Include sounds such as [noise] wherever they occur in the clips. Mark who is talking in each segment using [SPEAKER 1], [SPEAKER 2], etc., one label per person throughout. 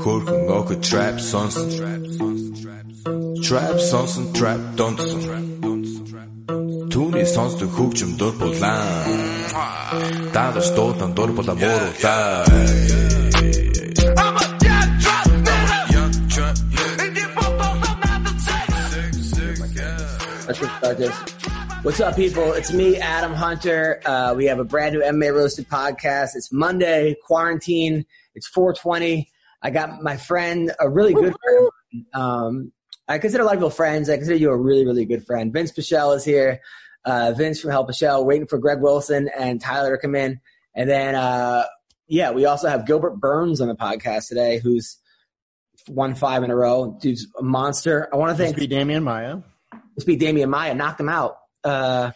[SPEAKER 1] Hood kan gå og trap sonsen Trap sonsen, trap donsen Tuni sons të huk që më dorë po lan Ta dhe shtot në dorë po të boru ta
[SPEAKER 2] Let's get started. What's up, people? It's me, Adam Hunter. Uh, we have a brand new MMA Roasted podcast. It's Monday, quarantine. It's 420. I got my friend, a really good friend. Um, I consider a lot of people friends. I consider you a really, really good friend. Vince Pichelle is here. Uh, Vince from Help Pichelle, waiting for Greg Wilson and Tyler to come in. And then, uh, yeah, we also have Gilbert Burns on the podcast today, who's won five in a row. Dude's a monster. I want to
[SPEAKER 3] Thanks,
[SPEAKER 2] thank
[SPEAKER 3] be Damian Maya.
[SPEAKER 2] Let's be Damian Maya. Knocked him out. Uh,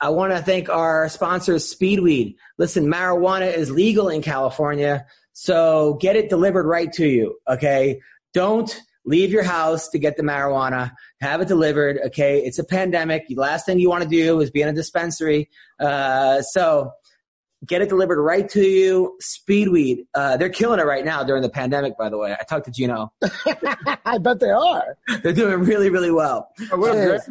[SPEAKER 2] I want to thank our sponsor, Speedweed. Listen, marijuana is legal in California, so get it delivered right to you, okay? Don't leave your house to get the marijuana. Have it delivered, okay? It's a pandemic. The last thing you want to do is be in a dispensary. Uh, so get it delivered right to you. Speedweed. Uh, they're killing it right now during the pandemic, by the way. I talked to Gino.
[SPEAKER 3] [laughs] I bet they are.
[SPEAKER 2] [laughs] They're doing really, really well.
[SPEAKER 3] Cheers.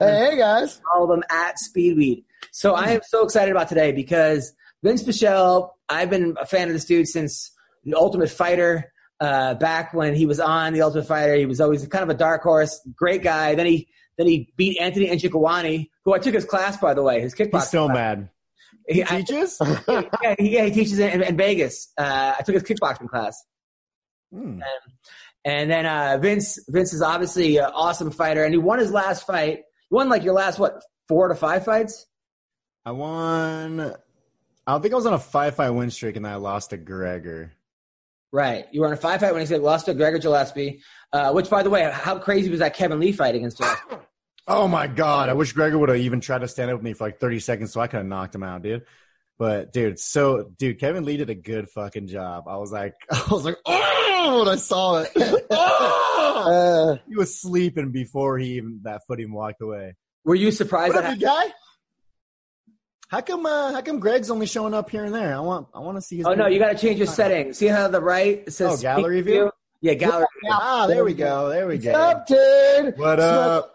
[SPEAKER 3] Hey, hey, guys.
[SPEAKER 2] follow them at Speedweed. So I am so excited about today because Vince Pichelle, I've been a fan of this dude since the Ultimate Fighter. Uh, back when he was on the Ultimate Fighter, he was always kind of a dark horse, great guy. Then he then he beat Anthony Nchikawani, who I took his class by the way, his kickboxing.
[SPEAKER 3] He's so
[SPEAKER 2] class.
[SPEAKER 3] mad.
[SPEAKER 2] He, I-
[SPEAKER 3] Teaches?
[SPEAKER 2] [laughs] yeah, he, yeah, he teaches in, in Vegas. Uh, I took his kickboxing class.
[SPEAKER 3] Hmm.
[SPEAKER 2] And then uh, Vince Vince is obviously an awesome fighter, and he won his last fight. He won like your last what four to five fights.
[SPEAKER 3] I won. I don't think I was on a five-fight win streak, and then I lost to Gregor.
[SPEAKER 2] Right. You were in a five fight when he said lost to Gregor Gillespie, uh, which, by the way, how crazy was that Kevin Lee fight against Gillespie?
[SPEAKER 3] Oh my god! I wish Gregor would have even tried to stand up with me for like 30 seconds, so I could have knocked him out, dude. But dude, so dude, Kevin Lee did a good fucking job. I was like, [laughs] I was like, oh, when I saw it. [laughs] Oh!
[SPEAKER 2] Uh,
[SPEAKER 3] he was sleeping before he even that foot even walked away.
[SPEAKER 2] Were you surprised?
[SPEAKER 3] What
[SPEAKER 2] That
[SPEAKER 3] up,
[SPEAKER 2] happened?
[SPEAKER 3] you guy? How come? Uh, how come Greg's only showing up here and there? I want. I want to see his.
[SPEAKER 2] oh, no, you got
[SPEAKER 3] got.
[SPEAKER 2] to change your setting. See how the right it says
[SPEAKER 3] Oh, gallery
[SPEAKER 2] speak
[SPEAKER 3] view?
[SPEAKER 2] view? Yeah, gallery view.
[SPEAKER 3] Ah, there we go. There we go.
[SPEAKER 4] What's up, dude?
[SPEAKER 3] What up?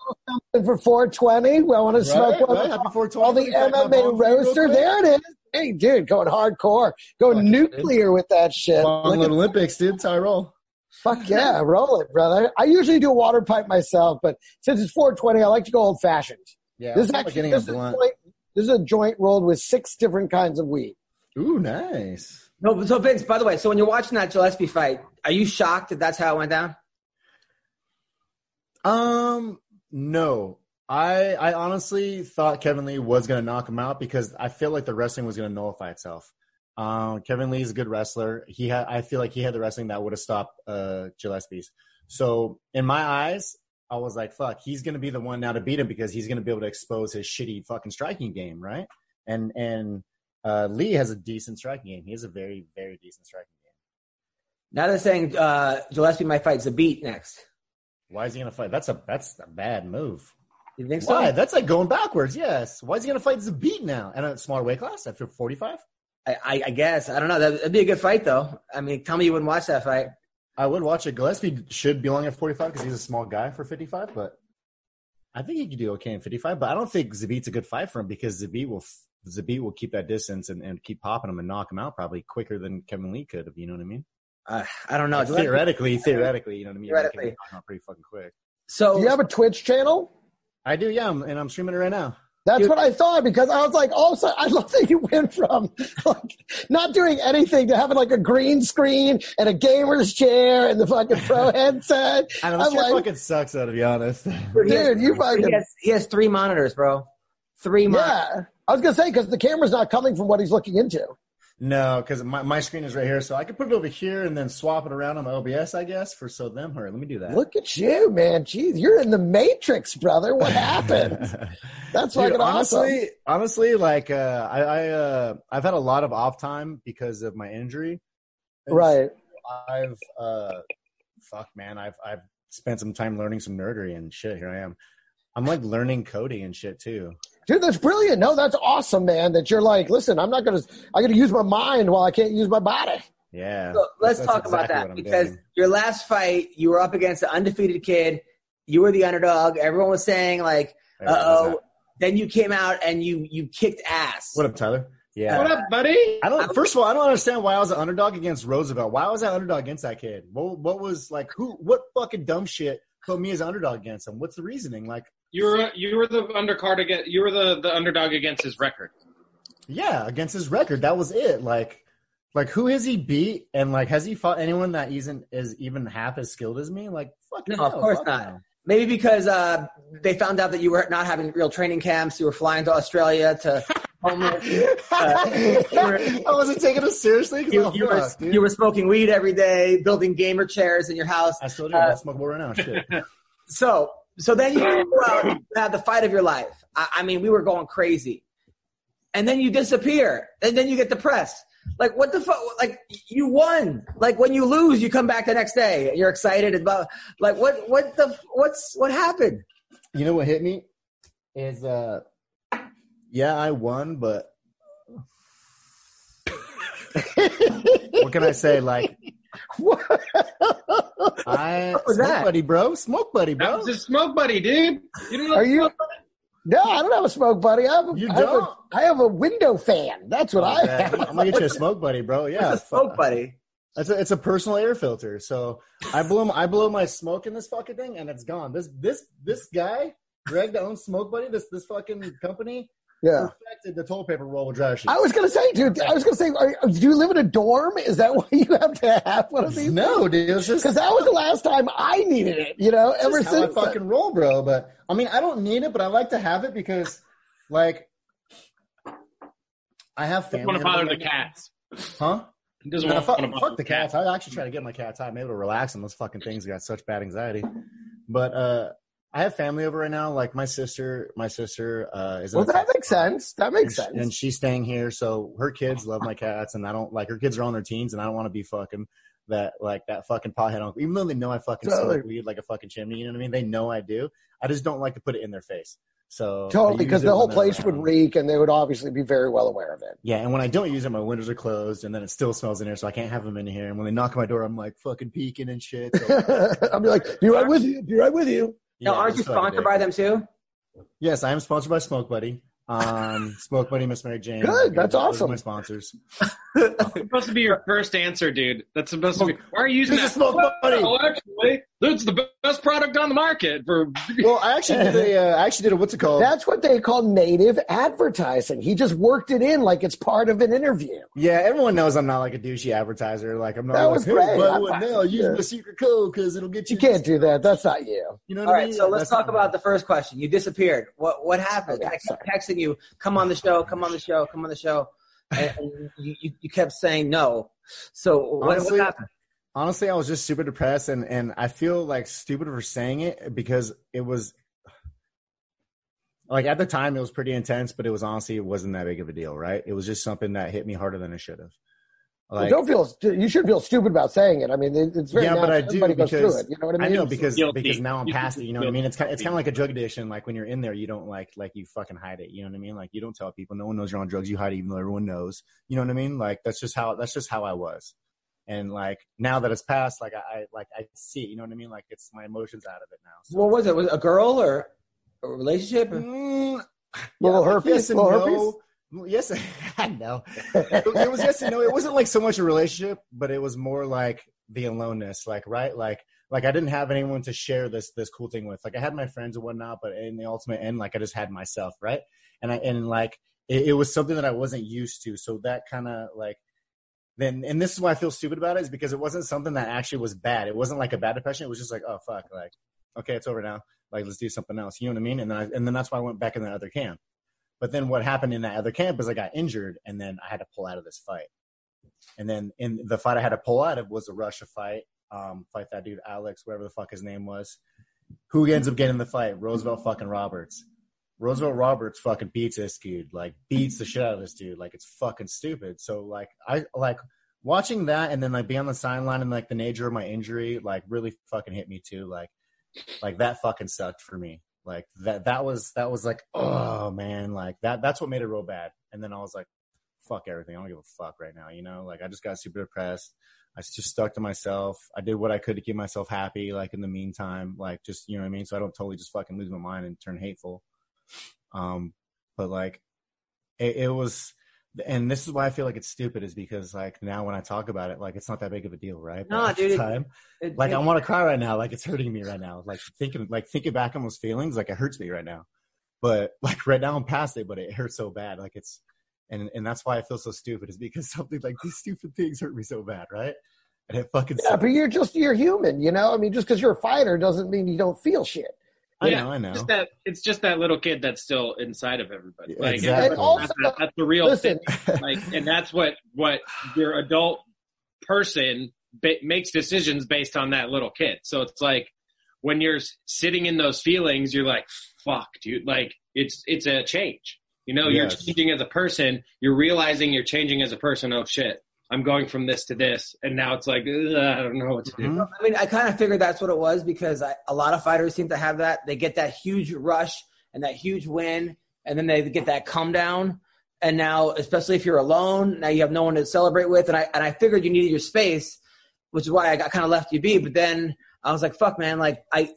[SPEAKER 4] Smoking for 420. I want to smoke
[SPEAKER 3] Right,
[SPEAKER 4] one.
[SPEAKER 3] right. Happy 420.
[SPEAKER 4] All the
[SPEAKER 3] Crack my
[SPEAKER 4] MMA
[SPEAKER 3] balls real
[SPEAKER 4] roaster.
[SPEAKER 3] quick.
[SPEAKER 4] There it is. Hey, dude, going hardcore. Going
[SPEAKER 3] Fuck it,
[SPEAKER 4] nuclear with that shit.
[SPEAKER 3] Long
[SPEAKER 4] Look at-
[SPEAKER 3] Little Olympics, dude. That's how I roll. [laughs]
[SPEAKER 4] fuck yeah, roll it, brother. I usually do a water pipe myself, but since it's 420, I like to go old fashioned.
[SPEAKER 3] Yeah.
[SPEAKER 4] This is
[SPEAKER 3] I'm
[SPEAKER 4] actually
[SPEAKER 3] getting a
[SPEAKER 4] this is, a
[SPEAKER 3] blunt.
[SPEAKER 4] joint, this is a joint rolled with six different kinds of weed.
[SPEAKER 3] Ooh, nice.
[SPEAKER 2] No, so, Vince, by the way, so when you're watching that Gillespie fight, are you shocked that that's how it went down?
[SPEAKER 3] Um, no. I I honestly thought Kevin Lee was gonna knock him out because I feel like the wrestling was gonna nullify itself. Um, Kevin Lee's a good wrestler. He had I feel like he had the wrestling that would have stopped uh Gillespie's. So in my eyes, I was like, fuck, he's gonna be the one now to beat him because he's gonna be able to expose his shitty fucking striking game, right? And and uh, Lee has a decent striking game. He has a very very decent striking game.
[SPEAKER 2] Now they're saying uh, Gillespie might fight Zabit next.
[SPEAKER 3] Why is he gonna fight? That's a that's a bad move.
[SPEAKER 2] You think so?
[SPEAKER 3] Why? That's like going backwards. Yes. Why is he going to fight Zabit now and a smaller weight class after 45?
[SPEAKER 2] I, I, I guess. I don't know. That'd, that'd be a good fight, though. I mean, tell me you wouldn't watch that fight.
[SPEAKER 3] I would watch it. Gillespie should belong at 45 because he's a small guy for 55, but I think he could do okay in 55. But I don't think Zabit's a good fight for him because Zabit will f- Zabit will keep that distance and, and keep popping him and knock him out probably quicker than Kevin Lee could. If you know what I mean?
[SPEAKER 2] Uh, I don't know.
[SPEAKER 3] Like,
[SPEAKER 2] Gillespie-
[SPEAKER 3] theoretically, theoretically, you know what I mean. Kevin Lee
[SPEAKER 2] Theoretically.
[SPEAKER 3] knocked him out pretty fucking quick.
[SPEAKER 2] So,
[SPEAKER 3] Oh,
[SPEAKER 4] Do you have a Twitch channel?
[SPEAKER 3] I do, yeah, I'm, and I'm streaming it right now.
[SPEAKER 4] That's
[SPEAKER 2] Dude.
[SPEAKER 4] what I thought because I was like, oh, so I love that you went from like not doing anything to having like a green screen and a gamer's chair and the fucking pro headset.
[SPEAKER 3] I know
[SPEAKER 4] I'm
[SPEAKER 3] this shit
[SPEAKER 4] like,
[SPEAKER 3] fucking sucks though, to be honest. [laughs]
[SPEAKER 4] dude, you fucking
[SPEAKER 2] he, has, he has three monitors, bro. Three monitors.
[SPEAKER 4] yeah. I was gonna say because the camera's not coming from what he's looking into.
[SPEAKER 3] No, because my, my screen is right here, so I could put it over here and then swap it around on my OBS, I guess, for so them her. Let me do that.
[SPEAKER 4] Look at you, man. Jeez, you're in the matrix, brother.
[SPEAKER 3] [laughs]
[SPEAKER 4] What happened? That's
[SPEAKER 3] Dude,
[SPEAKER 4] fucking awesome.
[SPEAKER 3] honestly, honestly, like uh, I, I uh, I've had a lot of off time because of my injury. And
[SPEAKER 4] right.
[SPEAKER 3] I've uh, fuck man, I've I've spent some time learning some nerdery and shit. Here I am. I'm like learning coding and shit too.
[SPEAKER 4] Dude, that's brilliant. No, that's awesome, man. That you're like, listen, I'm not gonna I gotta use my mind while I can't use my body.
[SPEAKER 3] Yeah.
[SPEAKER 2] So let's
[SPEAKER 3] That's
[SPEAKER 2] talk about
[SPEAKER 3] exactly what
[SPEAKER 2] that
[SPEAKER 3] I'm
[SPEAKER 2] because
[SPEAKER 3] doing.
[SPEAKER 2] your last fight, you were up against an undefeated kid. You were the underdog. Everyone was saying like,
[SPEAKER 3] Hey,
[SPEAKER 2] "Uh
[SPEAKER 3] what was
[SPEAKER 2] oh."
[SPEAKER 3] that?
[SPEAKER 2] Then you came out and you you kicked ass.
[SPEAKER 3] What up, Tyler? Yeah.
[SPEAKER 5] What up, buddy?
[SPEAKER 3] I don't. First of all, I don't understand why I was an underdog against Roosevelt. Why was I an underdog against that kid? What, what was like? Who? What fucking dumb shit put me as an underdog against him? What's the reasoning? Like,
[SPEAKER 5] You were you were the undercard against you were the, the underdog against his record.
[SPEAKER 3] yeah, against his record, that was it. Like, like who has he beat? And like, has he fought anyone that isn't is even half as skilled as me? Like, fuck
[SPEAKER 2] No,
[SPEAKER 3] no,
[SPEAKER 2] of course
[SPEAKER 3] fuck
[SPEAKER 2] not. [laughs]
[SPEAKER 3] no.
[SPEAKER 2] Maybe because uh, they found out that you were not having real training camps. You were flying to Australia
[SPEAKER 3] [laughs]
[SPEAKER 2] to homeless. Uh, you were-
[SPEAKER 3] I wasn't taking it seriously. 'cause
[SPEAKER 2] you,
[SPEAKER 3] I'm
[SPEAKER 2] you,
[SPEAKER 3] a
[SPEAKER 2] were,
[SPEAKER 3] fuck, dude.
[SPEAKER 2] you were smoking weed every day, building gamer chairs in your house.
[SPEAKER 3] I still do.
[SPEAKER 2] uh,
[SPEAKER 3] I smoke more right now. Shit.
[SPEAKER 2] So, so then you go out, you have the fight of your life. I, I mean, we were going crazy, and then you disappear, and then you get depressed. Like what the fuck? Like you won. Like when you lose, you come back the next day. and You're excited about like what? What the? What's what happened?
[SPEAKER 3] you know what hit me is uh yeah i won but what can i say like
[SPEAKER 4] What?
[SPEAKER 3] i
[SPEAKER 2] was
[SPEAKER 3] smoke
[SPEAKER 2] that?
[SPEAKER 3] buddy bro smoke buddy
[SPEAKER 5] That
[SPEAKER 3] bro
[SPEAKER 5] was his smoke buddy, dude. You don't know
[SPEAKER 4] Are you no, I don't have a smoke buddy. I have a,
[SPEAKER 3] You
[SPEAKER 4] I have a-
[SPEAKER 3] don't? Oh,
[SPEAKER 4] I have a window fan. That's what I
[SPEAKER 3] Yeah,
[SPEAKER 4] have.
[SPEAKER 3] [laughs] i'm gonna get you a smoke buddy bro yeah
[SPEAKER 2] What's a smoke buddy?
[SPEAKER 3] It's a, it's a personal air filter. So I blow my, I blow my smoke in this fucking thing, and it's gone. This this this guy, Greg, that owns Smoke Buddy, this this fucking company,
[SPEAKER 4] Yeah.
[SPEAKER 3] perfected the toilet paper roll with dry sheets.
[SPEAKER 4] I was gonna say, dude. I was gonna say, are, do you live in a dorm? Is that [laughs] why you have to have one of these?
[SPEAKER 3] No, dude, it was just
[SPEAKER 4] because that was the last time I needed it. You know,
[SPEAKER 3] That's
[SPEAKER 4] ever
[SPEAKER 3] just how
[SPEAKER 4] since.
[SPEAKER 3] I fucking roll, bro. But I mean, I don't need it, but I like to have it because, like, I have family.
[SPEAKER 5] you want to bother the cats.
[SPEAKER 3] huh?
[SPEAKER 5] He doesn't
[SPEAKER 3] No,
[SPEAKER 5] want
[SPEAKER 3] fuck,
[SPEAKER 5] to bother
[SPEAKER 3] fuck the cats. I actually try to get my cats out. I'm able to relax them. Those fucking things got such bad anxiety. But uh, I have family over right now. Like my sister, my sister uh, is. in
[SPEAKER 4] well,
[SPEAKER 3] a-
[SPEAKER 4] that makes sense. That makes
[SPEAKER 3] and she- And
[SPEAKER 4] sense.
[SPEAKER 3] she's staying here, so her kids love my cats, and I don't like her kids are on their teens, and I don't want to be fucking that like that fucking pothead uncle. Even though they know I fucking
[SPEAKER 4] Totally.
[SPEAKER 3] smoke weed like a fucking chimney, you know what I mean? They know I do. I just don't like to put it in their face. So I
[SPEAKER 4] Totally,
[SPEAKER 3] use
[SPEAKER 4] because
[SPEAKER 3] it
[SPEAKER 4] the whole
[SPEAKER 3] when they're
[SPEAKER 4] place would
[SPEAKER 3] around.
[SPEAKER 4] reek, and they would obviously be very well aware of it. [laughs]
[SPEAKER 3] Yeah, and when I don't use it, my windows are closed, and then it still smells in here, so I can't have them in here. And when they knock on my door, I'm like fucking peeking and shit. [laughs] So,
[SPEAKER 4] I'll be like, be right with you. Be right with you.
[SPEAKER 2] Now,
[SPEAKER 3] yeah,
[SPEAKER 2] aren't you
[SPEAKER 3] just fucking
[SPEAKER 2] sponsored
[SPEAKER 3] dick.
[SPEAKER 2] by them too?
[SPEAKER 3] Yes, I am sponsored by Smoke Buddy. Um, Smoke Buddy, Miss Mary Jane.
[SPEAKER 4] Good, that's
[SPEAKER 3] Those are
[SPEAKER 4] awesome.
[SPEAKER 3] My sponsors.
[SPEAKER 5] That's supposed to be your first answer, dude. That's supposed to be. Why are you using
[SPEAKER 3] This
[SPEAKER 5] that?
[SPEAKER 3] is smoke buddy.
[SPEAKER 5] Oh, actually, that's the best product on the market for.
[SPEAKER 3] Well, I actually did a, uh, I actually did a what's it called?
[SPEAKER 4] That's what they call native advertising. He just worked it in like it's part of an interview.
[SPEAKER 3] Yeah, everyone knows I'm not like a douchey advertiser. Like I'm not.
[SPEAKER 4] That
[SPEAKER 3] like,
[SPEAKER 4] was
[SPEAKER 3] hey,
[SPEAKER 4] great.
[SPEAKER 3] By
[SPEAKER 4] I
[SPEAKER 3] the way,
[SPEAKER 4] thought-
[SPEAKER 3] now use
[SPEAKER 4] yeah.
[SPEAKER 3] my secret code because it'll get you.
[SPEAKER 4] You can't do that. That's not you.
[SPEAKER 3] You know what
[SPEAKER 2] All
[SPEAKER 3] I
[SPEAKER 2] right,
[SPEAKER 3] mean?
[SPEAKER 2] so let's
[SPEAKER 3] That's
[SPEAKER 2] talk
[SPEAKER 3] not-
[SPEAKER 2] about the first question. You disappeared. What what happened?
[SPEAKER 4] Okay,
[SPEAKER 2] I kept texting you, come on the show, come on the show, come on the show, and, and you, you you kept saying no. So what,
[SPEAKER 3] Honestly,
[SPEAKER 2] what happened?
[SPEAKER 3] Honestly, I was just super depressed, and and I feel like stupid for saying it because it was. Like at the time, it was pretty intense, but it was honestly it wasn't that big of a deal, right? It was just something that hit me harder than it should have. Like
[SPEAKER 4] don't feel. stu- You should feel stupid about saying it. I mean, it- it's very.
[SPEAKER 3] Yeah, but
[SPEAKER 4] natural.
[SPEAKER 3] I do
[SPEAKER 4] Everybody goes
[SPEAKER 3] because-
[SPEAKER 4] through it. You know what I
[SPEAKER 3] I
[SPEAKER 4] mean?
[SPEAKER 3] know because
[SPEAKER 5] guilty.
[SPEAKER 3] because now I'm
[SPEAKER 5] You
[SPEAKER 3] past it. You know what I mean? It's kind of, it's
[SPEAKER 5] guilty.
[SPEAKER 3] kind of like a drug addiction. Like when you're in there, you don't like like you fucking hide it. You know what I mean? Like you don't tell people. No one knows you're on drugs. You hide it, even though everyone knows. You know what I mean? Like that's just how that's just how I was. And like now that it's past, like I, I like I see. it, You know what I mean? Like it's my emotions out of it now. So.
[SPEAKER 2] What was it? Was it a girl or a relationship?
[SPEAKER 3] Mm,
[SPEAKER 4] Little
[SPEAKER 3] yeah, like
[SPEAKER 4] herpes?
[SPEAKER 3] yes and
[SPEAKER 4] Little
[SPEAKER 3] no. Yes, [laughs] I know. It it was yes and no. It wasn't like so much a relationship, but it was more like the aloneness, like right, like like I didn't have anyone to share this this cool thing with. Like I had my friends and whatnot, but in the ultimate end, like I just had myself, right? And I and like it, it was something that I wasn't used to, so that kind of like then and this is why I feel stupid about it is because it wasn't something that actually was bad. It wasn't like a bad depression. It was just like oh fuck, like okay, it's over now. Like let's do something else. You know what I mean? And then I, and then that's why I went back in that other camp. But then what happened in that other camp is I got injured and then I had to pull out of this fight. And then in the fight I had to pull out of was a Russia fight. Um, fight that dude Alex, whatever the fuck his name was. Who ends up getting the fight? Roosevelt fucking Roberts. Roosevelt Roberts fucking beats this dude, like beats the shit out of this dude, like it's fucking stupid. So like I like watching that and then like being on the sideline and like the nature of my injury, like really fucking hit me too. Like like that fucking sucked for me. Like that that was that was like oh man, like that that's what made it real bad. And then I was like, fuck everything. I don't give a fuck right now. You know, like I just got super depressed. I just stuck to myself. I did what I could to keep myself happy. Like in the meantime, like just you know what I mean. So I don't totally just fucking lose my mind and turn hateful. Um, but like it, it was, and this is why I feel like it's stupid is because like now when I talk about it, like it's not that big of a deal, right?
[SPEAKER 2] No,
[SPEAKER 3] But at
[SPEAKER 2] dude,
[SPEAKER 3] the
[SPEAKER 2] it-
[SPEAKER 3] time,
[SPEAKER 2] It-
[SPEAKER 3] like
[SPEAKER 2] it-
[SPEAKER 3] I want to cry right now. Like it's hurting me right now. Like thinking, like thinking back on those feelings, like it hurts me right now. But like right now, I'm past it, but it hurts so bad. Like it's, and and that's why I feel so stupid is because [laughs] something like these stupid things hurt me so bad, right? And it fucking.
[SPEAKER 4] Yeah,
[SPEAKER 3] sucks.
[SPEAKER 4] but you're just you're human, you know. I mean, just because you're a fighter doesn't mean you don't feel shit.
[SPEAKER 3] I
[SPEAKER 5] Yeah,
[SPEAKER 3] know, I know.
[SPEAKER 5] Just that it's just that little kid that's still inside of everybody.
[SPEAKER 3] Yeah,
[SPEAKER 5] Like
[SPEAKER 3] exactly.
[SPEAKER 5] that's,
[SPEAKER 3] And
[SPEAKER 4] also-
[SPEAKER 5] that's, that's the real
[SPEAKER 4] Listen,
[SPEAKER 5] thing. Like, and that's what what your adult person ba- makes decisions based on that little kid. So it's like when you're s- sitting in those feelings, you're like, "Fuck, dude!" Like it's it's a change. You know, you're
[SPEAKER 3] Yes.
[SPEAKER 5] changing as a person. You're realizing you're changing as a person. Oh shit. I'm going from this to this, and now it's like ugh, I don't know what to do.
[SPEAKER 3] Mhm.
[SPEAKER 2] I mean, I kind of figured that's what it was because I, a lot of fighters seem to have that. They get that huge rush and that huge win, and then they get that come down. And now, especially if you're alone, now you have no one to celebrate with. And I and I figured you needed your space, which is why I got kind of left you be. But then I was like, fuck, man, like I.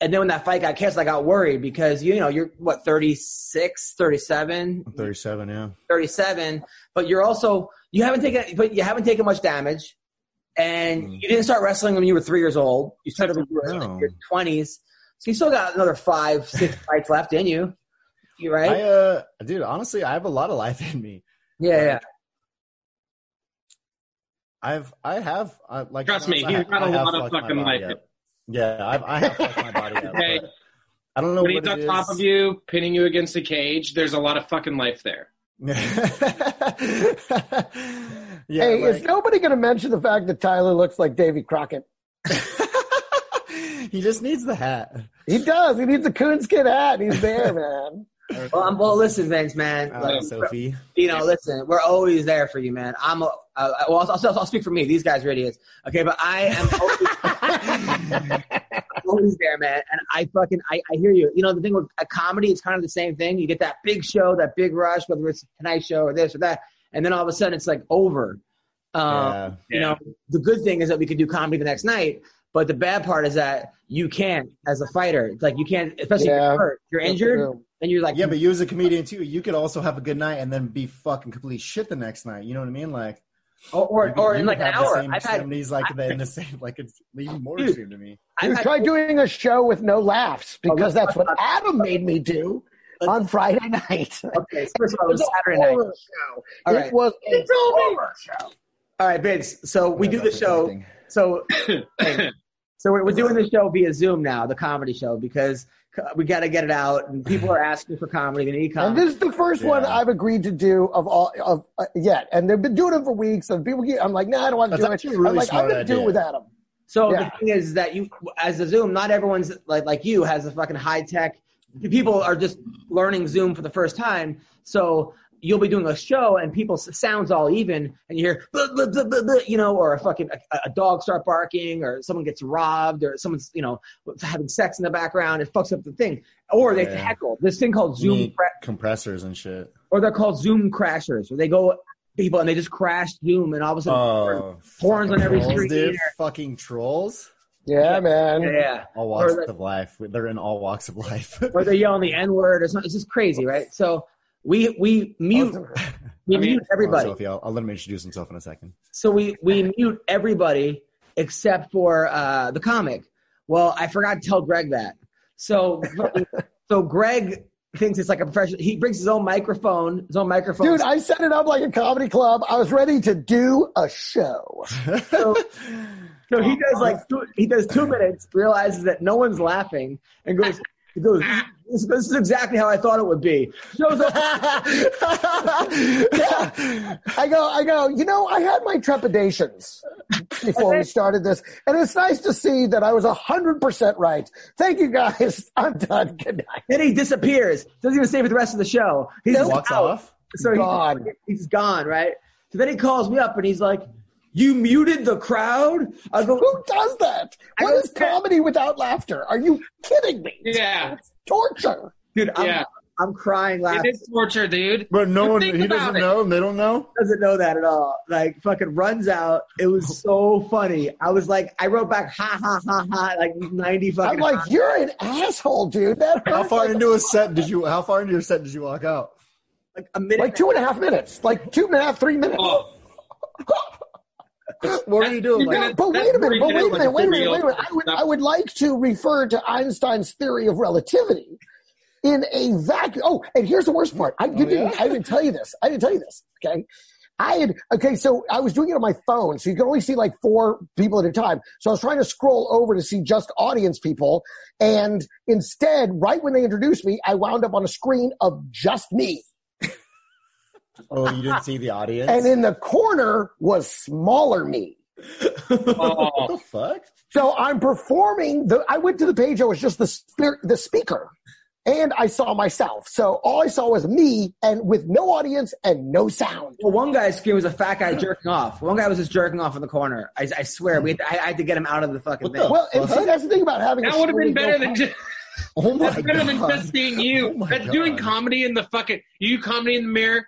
[SPEAKER 2] And then when that fight got canceled, I got worried because you know you're what 36, 37,
[SPEAKER 3] I'm 37, yeah.
[SPEAKER 2] 37 but you're also you haven't taken but you haven't taken much damage and
[SPEAKER 3] Mm.
[SPEAKER 2] you didn't start wrestling when you were three years old you started when you were
[SPEAKER 3] No.
[SPEAKER 2] in your 20s so you still got another five six fights left in you you right
[SPEAKER 3] I uh, dude, honestly, I have a lot of life in me.
[SPEAKER 2] yeah yeah
[SPEAKER 3] I've I have I, like
[SPEAKER 5] Trust me,
[SPEAKER 3] I,
[SPEAKER 5] he's got
[SPEAKER 3] a
[SPEAKER 5] a lot of fucking life.
[SPEAKER 3] Yeah, I've, I have fucked my body up.
[SPEAKER 5] [laughs] Okay.
[SPEAKER 3] but I don't know
[SPEAKER 5] When
[SPEAKER 3] what
[SPEAKER 5] he's
[SPEAKER 3] it
[SPEAKER 5] on
[SPEAKER 3] is.
[SPEAKER 5] top of you, pinning you against the cage, there's a lot of fucking life there.
[SPEAKER 3] [laughs] yeah,
[SPEAKER 4] hey,
[SPEAKER 3] like,
[SPEAKER 4] is nobody going to mention the fact that Tyler looks like Davy Crockett?
[SPEAKER 3] [laughs] he just needs the hat.
[SPEAKER 4] He does. He needs a coonskin hat. And he's
[SPEAKER 3] [laughs]
[SPEAKER 4] there, man.
[SPEAKER 2] well, I'm, well listen Vince man
[SPEAKER 3] All
[SPEAKER 2] like,
[SPEAKER 3] right, Sophie.
[SPEAKER 2] you know listen we're always there for you man I'm a, uh, well I'll, I'll, I'll speak for me these guys are idiots okay but I am always, I'm [laughs] always there man and I fucking I, I hear you you know the thing with a comedy it's kind of the same thing you get that big show that big rush whether it's tonight's show or this or that and then all of a sudden it's like over um,
[SPEAKER 3] yeah.
[SPEAKER 2] you know the good thing is that we could do comedy the next night but the bad part is that you can't as a fighter It's like you can't especially if
[SPEAKER 4] Yeah.
[SPEAKER 2] you're hurt you're injured and you're like
[SPEAKER 3] yeah, but you as a comedian too, you could also have a good night and then be fucking complete shit the next night. You know what I mean? Like,
[SPEAKER 2] or
[SPEAKER 3] you
[SPEAKER 2] or,
[SPEAKER 3] could-
[SPEAKER 2] or
[SPEAKER 3] you
[SPEAKER 2] in like
[SPEAKER 3] could
[SPEAKER 2] an
[SPEAKER 3] have the
[SPEAKER 2] hour
[SPEAKER 3] same
[SPEAKER 2] I've had
[SPEAKER 3] extremities, like in
[SPEAKER 2] [laughs]
[SPEAKER 3] the same, like it's even more
[SPEAKER 2] Dude.
[SPEAKER 3] extreme to me.
[SPEAKER 2] I've
[SPEAKER 4] Dude,
[SPEAKER 2] had
[SPEAKER 4] try doing a show with no laughs because that's what Adam made me do on Friday night.
[SPEAKER 2] Okay, so first of all, it was
[SPEAKER 4] It was a
[SPEAKER 2] Saturday night.
[SPEAKER 4] horror show.
[SPEAKER 2] [laughs] All
[SPEAKER 4] it
[SPEAKER 2] right.
[SPEAKER 4] was a
[SPEAKER 2] It's over.
[SPEAKER 4] horror show.
[SPEAKER 2] All right, Vince. So we do the show.
[SPEAKER 3] Everything.
[SPEAKER 2] So, hey, so we're, we're doing the show via Zoom now, the comedy show, because c- we got to get it out, and people are asking for comedy. They need
[SPEAKER 4] And
[SPEAKER 2] comedy.
[SPEAKER 4] this is the first one
[SPEAKER 3] Yeah.
[SPEAKER 4] I've agreed to do of all of uh, yet, and they've been doing it for weeks. And people, get, I'm like, nah, I don't want to
[SPEAKER 3] That's
[SPEAKER 4] do it.
[SPEAKER 3] actually a really
[SPEAKER 4] I'm like, I'm
[SPEAKER 3] smart
[SPEAKER 4] gonna do it
[SPEAKER 3] idea.
[SPEAKER 4] with Adam.
[SPEAKER 2] so
[SPEAKER 4] yeah.
[SPEAKER 2] the thing is that you, as a Zoom, not everyone's like like you has a fucking high tech. People are just learning Zoom for the first time, so you'll be doing a show, and people's sounds all even, and you hear, "Bleh, bleh, bleh, bleh, bleh," you know, or a fucking a, a dog start barking, or someone gets robbed, or someone's you know having sex in the background. It fucks up the thing, or they
[SPEAKER 3] Yeah. Mm.
[SPEAKER 2] heckle. This thing called
[SPEAKER 3] You
[SPEAKER 2] Zoom.
[SPEAKER 3] need
[SPEAKER 2] pre-
[SPEAKER 3] compressors and shit.
[SPEAKER 2] or they're called Zoom crashers, where they go people and they just crash Zoom, and all of a sudden,
[SPEAKER 3] Oh,
[SPEAKER 2] Horns on every
[SPEAKER 3] trolls,
[SPEAKER 2] street
[SPEAKER 3] dude.
[SPEAKER 2] or-
[SPEAKER 3] Fucking trolls.
[SPEAKER 4] Yeah, man.
[SPEAKER 2] yeah,
[SPEAKER 3] All walks
[SPEAKER 2] Or the-
[SPEAKER 3] of life. They're in all walks of life. [laughs]
[SPEAKER 2] or they yell the N word or something. It's just crazy, right? So we we mute [laughs] we
[SPEAKER 5] I mean-
[SPEAKER 2] mute everybody.
[SPEAKER 3] Uh, Sophie, I'll, I'll let him introduce himself in a second.
[SPEAKER 2] So we we mute everybody except for uh, the comic. Well, I forgot to tell Greg that. So [laughs] so Greg thinks it's like a professional. He brings his own microphone, his own microphone.
[SPEAKER 4] Dude, I set it up like a comedy club. I was ready to do
[SPEAKER 3] [laughs]
[SPEAKER 4] a show.
[SPEAKER 2] So, so he does like two, he does two minutes, realizes that no one's laughing, and goes, He goes, this, this is exactly how I thought it would be. Shows up.
[SPEAKER 4] [laughs]
[SPEAKER 2] [laughs]
[SPEAKER 4] I go, I go, you know, I had my trepidations before we started this, and it's nice to see that I was 100% right. Thank you guys. [laughs] I'm done. Good night.
[SPEAKER 2] Then he disappears. Doesn't even stay for the rest of the show. He's just
[SPEAKER 3] Walks
[SPEAKER 2] out.
[SPEAKER 3] off.
[SPEAKER 2] So he's
[SPEAKER 4] Gone.
[SPEAKER 2] He's gone, right? So then he calls me up and he's like, "You muted the crowd." I go,
[SPEAKER 4] Who does that?
[SPEAKER 2] I
[SPEAKER 4] What
[SPEAKER 2] was
[SPEAKER 4] is
[SPEAKER 2] there.
[SPEAKER 4] comedy without laughter? Are you kidding me?
[SPEAKER 5] Yeah.
[SPEAKER 4] It's torture.
[SPEAKER 2] "Dude, I'm,
[SPEAKER 5] Yeah.
[SPEAKER 2] I'm crying laughing."
[SPEAKER 5] It is torture, dude.
[SPEAKER 3] But no
[SPEAKER 5] But
[SPEAKER 3] one,
[SPEAKER 5] think
[SPEAKER 3] he
[SPEAKER 5] about
[SPEAKER 3] doesn't
[SPEAKER 5] it.
[SPEAKER 3] know. and They don't know.
[SPEAKER 2] doesn't know that at all. Like fucking runs out. It was so funny. I was like, I wrote back, ha ha ha ha, like ninety
[SPEAKER 4] I'm
[SPEAKER 2] fucking.
[SPEAKER 4] like, you're an asshole, dude. That hurt.
[SPEAKER 3] How far
[SPEAKER 4] like,
[SPEAKER 3] into a set did you? How far into your set did you walk out?
[SPEAKER 2] like a minute.
[SPEAKER 4] like two and a half minutes, like two and a half, three minutes.
[SPEAKER 5] Oh,
[SPEAKER 3] What were you doing?
[SPEAKER 5] you
[SPEAKER 3] Like,
[SPEAKER 5] gotta-
[SPEAKER 4] but
[SPEAKER 5] that's
[SPEAKER 4] wait a minute, but
[SPEAKER 5] breaking
[SPEAKER 4] wait a
[SPEAKER 5] it
[SPEAKER 4] minute,
[SPEAKER 5] with
[SPEAKER 4] wait a minute,
[SPEAKER 5] real
[SPEAKER 4] wait a minute. I would,
[SPEAKER 5] stuff.
[SPEAKER 4] I would like to refer to Einstein's theory of relativity in a vacuum. Oh, and here's the worst part. I didn't,
[SPEAKER 3] yeah?
[SPEAKER 4] I didn't tell you this. I didn't tell you this. Okay. I had, okay, so I was doing it on my phone, so you could only see like four people at a time. So I was trying to scroll over to see just audience people. And instead, right when they introduced me, I wound up on a screen of just me.
[SPEAKER 3] oh, you didn't see the audience.
[SPEAKER 4] And in the corner was smaller me.
[SPEAKER 3] what
[SPEAKER 5] oh.
[SPEAKER 3] the fuck?
[SPEAKER 4] So I'm performing the. I went to the page. I was just the spirit, the speaker, and I saw myself. So all I saw was me, and with no audience and no sound.
[SPEAKER 2] Well, one guy's screen was a fat guy jerking off. One guy was just jerking off in the corner. I, I swear, we had to, I, I had to get him out of the fucking
[SPEAKER 3] What
[SPEAKER 2] thing.
[SPEAKER 3] the-
[SPEAKER 4] Well, and see, that's the thing about having a
[SPEAKER 5] That would have been
[SPEAKER 4] screen
[SPEAKER 5] better
[SPEAKER 4] go-
[SPEAKER 5] than just,
[SPEAKER 3] Oh my
[SPEAKER 5] that's better than
[SPEAKER 3] God.
[SPEAKER 5] just being you.
[SPEAKER 3] Oh my
[SPEAKER 5] that's doing
[SPEAKER 3] God.
[SPEAKER 5] comedy in the fucking you do comedy in the mirror,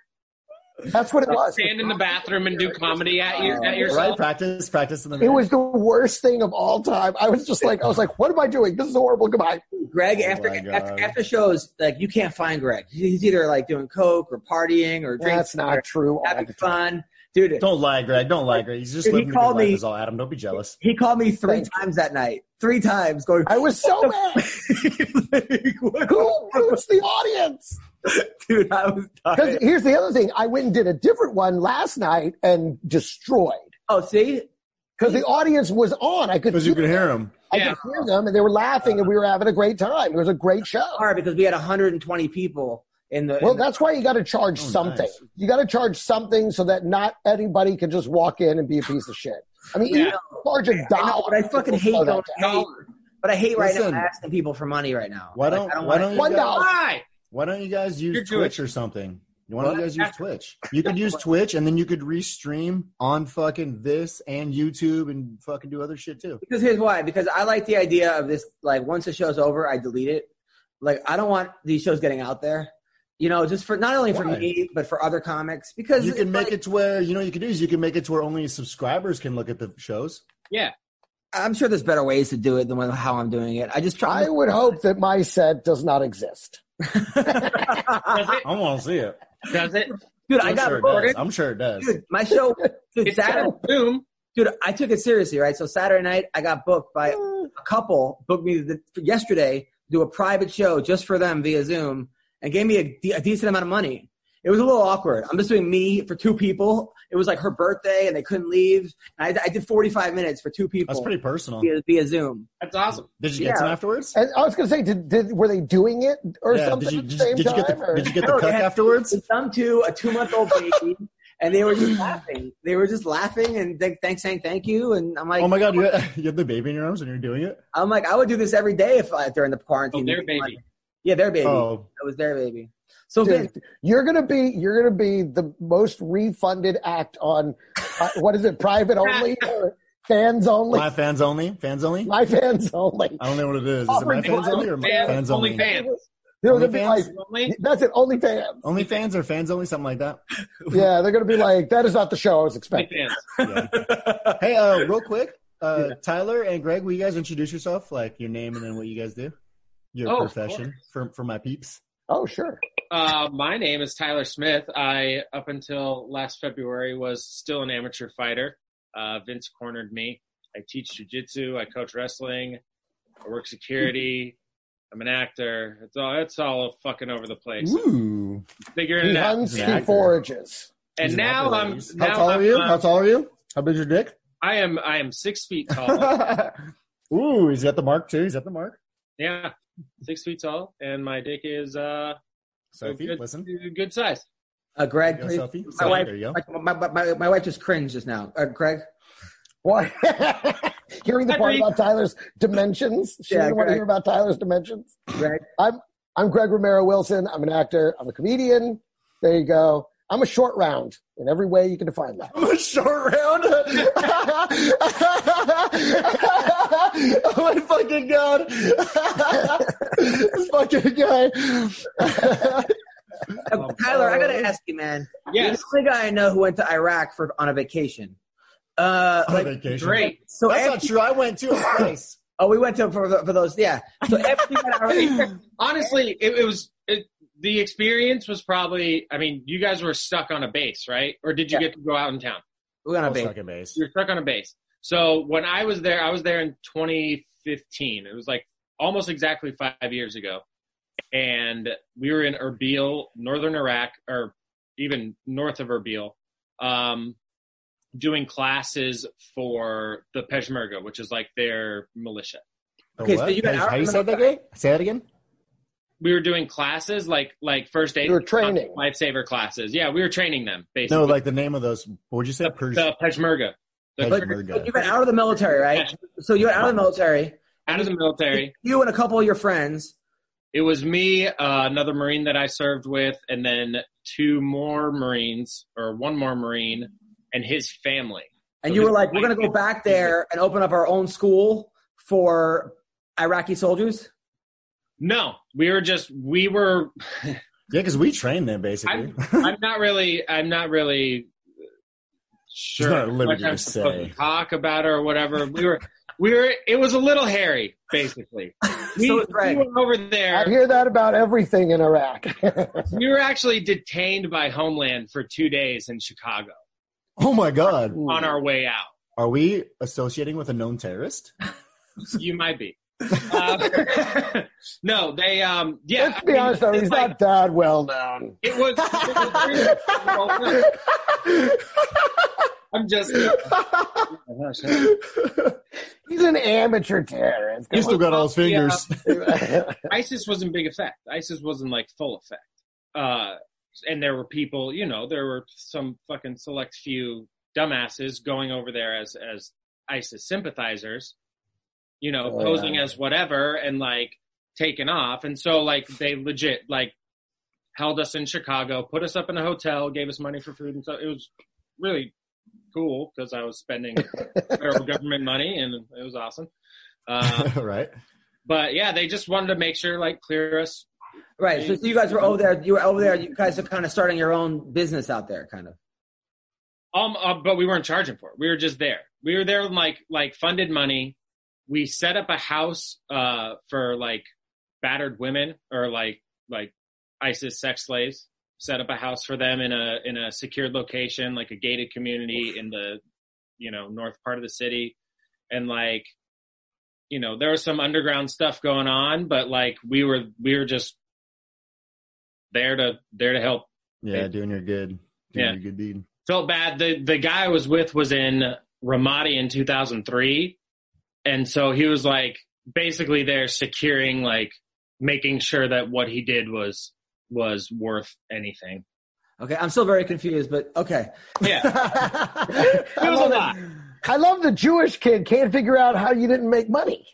[SPEAKER 4] That's what it was.
[SPEAKER 5] stand in the bathroom and do comedy at your at
[SPEAKER 3] Right,
[SPEAKER 5] yourself.
[SPEAKER 3] practice, practice in the
[SPEAKER 4] It
[SPEAKER 3] mirror.
[SPEAKER 4] was the worst thing of all time. I was just like, I was like, what am I doing? This is horrible. Goodbye.
[SPEAKER 2] Greg,
[SPEAKER 3] Oh
[SPEAKER 2] after,
[SPEAKER 3] my
[SPEAKER 2] after
[SPEAKER 3] God.
[SPEAKER 2] after shows, like you can't find Greg. He's either like doing coke or partying or drinking.
[SPEAKER 4] That's not
[SPEAKER 2] or
[SPEAKER 4] true.
[SPEAKER 2] having fun, dude.
[SPEAKER 3] Don't lie, Greg. Don't lie, Greg. He's just
[SPEAKER 2] Dude, he
[SPEAKER 3] living a good
[SPEAKER 2] called
[SPEAKER 3] life.
[SPEAKER 2] me-
[SPEAKER 3] Is all, Adam. Don't be jealous. [laughs]
[SPEAKER 2] He called me three
[SPEAKER 4] Thank
[SPEAKER 2] times that night. Three times, going.
[SPEAKER 4] I was
[SPEAKER 5] [laughs]
[SPEAKER 4] so mad.
[SPEAKER 2] like, what-
[SPEAKER 4] Who mutes the audience?
[SPEAKER 2] dude, I was
[SPEAKER 4] Because
[SPEAKER 2] dying.
[SPEAKER 4] here's the other thing. I went and did a different one last night and destroyed.
[SPEAKER 2] Oh, see,
[SPEAKER 4] Because the audience was on. I could
[SPEAKER 3] Because you
[SPEAKER 4] hear
[SPEAKER 3] can hear him.
[SPEAKER 4] I
[SPEAKER 5] Yeah.
[SPEAKER 4] could hear them, and they were laughing, and we were having a great time. It was a great show.
[SPEAKER 2] hard because we had 120 people in the.
[SPEAKER 4] Well,
[SPEAKER 2] in the-
[SPEAKER 4] that's why you got to charge something.
[SPEAKER 3] Oh, nice.
[SPEAKER 4] You got to charge something so that not anybody can just walk in and be a piece of shit. I mean, even
[SPEAKER 5] Yeah.
[SPEAKER 4] charge a dollar.
[SPEAKER 2] I know, but I fucking
[SPEAKER 4] to
[SPEAKER 2] hate
[SPEAKER 4] slow that
[SPEAKER 2] going.
[SPEAKER 4] down.
[SPEAKER 2] Hate, but I hate right
[SPEAKER 3] Listen.
[SPEAKER 2] now asking people for money right now.
[SPEAKER 3] Why
[SPEAKER 2] Like,
[SPEAKER 3] don't,
[SPEAKER 2] I don't
[SPEAKER 3] why
[SPEAKER 2] wanna-
[SPEAKER 3] don't you
[SPEAKER 4] One
[SPEAKER 3] guys-
[SPEAKER 4] dollar.
[SPEAKER 5] Why?
[SPEAKER 3] Why don't you guys use
[SPEAKER 5] You're
[SPEAKER 3] Twitch
[SPEAKER 5] Jewish.
[SPEAKER 3] or something? Why don't you
[SPEAKER 5] What?
[SPEAKER 3] guys use Twitch? You could use Twitch and then you could restream on fucking this and YouTube and fucking do other shit too.
[SPEAKER 2] Because here's why. Because I like the idea of this. Like once the show's over, I delete it. Like I don't want these shows getting out there. You know, just for not only for
[SPEAKER 3] Why?
[SPEAKER 2] me but for other comics. Because
[SPEAKER 3] You can
[SPEAKER 2] it's
[SPEAKER 3] make
[SPEAKER 2] like-
[SPEAKER 3] it to where you know what you can do is you can make it to where only subscribers can look at the shows.
[SPEAKER 2] I'm sure there's better ways to do it than when- how I'm doing it. I just [laughs] try.
[SPEAKER 4] I would hope that my set does not exist.
[SPEAKER 5] Does it?
[SPEAKER 3] I want to see it.
[SPEAKER 5] Does
[SPEAKER 3] [laughs]
[SPEAKER 5] it?
[SPEAKER 2] dude,
[SPEAKER 3] I'm
[SPEAKER 2] I got
[SPEAKER 3] sure it
[SPEAKER 2] booked.
[SPEAKER 3] does. I'm sure it does.
[SPEAKER 2] Dude, my
[SPEAKER 3] [laughs]
[SPEAKER 2] show. Dude,
[SPEAKER 5] It's out
[SPEAKER 2] Saturday,
[SPEAKER 5] of Zoom.
[SPEAKER 2] dude, I took it seriously, right? So Saturday night, I got booked by a couple booked me the, yesterday to do a private show just for them via Zoom and gave me a, de- a decent amount of money. It was a little awkward. I'm just doing me for two people. It was like her birthday and they couldn't leave. And I, I did 45 minutes for two people
[SPEAKER 3] That's pretty personal.
[SPEAKER 2] via, via Zoom.
[SPEAKER 5] That's awesome.
[SPEAKER 3] Did you get
[SPEAKER 2] Yeah.
[SPEAKER 3] some afterwards?
[SPEAKER 4] And I was going to say, did, did were they doing it or
[SPEAKER 3] Yeah,
[SPEAKER 4] something
[SPEAKER 3] did you,
[SPEAKER 4] at
[SPEAKER 3] did,
[SPEAKER 4] the
[SPEAKER 3] you-
[SPEAKER 4] same
[SPEAKER 3] did you
[SPEAKER 4] time?
[SPEAKER 3] get the,
[SPEAKER 4] or-
[SPEAKER 3] did
[SPEAKER 2] [laughs]
[SPEAKER 3] you get the
[SPEAKER 2] No,
[SPEAKER 3] cuck
[SPEAKER 2] they had-
[SPEAKER 3] afterwards?
[SPEAKER 2] Some two, a two month old baby. And they were just laughing. They were just laughing and th- thanks, saying thank you. And I'm like,
[SPEAKER 3] oh my god, you had, you had the baby in your arms and you're doing it.
[SPEAKER 2] I'm like, I would do this every day if I, during the
[SPEAKER 5] Oh,
[SPEAKER 2] quarantine.
[SPEAKER 5] their baby.
[SPEAKER 2] Yeah, their baby.
[SPEAKER 3] Oh,
[SPEAKER 2] That was their baby. So Vince,
[SPEAKER 4] Dude, you're gonna be you're gonna be the most refunded act on uh, what is it? Private only or fans only?
[SPEAKER 3] my fans only. Fans only.
[SPEAKER 4] My fans only.
[SPEAKER 3] I don't know what it is. Is it my fans only or my
[SPEAKER 5] Fans,
[SPEAKER 3] fans
[SPEAKER 5] only
[SPEAKER 3] only?
[SPEAKER 5] fans.
[SPEAKER 4] They're gonna be like,
[SPEAKER 3] OnlyFans?
[SPEAKER 5] Only?
[SPEAKER 4] that's it. Only fans.
[SPEAKER 3] Only fans or fans only, something like that.
[SPEAKER 4] Yeah, they're gonna be like, that is not the show I was
[SPEAKER 5] Only
[SPEAKER 4] expecting.
[SPEAKER 5] [laughs] fans.
[SPEAKER 3] Yeah. hey, uh, real quick, uh, Tyler and Greg, will you guys introduce yourself, like your name and then what you guys do, your
[SPEAKER 5] Oh, of
[SPEAKER 3] profession for for my peeps?
[SPEAKER 4] Oh sure.
[SPEAKER 5] [laughs] Uh, my name is Tyler Smith. I, up until last February, was still an amateur fighter. Uh, Vince cornered me. I teach jujitsu. I coach wrestling. I work security. I'm an actor. It's all it's all fucking over the place.
[SPEAKER 3] Ooh,
[SPEAKER 5] Figuring
[SPEAKER 4] He
[SPEAKER 5] it out.
[SPEAKER 4] hunts, he
[SPEAKER 3] actor.
[SPEAKER 4] forages. [laughs]
[SPEAKER 5] And now I'm
[SPEAKER 3] How
[SPEAKER 5] now
[SPEAKER 3] tall
[SPEAKER 5] I'm,
[SPEAKER 3] are you?
[SPEAKER 5] uh,
[SPEAKER 3] How tall are you? How big's your dick?
[SPEAKER 5] I am I am six feet tall.
[SPEAKER 4] [laughs]
[SPEAKER 3] Ooh, he's got the mark too. He's at the mark.
[SPEAKER 5] yeah, six feet tall, and my dick is uh a
[SPEAKER 3] Sophie,
[SPEAKER 5] good,
[SPEAKER 3] listen.
[SPEAKER 5] a good size.
[SPEAKER 2] Uh, Greg,
[SPEAKER 3] There
[SPEAKER 2] please.
[SPEAKER 3] you go, Sophie.
[SPEAKER 2] My
[SPEAKER 3] Sophie,
[SPEAKER 2] wife,
[SPEAKER 3] there you go.
[SPEAKER 2] My, my, my, my wife just cringed just now. Uh, Greg?
[SPEAKER 4] What? [laughs] Hearing the
[SPEAKER 5] I
[SPEAKER 4] part
[SPEAKER 5] read-
[SPEAKER 4] about Tyler's dimensions. She
[SPEAKER 2] Yeah,
[SPEAKER 4] didn't want to
[SPEAKER 2] Greg.
[SPEAKER 4] hear about Tyler's dimensions.
[SPEAKER 3] [laughs]
[SPEAKER 2] Greg?
[SPEAKER 4] I'm Greg Romero Wilson. I'm an actor. I'm a comedian. There you go. I'm a short round in every way you can define that.
[SPEAKER 3] I'm a short
[SPEAKER 4] [laughs]
[SPEAKER 3] round. oh my fucking
[SPEAKER 4] [laughs]
[SPEAKER 3] god! this fucking guy.
[SPEAKER 2] Uh, Tyler, I got
[SPEAKER 3] Oh.
[SPEAKER 2] to ask you, man.
[SPEAKER 5] Yes,
[SPEAKER 2] You're the only guy I know who went to Iraq for on a vacation. Uh,
[SPEAKER 3] On
[SPEAKER 2] like,
[SPEAKER 3] vacation.
[SPEAKER 5] great.
[SPEAKER 2] so
[SPEAKER 3] That's
[SPEAKER 2] after,
[SPEAKER 3] not true. I went to a
[SPEAKER 2] [laughs]
[SPEAKER 3] place.
[SPEAKER 2] oh, we went to for, for those, yeah. So after you got out
[SPEAKER 3] [laughs]
[SPEAKER 2] of
[SPEAKER 5] Honestly, it, it was it, the experience was probably. I mean, you guys were stuck on a base, right? Or did you
[SPEAKER 2] Yeah.
[SPEAKER 5] get to go out in town?
[SPEAKER 2] we're gonna be
[SPEAKER 3] Fucking base.
[SPEAKER 5] You're stuck on a base. So when I was there, I was there in 2015. It was like almost exactly five years ago, and we were in Erbil, northern Iraq, or even north of Erbil, um, doing classes for the Peshmerga, which is like their militia.
[SPEAKER 3] The
[SPEAKER 2] Okay, so
[SPEAKER 3] what?
[SPEAKER 2] you got
[SPEAKER 3] How-
[SPEAKER 2] out
[SPEAKER 3] How
[SPEAKER 2] of
[SPEAKER 3] you
[SPEAKER 2] the-
[SPEAKER 3] said that again? Say that again.
[SPEAKER 5] We were doing classes like like first aid,
[SPEAKER 4] You were training.
[SPEAKER 5] lifesaver classes. Yeah, we were training them basically.
[SPEAKER 3] No, like the name of those. What'd you say?
[SPEAKER 5] the,
[SPEAKER 3] Pers-
[SPEAKER 5] the Peshmerga. The
[SPEAKER 3] Peshmerga.
[SPEAKER 2] But
[SPEAKER 3] Peshmerga.
[SPEAKER 2] you got out of the military, right? So you got out of the military.
[SPEAKER 5] out of the military.
[SPEAKER 2] You and a couple of your friends.
[SPEAKER 5] It was me, uh, another Marine that I served with, and then two more Marines or one more Marine and his family.
[SPEAKER 2] And
[SPEAKER 5] So
[SPEAKER 2] you
[SPEAKER 5] this
[SPEAKER 2] were
[SPEAKER 5] is
[SPEAKER 2] like, we're
[SPEAKER 5] like-
[SPEAKER 2] going to go back there and open up our own school for Iraqi soldiers.
[SPEAKER 5] No, we were just we
[SPEAKER 3] [laughs]
[SPEAKER 5] were.
[SPEAKER 3] Yeah, because we trained them basically.
[SPEAKER 5] I'm not really. I'm not really sure
[SPEAKER 3] not at liberty
[SPEAKER 5] what I'm
[SPEAKER 3] to
[SPEAKER 5] supposed
[SPEAKER 3] say.
[SPEAKER 5] to talk about or whatever. We were. We were. It was a little hairy,
[SPEAKER 3] [laughs]
[SPEAKER 5] basically. We,
[SPEAKER 2] So is
[SPEAKER 5] we
[SPEAKER 2] Greg.
[SPEAKER 5] went over
[SPEAKER 4] I
[SPEAKER 5] there.
[SPEAKER 4] hear that about everything in Iraq.
[SPEAKER 5] We were actually detained by Homeland for two days in Chicago
[SPEAKER 3] [laughs] oh my god.
[SPEAKER 5] [laughs] on our way out.
[SPEAKER 3] Are we associating with a known [laughs] terrorist?
[SPEAKER 5] you might
[SPEAKER 4] [laughs]
[SPEAKER 5] be. Uh, [laughs] no, they. Um, yeah,
[SPEAKER 4] [laughs] Let's
[SPEAKER 5] I
[SPEAKER 4] be
[SPEAKER 5] mean,
[SPEAKER 4] honest though,
[SPEAKER 5] it's
[SPEAKER 4] he's
[SPEAKER 5] like-
[SPEAKER 4] not that well
[SPEAKER 3] [laughs]
[SPEAKER 4] known.
[SPEAKER 5] It was.
[SPEAKER 4] [laughs]
[SPEAKER 5] it was- I'm just.
[SPEAKER 4] He's an amateur terrorist.
[SPEAKER 3] He
[SPEAKER 4] [laughs]
[SPEAKER 3] still got all his fingers. [laughs]
[SPEAKER 5] ISIS was in big effect. ISIS was in like full effect. Uh, and there were people, you know, there were some fucking select few dumbasses going over there as as ISIS sympathizers, you know,
[SPEAKER 4] Oh, yeah.
[SPEAKER 5] posing as whatever and like taking off. And so like they legit like held us in Chicago, put us up in a hotel, gave us money for food and so it was really cool because I was spending
[SPEAKER 4] [laughs]
[SPEAKER 5] federal government money and it was awesome. Uh,
[SPEAKER 3] right.
[SPEAKER 5] but yeah, they just wanted to make sure, like, clear us.
[SPEAKER 2] Right. So, so you guys were over there. You were over there. You guys are kind of starting your own business out there, kind of.
[SPEAKER 5] Um, uh, but we weren't charging for it. We were just there. We were there, with, like, like funded money. We set up a house uh, for like battered women or like like ISIS sex slaves. Set up a house for them in a in a secured location, like a gated community in the you know north part of the city, and like you know there was some underground stuff going on, but like we were we were just there to there to help
[SPEAKER 3] Yeah, doing your good. Doing
[SPEAKER 5] Yeah.
[SPEAKER 3] your good deed.
[SPEAKER 5] felt bad. The the guy I was with was in Ramadi in 2003, and so he was like basically there securing like making sure that what he did was was worth anything.
[SPEAKER 2] Okay. I'm still very confused, but okay.
[SPEAKER 4] [laughs]
[SPEAKER 5] Yeah,
[SPEAKER 4] it
[SPEAKER 5] it was a lot.
[SPEAKER 4] I love the Jewish kid can't figure out how you didn't make money.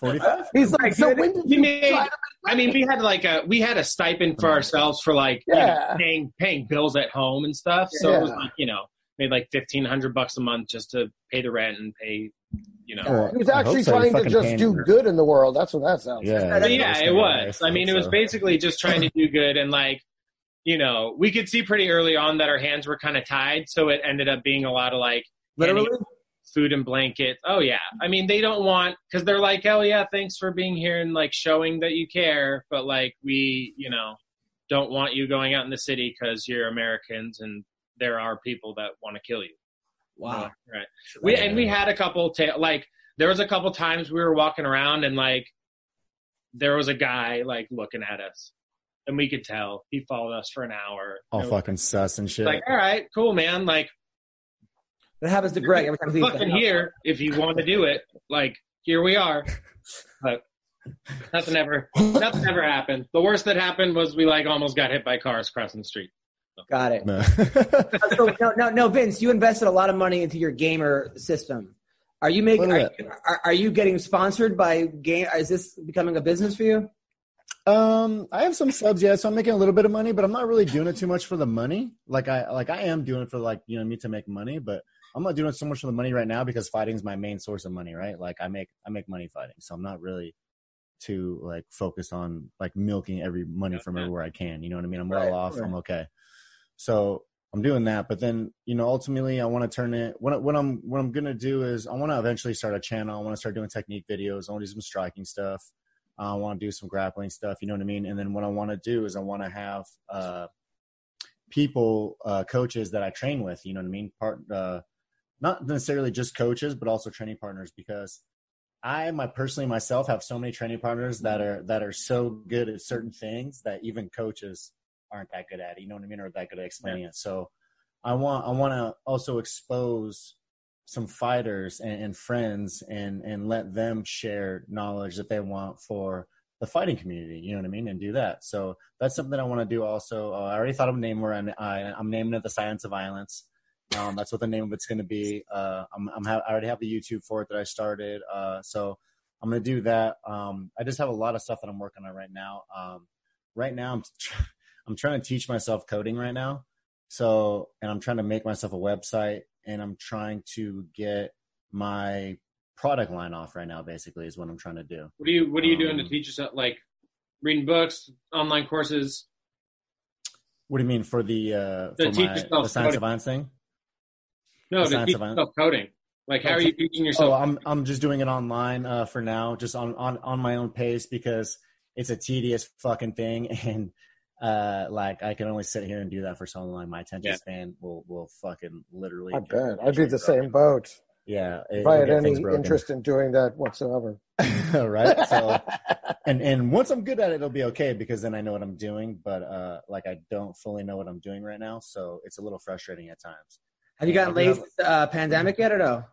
[SPEAKER 3] Forty-five.
[SPEAKER 4] He's like, so when did
[SPEAKER 5] We
[SPEAKER 4] you
[SPEAKER 5] made.
[SPEAKER 4] try
[SPEAKER 5] I mean, we had like a we had a stipend for ourselves for like you know,
[SPEAKER 4] Yeah.
[SPEAKER 5] paying paying bills at home and stuff. So it was
[SPEAKER 4] Yeah.
[SPEAKER 5] like you know made like fifteen hundred bucks a month just to pay the rent and pay you know.
[SPEAKER 3] Yeah.
[SPEAKER 4] He was
[SPEAKER 3] I hope
[SPEAKER 4] actually
[SPEAKER 3] so. He
[SPEAKER 4] trying to
[SPEAKER 3] fucking
[SPEAKER 4] just
[SPEAKER 3] paid
[SPEAKER 4] do
[SPEAKER 3] for it.
[SPEAKER 4] good in the world. That's what that sounds. like.
[SPEAKER 3] Yeah.
[SPEAKER 5] But yeah, it was. I mean, it was
[SPEAKER 3] So-
[SPEAKER 5] basically just trying to do good and like, you know, we could see pretty early on that our hands were kind of tied, so it ended up being a lot of like
[SPEAKER 2] Literally.
[SPEAKER 5] handing food and blankets. Oh yeah, I mean, they don't want because they're like, oh yeah, thanks for being here and like showing that you care, but like we, you know, don't want you going out in the city because you're Americans and there are people that want to kill you.
[SPEAKER 2] Wow.
[SPEAKER 5] Right. We and we had a couple ta- like there was a couple times we were walking around and like there was a guy like looking at us and we could tell he followed us for an hour.
[SPEAKER 3] all
[SPEAKER 5] And it was
[SPEAKER 3] fucking sus and shit.
[SPEAKER 5] Like, all right, cool, man. Like,
[SPEAKER 2] That happens to Greg every time he leaves. the
[SPEAKER 5] fucking
[SPEAKER 2] house.
[SPEAKER 5] here if you want to do it. Like, here we are. But Nothing ever, nothing ever happened. The worst that happened was we like almost got hit by cars crossing the street.
[SPEAKER 2] Got it. [laughs]
[SPEAKER 3] [laughs] No.
[SPEAKER 2] so, no, no, no, Vince, you invested a lot of money into your gamer system. Are you making?
[SPEAKER 3] Little
[SPEAKER 2] Are, you- are, are you getting sponsored by game? Is this becoming a business for you?
[SPEAKER 3] um, I have some subs, yeah, so I'm making a little bit of money, but I'm not really doing it too much for the money. Like I like I am doing it for like you know me to make money, but I'm not doing it so much for the money right now because fighting is my main source of money, right? Like I make I make money fighting, so I'm not really too like focused on like milking every money from
[SPEAKER 5] Yeah.
[SPEAKER 3] everywhere I can. You know what I mean? I'm
[SPEAKER 2] Right,
[SPEAKER 3] well off.
[SPEAKER 2] right.
[SPEAKER 3] I'm okay. So I'm doing that, but then you know, ultimately, I want to turn it. What, I- what I'm what I'm gonna do is I want to eventually start a channel. I want to start doing technique videos. I want to do some striking stuff. I want to do some grappling stuff. You know what I mean? And then what I want to do is I want to have uh, people, uh, coaches that I train with. You know what I mean? Part uh, not necessarily just coaches, but also training partners because I my personally myself have so many training partners that
[SPEAKER 2] Mm-hmm.
[SPEAKER 3] are that are so good at certain things that even coaches aren't that good at. You know what I mean? Or that good at explaining it. So I want I want to also expose some fighters and, and friends and and let them share knowledge that they want for the fighting community. You know what I mean? And do that. So that's something I want to do. Also, uh, I already thought of a name where I'm, I, I'm naming it the Science of Violence. Um, that's what the name of it's going to be. Uh, I'm, I'm ha- I already have the YouTube for it that I started. Uh, so I'm going to do that. Um, I just have a lot of stuff that I'm working on right now. Um, right now, I'm, [laughs] tr- I'm trying to teach myself coding right now. So, and I'm trying to make myself a website and I'm trying to get my product line off right now, basically, is what I'm trying to do.
[SPEAKER 5] What are you What are you doing to
[SPEAKER 3] Um,
[SPEAKER 5] teach yourself? Like reading books, online courses.
[SPEAKER 3] What do you mean for the, uh, for
[SPEAKER 5] teach
[SPEAKER 3] my,
[SPEAKER 5] yourself
[SPEAKER 3] the science
[SPEAKER 5] coding.
[SPEAKER 3] of violence thing?
[SPEAKER 5] No, to
[SPEAKER 3] Science
[SPEAKER 5] teach
[SPEAKER 3] of Violence.
[SPEAKER 5] yourself coding. Like how are you teaching
[SPEAKER 3] Oh,
[SPEAKER 5] yourself?
[SPEAKER 3] I'm I'm just doing it online uh, for now, just on, on on my own pace because it's a tedious fucking thing, [laughs] and uh, like I can only sit here and do that for so long. My attention
[SPEAKER 5] Yeah.
[SPEAKER 3] span will will fucking literally.
[SPEAKER 4] I
[SPEAKER 3] get-
[SPEAKER 4] bet. I'd be the
[SPEAKER 3] broken.
[SPEAKER 4] same boat.
[SPEAKER 3] Yeah, it-
[SPEAKER 4] If
[SPEAKER 3] it'll
[SPEAKER 4] I had
[SPEAKER 3] get
[SPEAKER 4] any
[SPEAKER 3] things broken.
[SPEAKER 4] interest in doing that whatsoever.
[SPEAKER 3] [laughs] right? So and and once I'm good at it, it'll be okay because then I know what I'm doing. But uh, like I don't fully know what I'm doing right now, so it's a little frustrating at times.
[SPEAKER 2] Have you
[SPEAKER 3] Yeah,
[SPEAKER 2] gotten
[SPEAKER 3] I do
[SPEAKER 2] late with, uh, pandemic yet or no?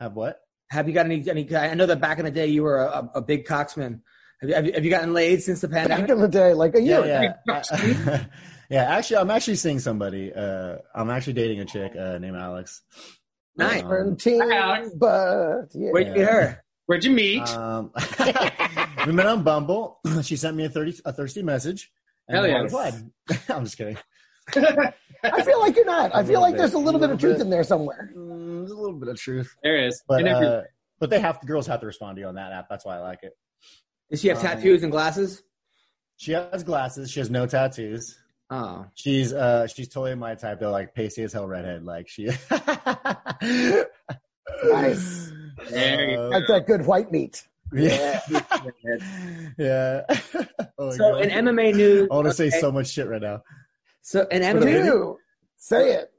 [SPEAKER 3] Have what?
[SPEAKER 2] Have you got any? any I know that back in the day you were a, a, a big cocksman. Have you, have you have you gotten laid since the
[SPEAKER 4] Back
[SPEAKER 2] pandemic?
[SPEAKER 4] in the day, like a year.
[SPEAKER 3] yeah, yeah. [laughs] yeah, actually, I'm actually seeing somebody. Uh, I'm actually dating a chick uh, named Alex.
[SPEAKER 2] Nice.
[SPEAKER 3] Um,
[SPEAKER 4] Quarantine,
[SPEAKER 5] Hi, Alex.
[SPEAKER 4] but yeah.
[SPEAKER 2] Where'd you meet her?
[SPEAKER 5] Where'd you meet?
[SPEAKER 3] um, [laughs] we met on Bumble. [clears throat] she sent me a, 30, a thirsty message.
[SPEAKER 5] Hell
[SPEAKER 3] then I
[SPEAKER 5] yeah.
[SPEAKER 3] replied. [laughs] I'm just kidding.
[SPEAKER 4] I feel like you're not. I
[SPEAKER 3] A
[SPEAKER 4] feel
[SPEAKER 3] little
[SPEAKER 4] like
[SPEAKER 3] bit.
[SPEAKER 4] there's a little bit of
[SPEAKER 3] Little
[SPEAKER 4] truth
[SPEAKER 3] bit.
[SPEAKER 4] in there somewhere.
[SPEAKER 3] Mm, there's a little bit of truth,
[SPEAKER 5] [laughs] there it is.
[SPEAKER 3] but
[SPEAKER 5] And if you're-
[SPEAKER 3] uh, but they have girls have to respond to you on that app. That's why I like it.
[SPEAKER 2] Does she have
[SPEAKER 3] Um,
[SPEAKER 2] tattoos and glasses?
[SPEAKER 3] She has glasses. She has no tattoos.
[SPEAKER 2] Oh,
[SPEAKER 3] She's uh she's totally my type though, like pasty as hell redhead. Like she [laughs]
[SPEAKER 4] Nice.
[SPEAKER 5] There you
[SPEAKER 4] Like that good white meat.
[SPEAKER 3] Uh, Yeah. [laughs] yeah. Oh, my
[SPEAKER 2] so
[SPEAKER 3] God.
[SPEAKER 2] in MMA news,
[SPEAKER 3] I want to say
[SPEAKER 2] okay,
[SPEAKER 3] so much shit right now.
[SPEAKER 2] So in
[SPEAKER 4] But
[SPEAKER 2] MMA, news-
[SPEAKER 4] you say it.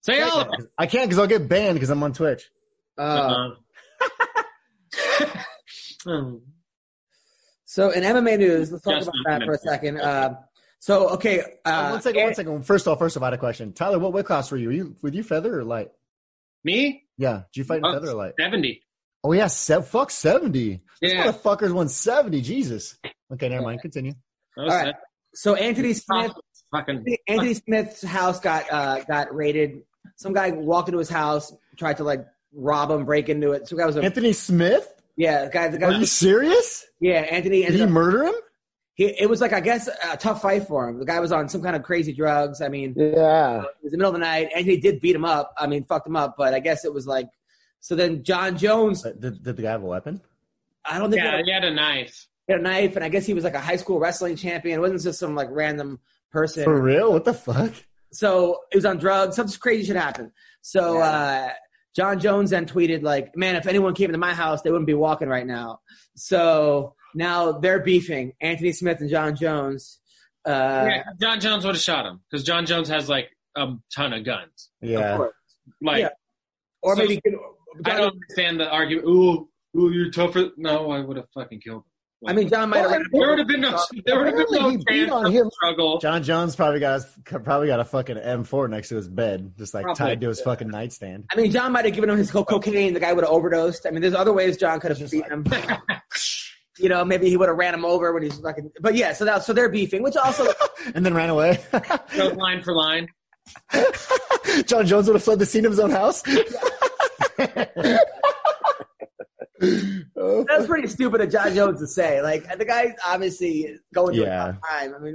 [SPEAKER 5] say all
[SPEAKER 2] Oh.
[SPEAKER 5] of them.
[SPEAKER 3] I can't because I'll get banned because I'm on Twitch.
[SPEAKER 5] Uh-huh.
[SPEAKER 2] uh,
[SPEAKER 5] Um,
[SPEAKER 2] So in MMA news, let's talk
[SPEAKER 5] Just
[SPEAKER 2] about
[SPEAKER 5] not
[SPEAKER 2] that for a
[SPEAKER 5] mentioned.
[SPEAKER 2] second. Uh, so okay, uh,
[SPEAKER 3] Oh, one second, one second. First off, first off, I had a question. Tyler, what weight class were you? Were you with you feather or light?
[SPEAKER 5] me?
[SPEAKER 3] Yeah, did you fight in
[SPEAKER 5] Oh,
[SPEAKER 3] feather or light?
[SPEAKER 5] 70.
[SPEAKER 3] Oh yeah, se- fuck seventy. These
[SPEAKER 5] Yeah.
[SPEAKER 3] motherfuckers won seventy. Jesus. Okay, never mind. Continue.
[SPEAKER 5] That was
[SPEAKER 2] All right. so Anthony Smith,
[SPEAKER 5] Uh-huh. Fucking
[SPEAKER 2] Anthony Smith's house got uh, got raided. Some guy walked into his house, tried to like rob him, break into it. Some guy was a
[SPEAKER 3] Anthony Smith?
[SPEAKER 2] yeah, the guy, the guy,
[SPEAKER 3] Are you serious?
[SPEAKER 2] yeah, Anthony.
[SPEAKER 3] Did
[SPEAKER 2] Ended
[SPEAKER 3] he
[SPEAKER 2] up,
[SPEAKER 3] murder him?
[SPEAKER 2] he, it was like I guess a tough fight for him. The guy was on some kind of crazy drugs. I mean,
[SPEAKER 4] Yeah.
[SPEAKER 2] It was the middle of the night. Anthony did beat him up. I mean, fucked him up. But I guess it was like so. Then John Jones.
[SPEAKER 3] Uh, Did, did the guy have a weapon?
[SPEAKER 2] I don't think he had a
[SPEAKER 5] yeah, he had a knife.
[SPEAKER 2] he had a knife, and I guess he was like a high school wrestling champion. It wasn't just some like random person.
[SPEAKER 3] For real? What the fuck?
[SPEAKER 2] So it was on drugs. Some crazy shit happened. So uh, John Jones then tweeted like, "Man, if anyone came into my house, they wouldn't be walking right now." So now they're beefing Anthony Smith and John Jones. Uh,
[SPEAKER 5] yeah, John Jones would have shot him because John Jones has like a ton of guns.
[SPEAKER 2] of
[SPEAKER 3] Yeah.
[SPEAKER 2] course.
[SPEAKER 5] Like
[SPEAKER 2] Yeah. Or
[SPEAKER 5] So-
[SPEAKER 2] maybe
[SPEAKER 5] I don't understand the argument. Ooh, ooh, you're tougher. No, I would have fucking killed him.
[SPEAKER 2] I mean, John might have.
[SPEAKER 5] there would have been no. There would have been
[SPEAKER 4] Apparently
[SPEAKER 5] no
[SPEAKER 4] he beat
[SPEAKER 5] chance
[SPEAKER 4] on
[SPEAKER 5] of
[SPEAKER 4] him.
[SPEAKER 5] struggle.
[SPEAKER 3] John Jones probably got his, probably got a fucking M4 next to his bed, just like
[SPEAKER 2] Probably.
[SPEAKER 3] tied to his fucking nightstand.
[SPEAKER 2] I mean, John might have given him his co- cocaine. The guy would have overdosed. I mean, there's other ways John could have beat him. you know, maybe he would have ran him over when he's fucking. But yeah, so that so they're beefing, which also [laughs]
[SPEAKER 3] and then ran away. [laughs]
[SPEAKER 5] Go line for line.
[SPEAKER 3] John Jones would have fled the scene of his own house. [laughs] Oh,
[SPEAKER 2] that's pretty stupid of John Jones to say. Like the guy's obviously going through
[SPEAKER 3] Yeah.
[SPEAKER 2] a tough time. I mean,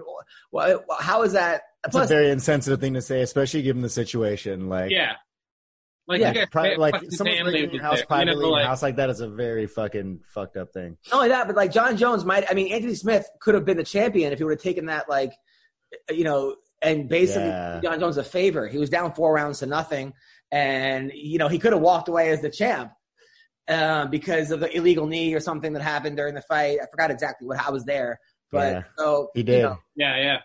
[SPEAKER 2] well, how is that?
[SPEAKER 3] that's a
[SPEAKER 2] Plus,
[SPEAKER 3] very insensitive thing to say, especially given the situation. Like,
[SPEAKER 5] Yeah. Like,
[SPEAKER 3] yeah,
[SPEAKER 5] you got
[SPEAKER 3] pri-
[SPEAKER 5] fa-
[SPEAKER 3] like
[SPEAKER 5] fucking
[SPEAKER 3] someone's
[SPEAKER 5] family
[SPEAKER 3] living in
[SPEAKER 5] was
[SPEAKER 3] your house
[SPEAKER 5] there, you
[SPEAKER 3] privately,
[SPEAKER 5] know,
[SPEAKER 3] in
[SPEAKER 5] like-
[SPEAKER 3] a house like that is a very fucking fucked up thing.
[SPEAKER 2] not only that, but like John Jones might. I mean, Anthony Smith could have been the champion if he would have taken that, like, you know, and basically
[SPEAKER 3] Yeah.
[SPEAKER 2] did John Jones a favor. He was down four rounds to nothing, and you know he could have walked away as the champ uh, because of the illegal knee or something that happened during the fight. I forgot exactly what I was there, but
[SPEAKER 3] Yeah.
[SPEAKER 2] so
[SPEAKER 3] He
[SPEAKER 2] you
[SPEAKER 3] did.
[SPEAKER 2] know,
[SPEAKER 5] Yeah, yeah.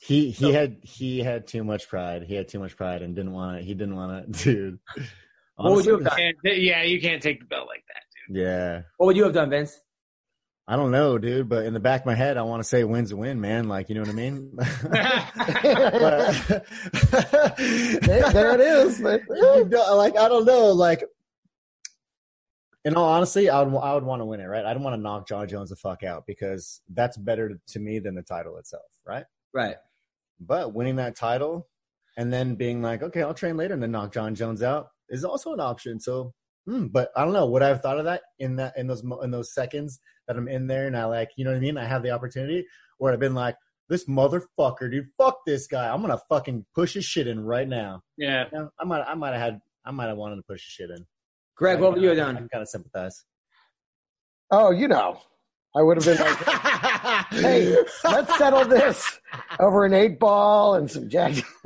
[SPEAKER 3] He
[SPEAKER 2] So-
[SPEAKER 3] he had he had too much pride. He had too much pride and didn't want to. He didn't want to, [laughs] dude.
[SPEAKER 2] What would you have
[SPEAKER 3] Honestly,
[SPEAKER 2] done?
[SPEAKER 5] Can't- yeah, you can't take the belt like that.
[SPEAKER 3] Yeah,
[SPEAKER 2] What would you have done, Vince?
[SPEAKER 3] I don't know, dude. But in the back of my head, I want to say wins a win, man. Like you know what I mean. [laughs]
[SPEAKER 4] there,
[SPEAKER 3] But-
[SPEAKER 4] there
[SPEAKER 3] [laughs]
[SPEAKER 4] it is.
[SPEAKER 3] You know, like I don't know, like. In all honesty, I would I would want to win it, right? I don't want to knock John Jones the fuck out because that's better to me than the title itself, right?
[SPEAKER 2] Right.
[SPEAKER 3] But winning that title and then being like, okay, I'll train later and then knock John Jones out is also an option. So, hmm, but I don't know. Would I have thought of that in that in those mo- in those seconds that I'm in there and I like, you know what I mean? I have the opportunity, or I've been like, this motherfucker, dude, fuck this guy. I'm gonna fucking push his shit in right now.
[SPEAKER 5] Yeah.
[SPEAKER 3] You know, I might I might have had I might have wanted to push his shit in.
[SPEAKER 2] Greg, what would you have
[SPEAKER 3] I
[SPEAKER 2] done?
[SPEAKER 3] kind of sympathize.
[SPEAKER 4] Oh, you know, I would have been like,
[SPEAKER 3] [laughs] hey, [laughs]
[SPEAKER 4] hey, let's settle this over an eight ball and some
[SPEAKER 2] [laughs]
[SPEAKER 4] jack.
[SPEAKER 3] [laughs]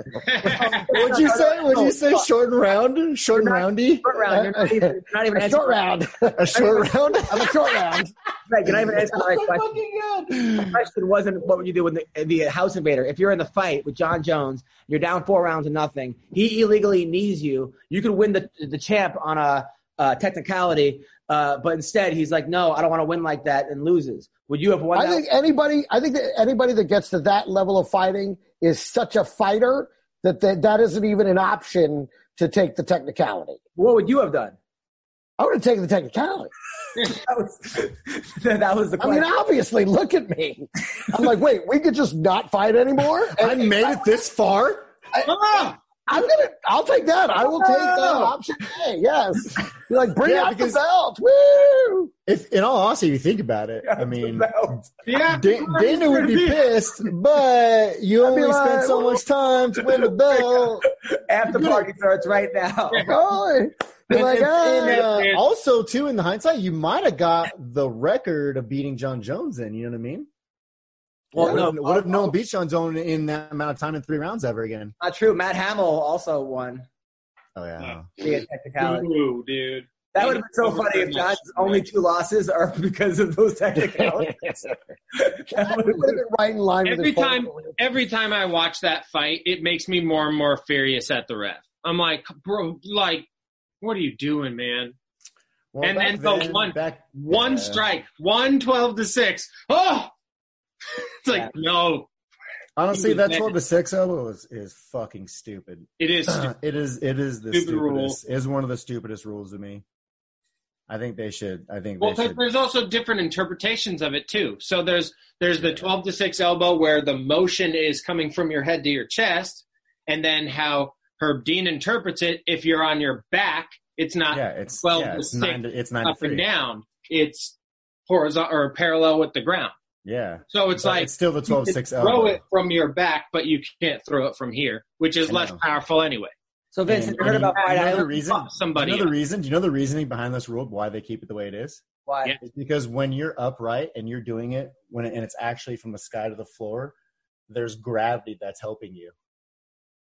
[SPEAKER 3] would you say? Would you say short and round? Short and
[SPEAKER 2] You're
[SPEAKER 3] roundy?
[SPEAKER 2] Short round. You're not even, you're not even
[SPEAKER 4] A
[SPEAKER 2] answering-
[SPEAKER 4] short round.
[SPEAKER 3] A short round?
[SPEAKER 4] [laughs] I'm a short round.
[SPEAKER 2] Greg, you're not even answering my
[SPEAKER 4] [laughs]
[SPEAKER 2] question.
[SPEAKER 3] fucking
[SPEAKER 2] The question wasn't what would you do with the, the house invader if you're in the fight with John Jones you're down four rounds to nothing he illegally knees you you could win the the champ on a uh, technicality uh, but instead he's like no I don't want to win like that and loses would you have won
[SPEAKER 4] I
[SPEAKER 2] that
[SPEAKER 4] think anybody, I think that anybody that gets to that level of fighting is such a fighter that that, that isn't even an option to take the technicality.
[SPEAKER 2] what would you have done [laughs]
[SPEAKER 4] I would have taken the technicality.
[SPEAKER 2] that was that was the
[SPEAKER 4] I
[SPEAKER 2] question
[SPEAKER 4] mean, obviously, look at me. I'm like, wait, we could just not
[SPEAKER 2] [laughs]
[SPEAKER 4] fight anymore.
[SPEAKER 3] I made it this far.
[SPEAKER 4] I'm gonna. I'll take that. I will take that option A. Yes. You're like bring
[SPEAKER 3] Yeah,
[SPEAKER 4] out
[SPEAKER 3] because-
[SPEAKER 4] the belt. Woo!
[SPEAKER 3] If in all honesty, you think about it, I mean,
[SPEAKER 5] yeah.
[SPEAKER 3] Da- Dana would be pissed, but you
[SPEAKER 4] I'd be
[SPEAKER 3] only
[SPEAKER 4] like,
[SPEAKER 3] spent so much time to win
[SPEAKER 5] [laughs]
[SPEAKER 3] the belt.
[SPEAKER 2] [laughs] after party starts right now
[SPEAKER 4] Oh,
[SPEAKER 3] [laughs]
[SPEAKER 4] be
[SPEAKER 3] And-
[SPEAKER 4] like,
[SPEAKER 3] and- and,
[SPEAKER 4] ah.
[SPEAKER 3] uh, also, too, in the hindsight, you might have got the record of beating John Jones. Then you know what I mean?
[SPEAKER 2] [laughs] well no
[SPEAKER 3] would have, would have known beat John Jones in that amount of time in three rounds ever again.
[SPEAKER 2] not true Matt Hamill also won
[SPEAKER 3] Oh yeah.
[SPEAKER 2] via technicality
[SPEAKER 5] Ooh, dude.
[SPEAKER 2] that would have been so funny if John's only two losses are [laughs] because of
[SPEAKER 4] [laughs]
[SPEAKER 2] those technicalities That would've
[SPEAKER 4] would have
[SPEAKER 2] been-
[SPEAKER 4] been right in line with
[SPEAKER 5] Every
[SPEAKER 4] his ball.
[SPEAKER 5] time- Every time I watch that fight, it makes me more and more furious at the ref. I'm like, bro, like, what are you doing, man?
[SPEAKER 3] Well,
[SPEAKER 5] And
[SPEAKER 3] back
[SPEAKER 5] then the one-
[SPEAKER 3] back,
[SPEAKER 5] One
[SPEAKER 3] yeah.
[SPEAKER 5] strike, one twelve to six. Oh, [laughs] it's like no,
[SPEAKER 3] Honestly, that twelve to six elbow is is fucking stupid.
[SPEAKER 5] it is.
[SPEAKER 3] [clears throat]
[SPEAKER 5] stupid.
[SPEAKER 3] it is it is the
[SPEAKER 5] Stupid rule.
[SPEAKER 3] stupidest. It is one of the stupidest rules to me. I think they should. I think
[SPEAKER 5] Well,
[SPEAKER 3] they
[SPEAKER 5] because
[SPEAKER 3] should.
[SPEAKER 5] there's also different interpretations of it too. So there's there's the twelve to six elbow where the motion is coming from your head to your chest, and then how Herb Dean interprets it. If you're on your back, it's not
[SPEAKER 3] Yeah, it's
[SPEAKER 5] 12
[SPEAKER 3] yeah,
[SPEAKER 5] to
[SPEAKER 3] it's
[SPEAKER 5] six,
[SPEAKER 3] nine to it's nine to
[SPEAKER 5] up
[SPEAKER 3] three.
[SPEAKER 5] and down. It's horizontal or parallel with the ground.
[SPEAKER 3] Yeah,
[SPEAKER 5] So it's
[SPEAKER 3] But
[SPEAKER 5] like
[SPEAKER 3] it's still the
[SPEAKER 5] you
[SPEAKER 3] twelve
[SPEAKER 5] can
[SPEAKER 3] six
[SPEAKER 5] throw
[SPEAKER 3] elbow.
[SPEAKER 5] it from your back, but you can't throw it from here, which is
[SPEAKER 3] I
[SPEAKER 5] less
[SPEAKER 3] know.
[SPEAKER 5] powerful anyway.
[SPEAKER 2] So Vince,
[SPEAKER 3] And-
[SPEAKER 2] have you heard
[SPEAKER 3] and
[SPEAKER 2] about
[SPEAKER 3] you
[SPEAKER 2] Fight
[SPEAKER 3] know the
[SPEAKER 2] Island?
[SPEAKER 3] reason?
[SPEAKER 5] Fuck somebody
[SPEAKER 3] You know the
[SPEAKER 5] up.
[SPEAKER 3] reason? Do you know the reasoning behind this rule? Why they keep it the way it is?
[SPEAKER 2] Why?
[SPEAKER 5] Yeah.
[SPEAKER 3] It's because when you're upright and you're doing it when it, and it's actually from the sky to the floor, there's gravity that's helping you.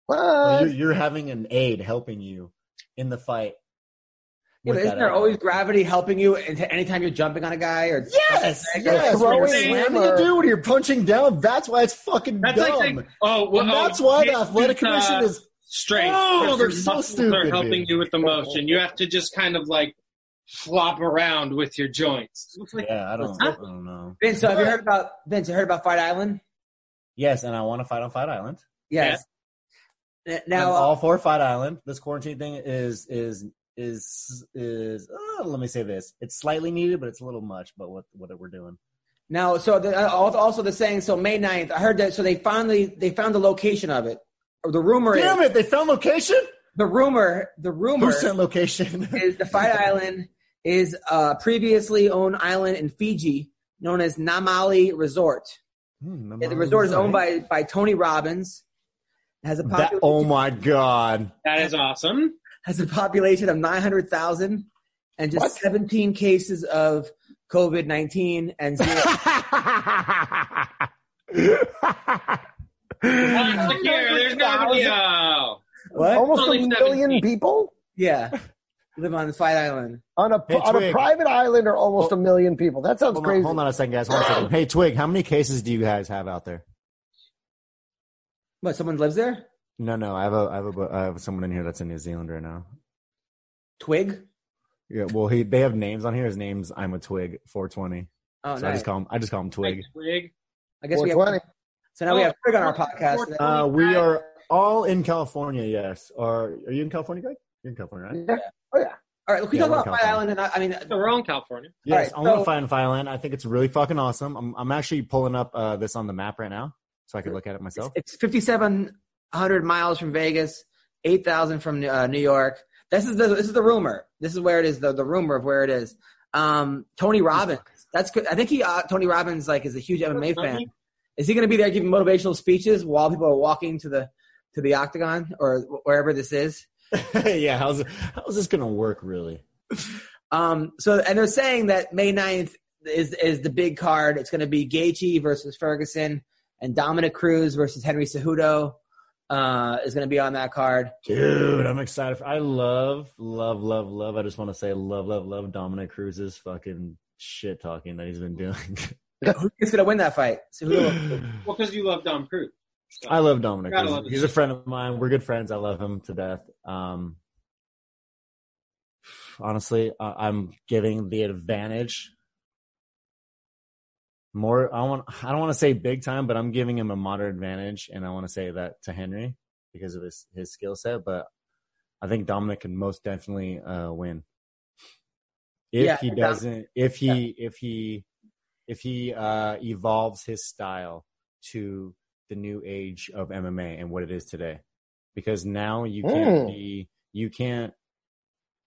[SPEAKER 4] What?
[SPEAKER 5] Uh,
[SPEAKER 3] Oh, you're, you're having an aid helping you in the fight.
[SPEAKER 2] Yeah,
[SPEAKER 3] with
[SPEAKER 2] but isn't
[SPEAKER 3] that
[SPEAKER 2] there
[SPEAKER 3] elbow.
[SPEAKER 2] always gravity helping you into- anytime you're jumping on a guy or
[SPEAKER 3] Yes,
[SPEAKER 2] Or
[SPEAKER 3] yes. When
[SPEAKER 4] throwing
[SPEAKER 3] you're slamming
[SPEAKER 4] hammer.
[SPEAKER 3] a dude, when you're punching down, that's why it's fucking
[SPEAKER 5] That's
[SPEAKER 3] dumb.
[SPEAKER 5] like saying, oh, well,
[SPEAKER 3] and
[SPEAKER 5] oh,
[SPEAKER 3] that's why the
[SPEAKER 5] Jason's,
[SPEAKER 3] athletic commission
[SPEAKER 5] uh,
[SPEAKER 3] is
[SPEAKER 5] strength.
[SPEAKER 3] Oh,
[SPEAKER 5] because
[SPEAKER 3] they're
[SPEAKER 5] your
[SPEAKER 3] so
[SPEAKER 5] muscles
[SPEAKER 3] stupid,
[SPEAKER 5] Are helping
[SPEAKER 3] dude.
[SPEAKER 5] you with the motion. You have to just kind of like flop around with your joints. It's like,
[SPEAKER 3] yeah. I don't, I don't know.
[SPEAKER 2] Vince, so have you heard about Vince? You heard about Fight Island?
[SPEAKER 3] Yes, and I want to fight on Fight Island.
[SPEAKER 2] Yes. N-
[SPEAKER 3] I'm
[SPEAKER 2] Now, uh,
[SPEAKER 3] all for Fight Island. This quarantine thing is is is is uh, let me say this: it's slightly needed, but it's a little much. But what what we're doing?
[SPEAKER 2] Now, so the, uh, al- also the saying, so May 9th, I heard that, so they finally, they found the location of it. Or the rumor is,
[SPEAKER 3] Damn it! They found location.
[SPEAKER 2] the rumor, the rumor
[SPEAKER 3] Who sent
[SPEAKER 2] [laughs]
[SPEAKER 3] location?
[SPEAKER 2] is the Fight Island is a previously owned island in Fiji known as Namali Resort.
[SPEAKER 3] Hmm,
[SPEAKER 2] And the
[SPEAKER 3] Namali
[SPEAKER 2] resort is owned
[SPEAKER 3] Resort.
[SPEAKER 2] by, by Tony Robbins. It Has a
[SPEAKER 3] That,
[SPEAKER 2] population,
[SPEAKER 3] oh my god!
[SPEAKER 5] That is awesome.
[SPEAKER 2] has a population of 900,000 and just
[SPEAKER 4] What?
[SPEAKER 2] 17 cases of COVID-19 and zero. [laughs]
[SPEAKER 5] Oh, look here, there's nobody. Oh.
[SPEAKER 2] what?
[SPEAKER 4] Almost
[SPEAKER 5] Only
[SPEAKER 4] a million
[SPEAKER 5] 17.
[SPEAKER 4] people
[SPEAKER 2] Yeah. Live on the Fight Island.
[SPEAKER 4] on a
[SPEAKER 3] Hey,
[SPEAKER 4] on a
[SPEAKER 3] Twig.
[SPEAKER 4] private island, or almost a million people. That sounds
[SPEAKER 3] hold, on,
[SPEAKER 4] crazy.
[SPEAKER 3] hold on a second, guys. Hold on a second. Hey, Twig, how many cases do you guys have out there?
[SPEAKER 2] What, someone lives there?
[SPEAKER 3] No, no, I have a, I have a, I have someone in here that's in New Zealand right now.
[SPEAKER 2] Twig?
[SPEAKER 3] Yeah, well, he they have names on here. His name's I'm a Twig 420.
[SPEAKER 2] Oh,
[SPEAKER 3] so I
[SPEAKER 2] nice.
[SPEAKER 3] just call him, I just call him Twig.
[SPEAKER 5] Twig.
[SPEAKER 2] I guess we have,
[SPEAKER 4] 420.
[SPEAKER 2] so now we have Twig on our podcast. today.
[SPEAKER 3] Uh, we are all in California. Yes, or are you in California, Greg? You're in California,
[SPEAKER 2] Mm-hmm.
[SPEAKER 3] right?
[SPEAKER 4] Yeah. Oh yeah.
[SPEAKER 2] All right, can we
[SPEAKER 3] Yeah,
[SPEAKER 2] talk
[SPEAKER 3] we're
[SPEAKER 2] about Fight
[SPEAKER 3] California.
[SPEAKER 2] Island? And I, I mean,
[SPEAKER 5] So we're all in California.
[SPEAKER 3] Yes,
[SPEAKER 2] All
[SPEAKER 3] I
[SPEAKER 2] right,
[SPEAKER 3] want
[SPEAKER 2] so-
[SPEAKER 3] to find Fireland. I think it's really fucking awesome. I'm, I'm actually pulling up uh, this on the map right now, so I could look at
[SPEAKER 2] [laughs]
[SPEAKER 3] it myself. [laughs]
[SPEAKER 2] it's 5,700 miles from Vegas, 8,000 from uh, New York. This is the this is the rumor. This is where it is. The, the rumor of where it is. Um, Tony Robbins. That's good. I think he uh, Tony Robbins like is a huge MMA fan. Is he going to be there giving motivational speeches while people are walking to the to the octagon or wh- wherever this is?
[SPEAKER 3] yeah, how's how's this gonna work, really?
[SPEAKER 2] Um, so and they're saying that May 9th is is the big card. It's going to be Gaethje versus Ferguson and Dominic Cruz versus Henry Cejudo uh, is going to be on that card.
[SPEAKER 3] Dude, I'm excited. For, I love, love, love, love. I just want to say, love, love, love Dominic Cruz's fucking shit talking that he's been doing. [laughs]
[SPEAKER 2] Who's going to win that fight?
[SPEAKER 3] [gasps]
[SPEAKER 2] Cejudo.
[SPEAKER 5] Well, because you love Dom Cruz.
[SPEAKER 3] I love Dominic.
[SPEAKER 5] Gotta
[SPEAKER 3] Cruz.
[SPEAKER 5] love him.
[SPEAKER 3] he's a friend of mine. We're good friends. I love him to death. Um, honestly, I- I'm giving the advantage. More, I want. I don't want to say big time, but I'm giving him a moderate advantage, and I want to say that to Henry because of his his skill set. But I think Dominic can most definitely uh, win if
[SPEAKER 2] Yeah,
[SPEAKER 3] he
[SPEAKER 2] Dom-
[SPEAKER 3] doesn't. If he if he if he uh, evolves his style to the new age of MMA and what it is today. Because now you can't
[SPEAKER 4] Mm.
[SPEAKER 3] be, you can't,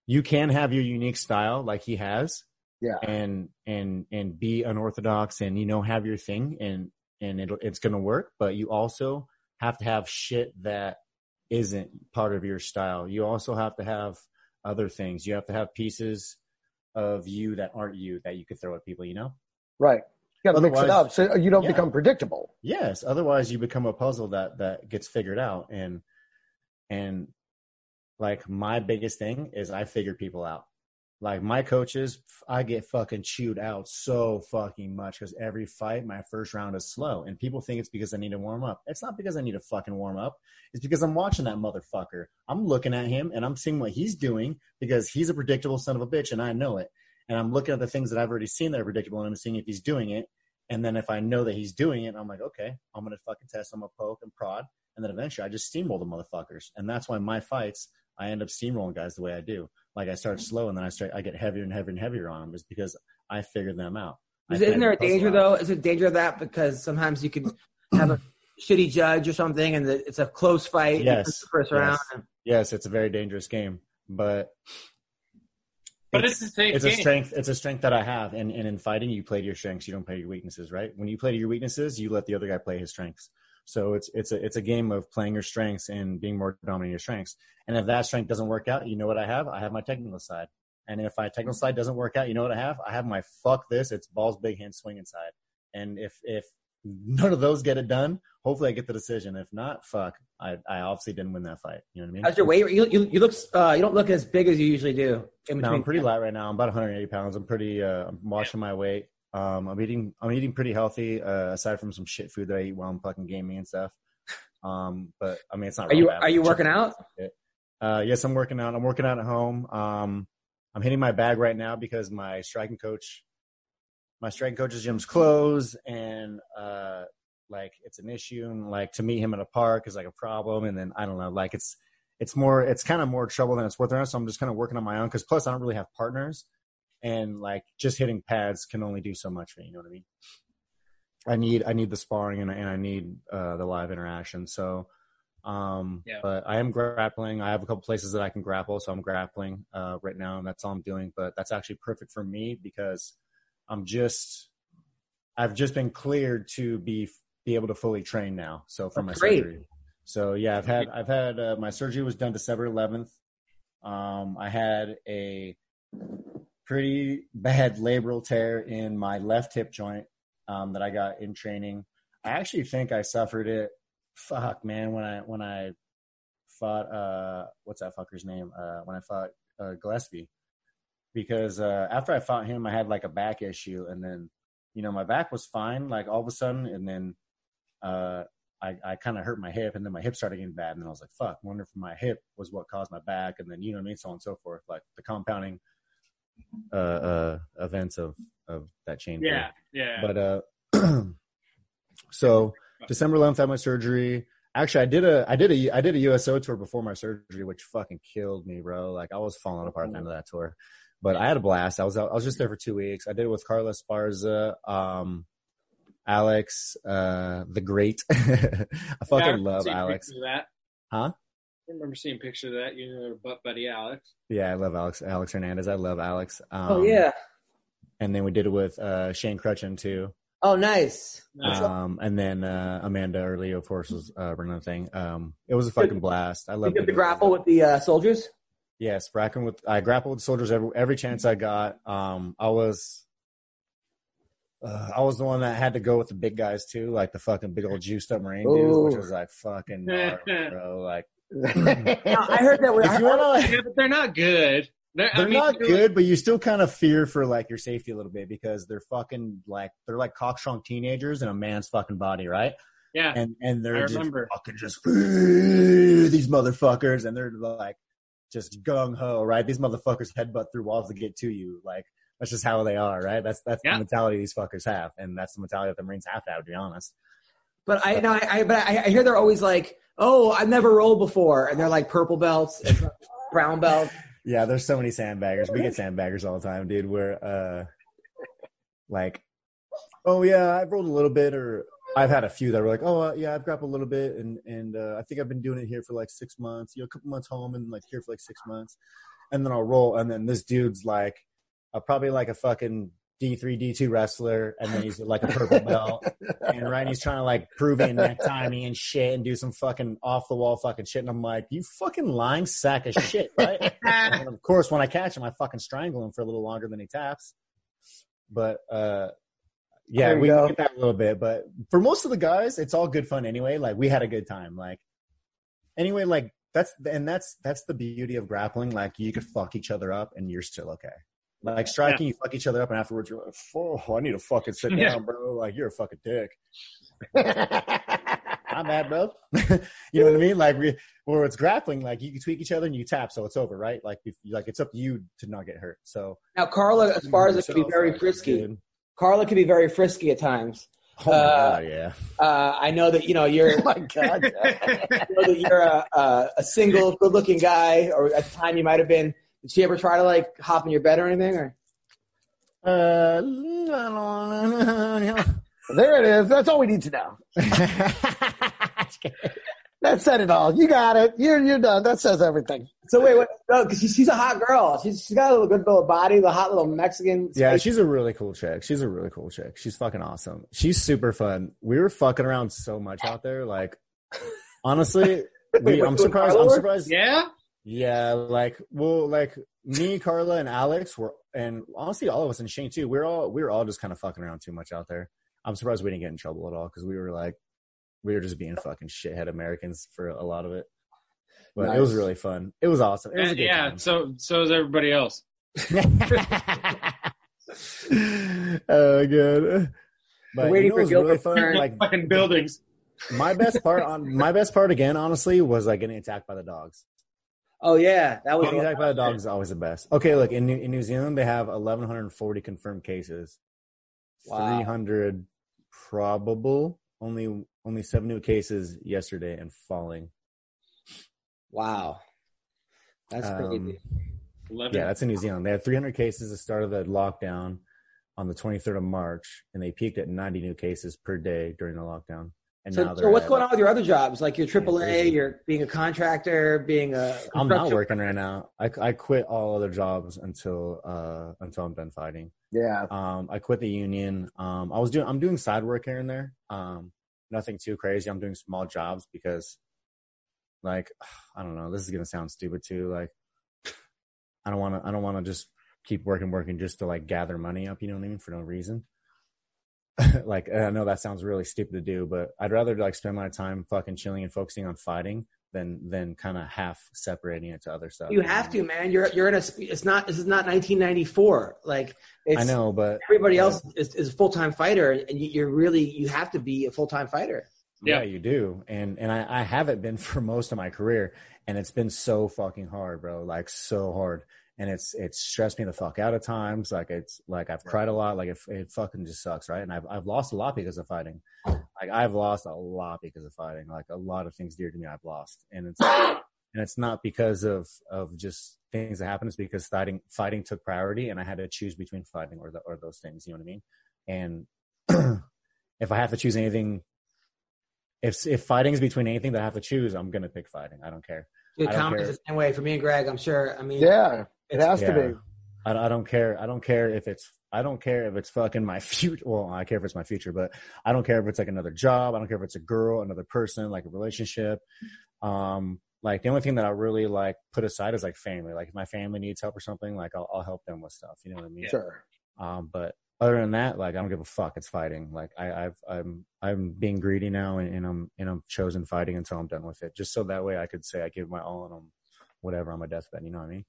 [SPEAKER 3] you can have your unique style like he has.
[SPEAKER 4] Yeah.
[SPEAKER 3] And, and, and be unorthodox and, you know, have your thing and, and it'll, it's going to work, but you also have to have shit that isn't part of your style. You also have to have other things. You have to have pieces of you that aren't you that you could throw at people, you know?
[SPEAKER 4] Right. You got to mix it
[SPEAKER 3] Otherwise-
[SPEAKER 4] up so you don't
[SPEAKER 3] Yeah.
[SPEAKER 4] become predictable.
[SPEAKER 3] Yes, otherwise you become a puzzle that that gets figured out and and like my biggest thing is I figure people out. Like my coaches, I get fucking chewed out so fucking much because every fight, my first round is slow, and people think it's because I need to warm up. It's not because I need to fucking warm up. It's because I'm watching that motherfucker. I'm looking at him and I'm seeing what he's doing because he's a predictable son of a bitch, and I know it. And I'm looking at the things that I've already seen that are predictable, and I'm seeing if he's doing it. And then if I know that he's doing it, I'm like, okay, I'm gonna fucking test. I'm gonna poke and prod, and then eventually I just steamroll the motherfuckers. And that's why my fights, I end up steamrolling guys the way I do. Like I start slow, and then I start, I get heavier and heavier and heavier on them, is because I figure them out. I
[SPEAKER 2] Is, isn't
[SPEAKER 3] figure
[SPEAKER 2] there a
[SPEAKER 3] the puzzle
[SPEAKER 2] danger
[SPEAKER 3] out.
[SPEAKER 2] though? Is there danger of that because sometimes you can have a shitty judge or something, and the, it's a close fight. you
[SPEAKER 3] Yes,
[SPEAKER 2] lose the first
[SPEAKER 3] yes.
[SPEAKER 2] round.
[SPEAKER 3] Yes, it's a very dangerous game, but
[SPEAKER 5] But it's, a safe
[SPEAKER 3] it's
[SPEAKER 5] game.
[SPEAKER 3] a strength it's a strength that i have and, and in fighting you play to your strengths you don't play to your weaknesses right when you play to your weaknesses you let the other guy play his strengths so it's it's a it's a game of playing your strengths and being more dominant in your strengths and if that strength doesn't work out you know what i have i have my technical side and if my technical side doesn't work out you know what i have i have my fuck this it's balls big hand swing inside and if if none of those get it done hopefully i get the decision if not fuck i i obviously didn't win that fight you know what i mean
[SPEAKER 2] How's your weight? You, you, you look uh, you don't look as big as you usually do. In
[SPEAKER 3] No,
[SPEAKER 2] between.
[SPEAKER 3] I'm pretty light right now. I'm about 180 pounds. I'm pretty. Uh, I'm watching my weight. Um, I'm eating. I'm eating pretty healthy. Uh, aside from some shit food that I eat while I'm fucking gaming and stuff. Um, but I mean, it's not.
[SPEAKER 2] Are you
[SPEAKER 3] real bad.
[SPEAKER 2] are you working out?
[SPEAKER 3] Uh, yes, I'm working out. I'm working out at home. Um, I'm hitting my bag right now because my striking coach, my striking coach's gym's closed, and uh, like it's an issue. And like to meet him in a park is like a problem. And then I don't know, like it's it's more it's kind of more trouble than it's worth right now. So I'm just kind of working on my own because plus I don't really have partners, and like just hitting pads can only do so much for you. You know what I mean? I need I need the sparring and, I- and I need uh, the live interaction. So, um,
[SPEAKER 5] Yeah.
[SPEAKER 3] but I am grappling. I have a couple places that I can grapple, so I'm grappling uh, right now, and that's all I'm doing. But that's actually perfect for me because I'm just I've just been cleared to be be able to fully train now. So for
[SPEAKER 2] Oh,
[SPEAKER 3] my
[SPEAKER 2] great.
[SPEAKER 3] surgery. So yeah, I've had I've had uh, my surgery was done December 11th. Um, I had a pretty bad labral tear in my left hip joint um, that I got in training. I actually think I suffered it. Fuck, man, when I when I fought uh, what's that fucker's name? Uh, when I fought uh, Gillespie, because uh, after I fought him, I had like a back issue, and then you know my back was fine, like all of a sudden, and then uh, I I kind of hurt my hip, and then my hip started getting bad, and then I was like, fuck, wonder if my hip was what caused my back, and then you know what I mean, so on and so forth, like the compounding uh, uh, events of of that chain.
[SPEAKER 5] Yeah, yeah.
[SPEAKER 3] But uh, [clears throat] so December 11th, I had my surgery. Actually, I did a I did a I did a USO tour before my surgery, which fucking killed me, bro. Like I was falling apart at the end of that tour, but I had a blast. I was I was just there for two weeks. I did it with Carlos Barza, um, Alex, uh, the Great. [laughs] I
[SPEAKER 5] Yeah, I
[SPEAKER 3] fucking
[SPEAKER 5] remember
[SPEAKER 3] love
[SPEAKER 5] seeing
[SPEAKER 3] Alex.
[SPEAKER 5] pictures of that.
[SPEAKER 3] Huh?
[SPEAKER 5] I remember seeing pictures of that. You know, butt buddy Alex.
[SPEAKER 3] Yeah, I love Alex. Alex Hernandez. I love Alex. Um,
[SPEAKER 2] oh yeah.
[SPEAKER 3] And then we did it with uh, Shane Crutchin too.
[SPEAKER 2] Oh nice.
[SPEAKER 5] Uh,
[SPEAKER 3] Um, and then uh, Amanda Early, of course, was uh, running the thing. Um, it was a fucking blast. I
[SPEAKER 2] You
[SPEAKER 3] love
[SPEAKER 2] get to grapple with the uh,
[SPEAKER 3] [laughs]
[SPEAKER 2] soldiers.
[SPEAKER 3] Yes, Bracken with I grappled with soldiers every every chance I got. Um, I was. Uh, I was the one that had to go with the big guys too, like the fucking big old juiced up Marine dudes, which
[SPEAKER 4] Ooh.
[SPEAKER 3] was like
[SPEAKER 5] [laughs]
[SPEAKER 3] fucking gnarly, bro. Like
[SPEAKER 2] No, I heard that. When,
[SPEAKER 3] if you want to,
[SPEAKER 5] yeah, but they're not good. They're, I
[SPEAKER 3] they're
[SPEAKER 5] mean,
[SPEAKER 3] not
[SPEAKER 5] they're
[SPEAKER 3] good, but you still kind of fear for like your safety a little bit because they're fucking like they're like cockstrong teenagers in a man's fucking body, right?
[SPEAKER 5] Yeah,
[SPEAKER 3] and and
[SPEAKER 5] I
[SPEAKER 3] they're just
[SPEAKER 5] remember.
[SPEAKER 3] fucking just [laughs] these motherfuckers, and they're like just gung ho, right? These motherfuckers headbutt through walls to get to you, like that's just how they are, right? That's that's
[SPEAKER 5] Yeah.
[SPEAKER 3] the mentality these fuckers have, and that's the mentality that the Marines have to have, to be honest.
[SPEAKER 2] but I know. I, I but I, I hear they're always like, oh, I've never rolled before, and they're like purple belts and [laughs] brown belts.
[SPEAKER 3] Yeah, there's so many sandbaggers. We get sandbaggers all the time, dude. We're uh, like, oh yeah, I've rolled a little bit, or I've had a few that were like, oh uh, yeah, I've grappled a little bit, and and uh, I think I've been doing it here for like six months, you know, a couple months home, and like here for like six months, and then I'll roll, and then this dude's like, uh, probably like a fucking D three D two wrestler, and then he's like a purple belt, and right, he's trying to like prove it and neck tie me and shit, and do some fucking off the wall fucking shit, and I'm like, you fucking lying sack of shit, right?
[SPEAKER 5] Ah,
[SPEAKER 3] and of course, when I catch him, I fucking strangle him for a little longer than he taps. But uh, yeah,
[SPEAKER 2] There you
[SPEAKER 3] we
[SPEAKER 2] go.
[SPEAKER 3] get that a little bit. But for most of the guys, it's all good fun anyway. Like we had a good time. Like anyway, like that's and that's that's the beauty of grappling. Like you could fuck each other up and you're still okay. Like striking, you fuck each other up, and afterwards you're like, "Oh, I need to fucking sit
[SPEAKER 5] Yeah.
[SPEAKER 3] down, bro." Like you're a fucking
[SPEAKER 2] [laughs]
[SPEAKER 3] dick. I'm mad, bro. [laughs] you know what I mean? Like we, where it's grappling, like you can tweak each other and you tap, so it's over, right? Like if, like it's up to you to not get hurt. So
[SPEAKER 2] Now Carla Esparza can be very
[SPEAKER 3] Like,
[SPEAKER 2] frisky.
[SPEAKER 3] dude.
[SPEAKER 2] Carla can be very frisky at times.
[SPEAKER 3] Oh my
[SPEAKER 2] Uh,
[SPEAKER 3] god, yeah.
[SPEAKER 2] Uh, I know that you know
[SPEAKER 4] [laughs]
[SPEAKER 2] you're.
[SPEAKER 4] Oh my God.
[SPEAKER 2] [laughs] I know that you're a, a, a single, good-looking guy, or at the time you might have been. Did she ever try to like hop in your bed or anything? Or
[SPEAKER 3] Oh
[SPEAKER 2] [laughs]
[SPEAKER 3] Uh,
[SPEAKER 4] There it is. That's all we need to know. That said it all. You got it. You're, you're done. That says everything.
[SPEAKER 2] so wait, what, no, because she, she's a hot girl. She's she's got a little good little body, the hot little Mexican.
[SPEAKER 3] yeah, she's a really cool chick. She's a really cool chick. She's fucking awesome. She's super fun. We were fucking around so much out there. Like
[SPEAKER 2] [laughs]
[SPEAKER 3] honestly,
[SPEAKER 2] Wait,
[SPEAKER 3] we,
[SPEAKER 2] we're
[SPEAKER 3] I'm
[SPEAKER 2] doing
[SPEAKER 3] surprised.
[SPEAKER 2] Carla
[SPEAKER 3] I'm
[SPEAKER 2] work?
[SPEAKER 5] [laughs]
[SPEAKER 3] surprised.
[SPEAKER 5] yeah,
[SPEAKER 3] Yeah, like well, like me, Carla, and Alex were, and honestly, all of us and Shane too. We're all we were all just kind of fucking around too much out there. I'm surprised we didn't get in trouble at all because we were like, we were just being fucking shithead Americans for a lot of it. But it was
[SPEAKER 2] Nice.
[SPEAKER 3] really fun. It was awesome. It was a good
[SPEAKER 5] Uh, yeah.
[SPEAKER 3] time.
[SPEAKER 5] So so is everybody else. [laughs]
[SPEAKER 3] [laughs] oh god.
[SPEAKER 2] We're waiting
[SPEAKER 3] But you know,
[SPEAKER 2] for
[SPEAKER 3] it was really
[SPEAKER 2] Gilbert
[SPEAKER 3] fun. Like
[SPEAKER 5] fucking buildings.
[SPEAKER 3] my best part on my best part again, honestly, was like getting attacked by the dogs.
[SPEAKER 2] Oh yeah, that was
[SPEAKER 3] Getting attacked by the dog is always the best. Okay, look in New, in New Zealand they have 1,140 confirmed cases,
[SPEAKER 2] Wow.
[SPEAKER 3] 300 probable, only only seven new cases yesterday and falling.
[SPEAKER 2] wow. That's
[SPEAKER 3] Um,
[SPEAKER 2] crazy.
[SPEAKER 5] Eleven.
[SPEAKER 3] Yeah, that's in New Zealand. They had 300 cases at the start of the lockdown on the 23rd of March, and they peaked at 90 new cases per day during the lockdown. And
[SPEAKER 2] So,
[SPEAKER 3] now
[SPEAKER 2] so
[SPEAKER 3] they're
[SPEAKER 2] what's
[SPEAKER 3] at-
[SPEAKER 2] going on with your other jobs? Like your
[SPEAKER 3] crazy.
[SPEAKER 2] AAA, you're being a contractor, being a.
[SPEAKER 3] I'm not
[SPEAKER 2] construction-
[SPEAKER 3] working right now. I, I quit all other jobs until uh, until I'm done fighting.
[SPEAKER 4] Yeah.
[SPEAKER 3] Um, I quit the union. Um, I was doing I'm doing side work here and there. Um, nothing too crazy. I'm doing small jobs because, like, I don't know. This is gonna sound stupid too. Like, I don't want to. I don't want to just keep working, working just to like gather money up. You know what I mean? For no reason. [laughs] like, I know that sounds really stupid to do, but I'd rather like spend my time fucking chilling and focusing on fighting than than kind of half separating it to other stuff.
[SPEAKER 2] You
[SPEAKER 3] know
[SPEAKER 2] have
[SPEAKER 3] what I
[SPEAKER 2] to, man. You're you're in a. sp- It's not. This is not 1994. Like
[SPEAKER 3] mean?
[SPEAKER 2] it's,
[SPEAKER 3] I know, but
[SPEAKER 2] Everybody else is, is a full time fighter, and you- you're really you have to be a full time fighter.
[SPEAKER 5] Yeah.
[SPEAKER 3] Yeah, you do. And and I, I haven't been for most of my career and it's been so fucking hard, bro. Like so hard. And it's it's stressed me the fuck out at times. Like it's like I've cried a lot. Like it, it fucking just sucks, right? And I've I've lost a lot because of fighting. Like I've lost a lot because of fighting. Like a lot of things dear to me, I've lost. And it's and it's not because of of just things that happen. It's because fighting fighting took priority, and I had to choose between fighting or the, or those things. You know what I mean? And [clears throat] if I have to choose anything, if if fighting's between anything that I have to choose, I'm gonna pick fighting. I don't care.
[SPEAKER 2] Dude,
[SPEAKER 3] I don't
[SPEAKER 2] comedy
[SPEAKER 3] care.
[SPEAKER 2] is the same way for me and Greg. I'm sure. I mean,
[SPEAKER 4] Yeah. It has to
[SPEAKER 3] Yeah.
[SPEAKER 4] be.
[SPEAKER 3] I, I don't care. I don't care if it's I don't care if it's fucking my [laughs] future. Well, I care if it's my future, but I don't care if it's like another job. I don't care if it's a girl, another person, like a relationship. Um, like the only thing that I really like put aside is like family. Like if my family needs help or something, like I'll, I'll help them with stuff. You know what I mean?
[SPEAKER 4] Sure.
[SPEAKER 3] Um, but other than that, like I don't give a fuck. It's fighting. Like I, I've, I'm, I'm being greedy now, and, and I'm, and I'm chosen fighting until I'm done with it. Just so that way I could say I give my all and I'm whatever on my deathbed. You know what I mean?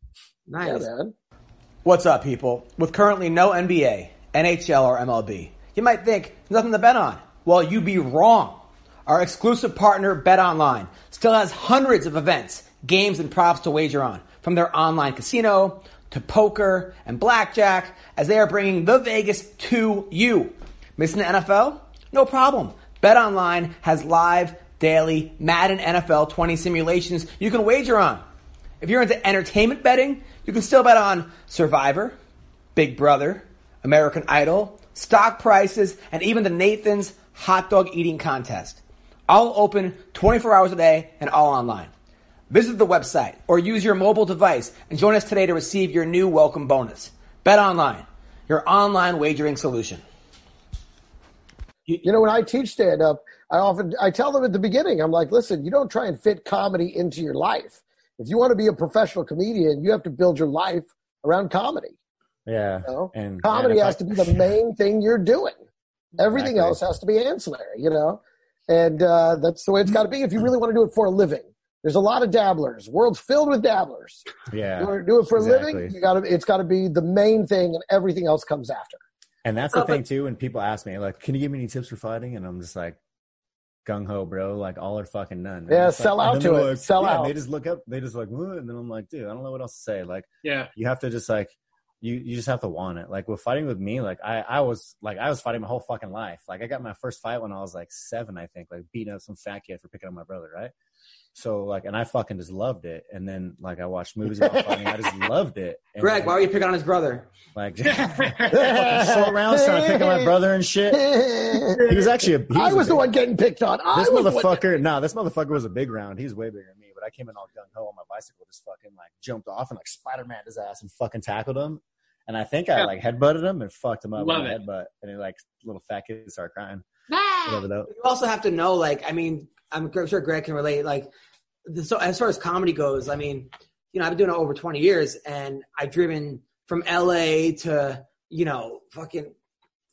[SPEAKER 4] Yeah,
[SPEAKER 2] nice.
[SPEAKER 4] man.
[SPEAKER 6] What's up, people? With currently no NBA, NHL, or MLB, you might think nothing to bet on. Well, you'd be wrong. Our exclusive partner, BetOnline, still has hundreds of events, games, and props to wager on, from their online casino to poker and blackjack, as they are bringing the Vegas to you. Missing the NFL? No problem. BetOnline has live, daily Madden NFL 20 simulations you can wager on. If you're into entertainment betting, you can still bet on Survivor, Big Brother, American Idol, stock prices, and even the Nathan's hot dog eating contest. All open 24 hours a day and all online. Visit the website or use your mobile device and join us today to receive your new welcome bonus. Bet online, your online wagering solution.
[SPEAKER 4] You know, when I teach stand up, I often I tell them at the beginning, I'm like, listen, you don't try and fit comedy into your life. If you want to be a professional comedian, you have to build your life around comedy.
[SPEAKER 3] Yeah.
[SPEAKER 4] You know?
[SPEAKER 3] And and
[SPEAKER 4] comedy
[SPEAKER 3] if
[SPEAKER 4] has
[SPEAKER 3] I-
[SPEAKER 4] to
[SPEAKER 3] [laughs]
[SPEAKER 4] be the main thing you're doing. Everything
[SPEAKER 3] Exactly.
[SPEAKER 4] else has to be ancillary, you know? And uh, that's the way it's got to be if you really want to do it for a living. There's a lot of dabblers. World's filled with dabblers. you
[SPEAKER 3] Yeah.
[SPEAKER 4] want to do it for a living,
[SPEAKER 3] exactly.
[SPEAKER 4] you got to. It's got to be the main thing, and everything else comes after.
[SPEAKER 3] And that's the
[SPEAKER 2] Oh, but-
[SPEAKER 3] thing too. When people ask me like, "Can you give me any tips for fighting?" and I'm just like, "Gung ho, bro! Like all or fucking none." man."
[SPEAKER 4] Yeah,
[SPEAKER 3] It's like-
[SPEAKER 4] sell
[SPEAKER 3] and
[SPEAKER 4] out
[SPEAKER 3] then
[SPEAKER 4] to
[SPEAKER 3] they're
[SPEAKER 4] it.
[SPEAKER 3] like-
[SPEAKER 4] Sell
[SPEAKER 3] yeah,
[SPEAKER 4] out.
[SPEAKER 3] They just look up. They just like, "What?" and then I'm like, "Dude, I don't know what else to say." Like.
[SPEAKER 5] Yeah.
[SPEAKER 3] you have to just like you you just have to want it. Like with fighting with me, like I I was like I was fighting my whole fucking life. Like I got my first fight when I was like seven, I think, like beating up some fat kid for picking up my brother, right? So like, and I fucking just loved it. And then like I watched movies about fighting, I just loved it. And,
[SPEAKER 2] Greg, why were you picking on his brother?
[SPEAKER 3] like [laughs] fucking so around, started picking my brother and shit. [laughs] He was actually a, he
[SPEAKER 4] I
[SPEAKER 3] a
[SPEAKER 4] was the
[SPEAKER 3] big-
[SPEAKER 4] one getting picked on. I
[SPEAKER 3] This
[SPEAKER 4] was the one-
[SPEAKER 3] motherfucker, no, this motherfucker was a big round. He's way bigger than me, but I came in all gung ho on my bicycle, just fucking like jumped off and like Spider Man his ass and fucking tackled him. And I think I like headbutted him and fucked him up
[SPEAKER 5] Love
[SPEAKER 3] with a
[SPEAKER 5] it.
[SPEAKER 3] headbutt. And he like little fat kid started crying. Whatever though.
[SPEAKER 2] You also have to know, like, I mean, I'm gr- sure Greg can relate. Like, the- so as far as comedy goes, I mean, you know, I've been doing it over 20 years, and I've driven from LA to, you know, fucking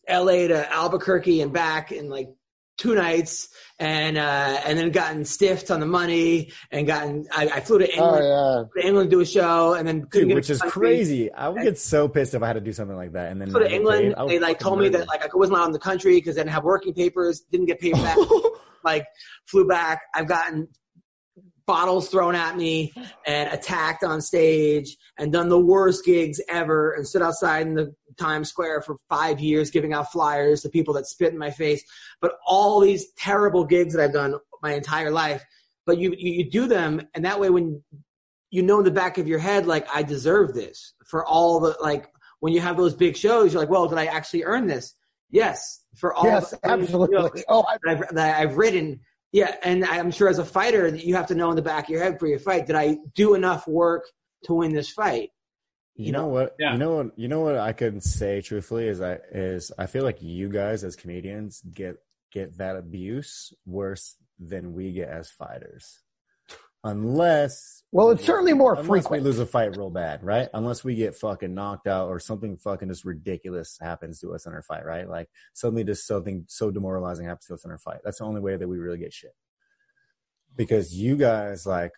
[SPEAKER 2] LA to Albuquerque and back in like two nights, and uh, and then gotten stiffed on the money, and gotten I, I flew to England,
[SPEAKER 4] Oh
[SPEAKER 2] to England to do a show, and then couldn't
[SPEAKER 3] Dude,
[SPEAKER 2] get
[SPEAKER 3] which
[SPEAKER 2] into
[SPEAKER 3] is
[SPEAKER 2] the country.
[SPEAKER 3] crazy. I would get so pissed if I had to do something like that. And then
[SPEAKER 2] So to
[SPEAKER 3] I get
[SPEAKER 2] England,
[SPEAKER 3] paid. I would
[SPEAKER 2] they like
[SPEAKER 3] fucking
[SPEAKER 2] told me
[SPEAKER 3] murder.
[SPEAKER 2] that like I wasn't allowed in the country because I didn't have working papers, didn't get paid
[SPEAKER 3] [laughs]
[SPEAKER 2] back, like flew back. I've gotten bottles thrown at me and attacked on stage and done the worst gigs ever and stood outside in the Times Square for five years giving out flyers to people that spit in my face. But all these terrible gigs that I've done my entire life, but you you, you do them and that way when
[SPEAKER 6] you know in the back of your head, like I deserve this for all the like when you have those big shows, you're like, well, did I actually earn this? Yes, for all
[SPEAKER 4] Yes,
[SPEAKER 6] the things, you know,
[SPEAKER 4] absolutely. Oh, I,
[SPEAKER 6] that I've, that I've ridden. Yeah, and I'm sure as a fighter that you have to know in the back of your head for your fight, did I do enough work to win this fight?
[SPEAKER 3] You know what?
[SPEAKER 5] Yeah.
[SPEAKER 3] You know what? You know what I can say truthfully is I is I feel like you guys as comedians get get that abuse worse than we get as fighters, unless
[SPEAKER 4] well, it's certainly more
[SPEAKER 3] unless
[SPEAKER 4] frequent.
[SPEAKER 3] we lose a fight real bad, right? Unless we get fucking knocked out or something fucking just ridiculous happens to us in our fight, right? Like suddenly just something so demoralizing happens to us in our fight. That's the only way that we really get shit. Because you guys like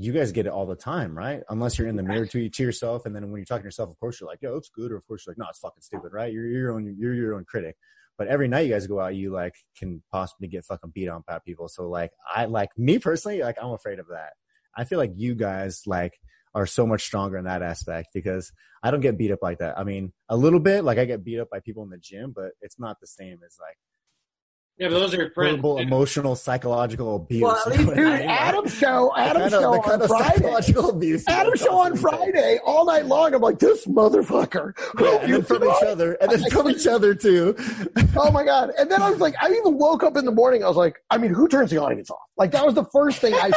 [SPEAKER 3] you guys get it all the time, right? Unless you're in the mirror to, to yourself, and then when you're talking to yourself, of course you're like, "Yo, it's good," or of course you're like, "No, it's fucking stupid," right? You're, you're your own, you're your own critic. But every night you guys go out, you like can possibly get fucking beat on by people. So like, I like me personally, like I'm afraid of that. I feel like you guys like are so much stronger in that aspect because I don't get beat up like that. I mean, a little bit, like I get beat up by people in the gym, but it's not the same as like
[SPEAKER 5] Yeah, but those are your friends.
[SPEAKER 3] verbal,
[SPEAKER 5] dude.
[SPEAKER 3] emotional, psychological abuse.
[SPEAKER 6] Well,
[SPEAKER 3] [laughs]
[SPEAKER 6] at
[SPEAKER 3] You know
[SPEAKER 6] least-
[SPEAKER 3] what I
[SPEAKER 4] Dude,
[SPEAKER 3] mean? Like,
[SPEAKER 4] Adam's show, Adam's
[SPEAKER 3] kind of-
[SPEAKER 4] show
[SPEAKER 3] the kind
[SPEAKER 4] on
[SPEAKER 3] of
[SPEAKER 4] Friday.
[SPEAKER 3] psychological abuse. that
[SPEAKER 4] Adam's
[SPEAKER 3] I'm
[SPEAKER 4] show on
[SPEAKER 3] talking
[SPEAKER 4] Friday all night long. I'm like, this motherfucker.
[SPEAKER 3] about. Yeah, and
[SPEAKER 4] You
[SPEAKER 3] then from each
[SPEAKER 4] know?
[SPEAKER 3] other, and then from each other too. [laughs]
[SPEAKER 4] Oh my god! And then I was like, I even woke up in the morning. I was like, I mean, who turns the audience off? Like that was the first thing I.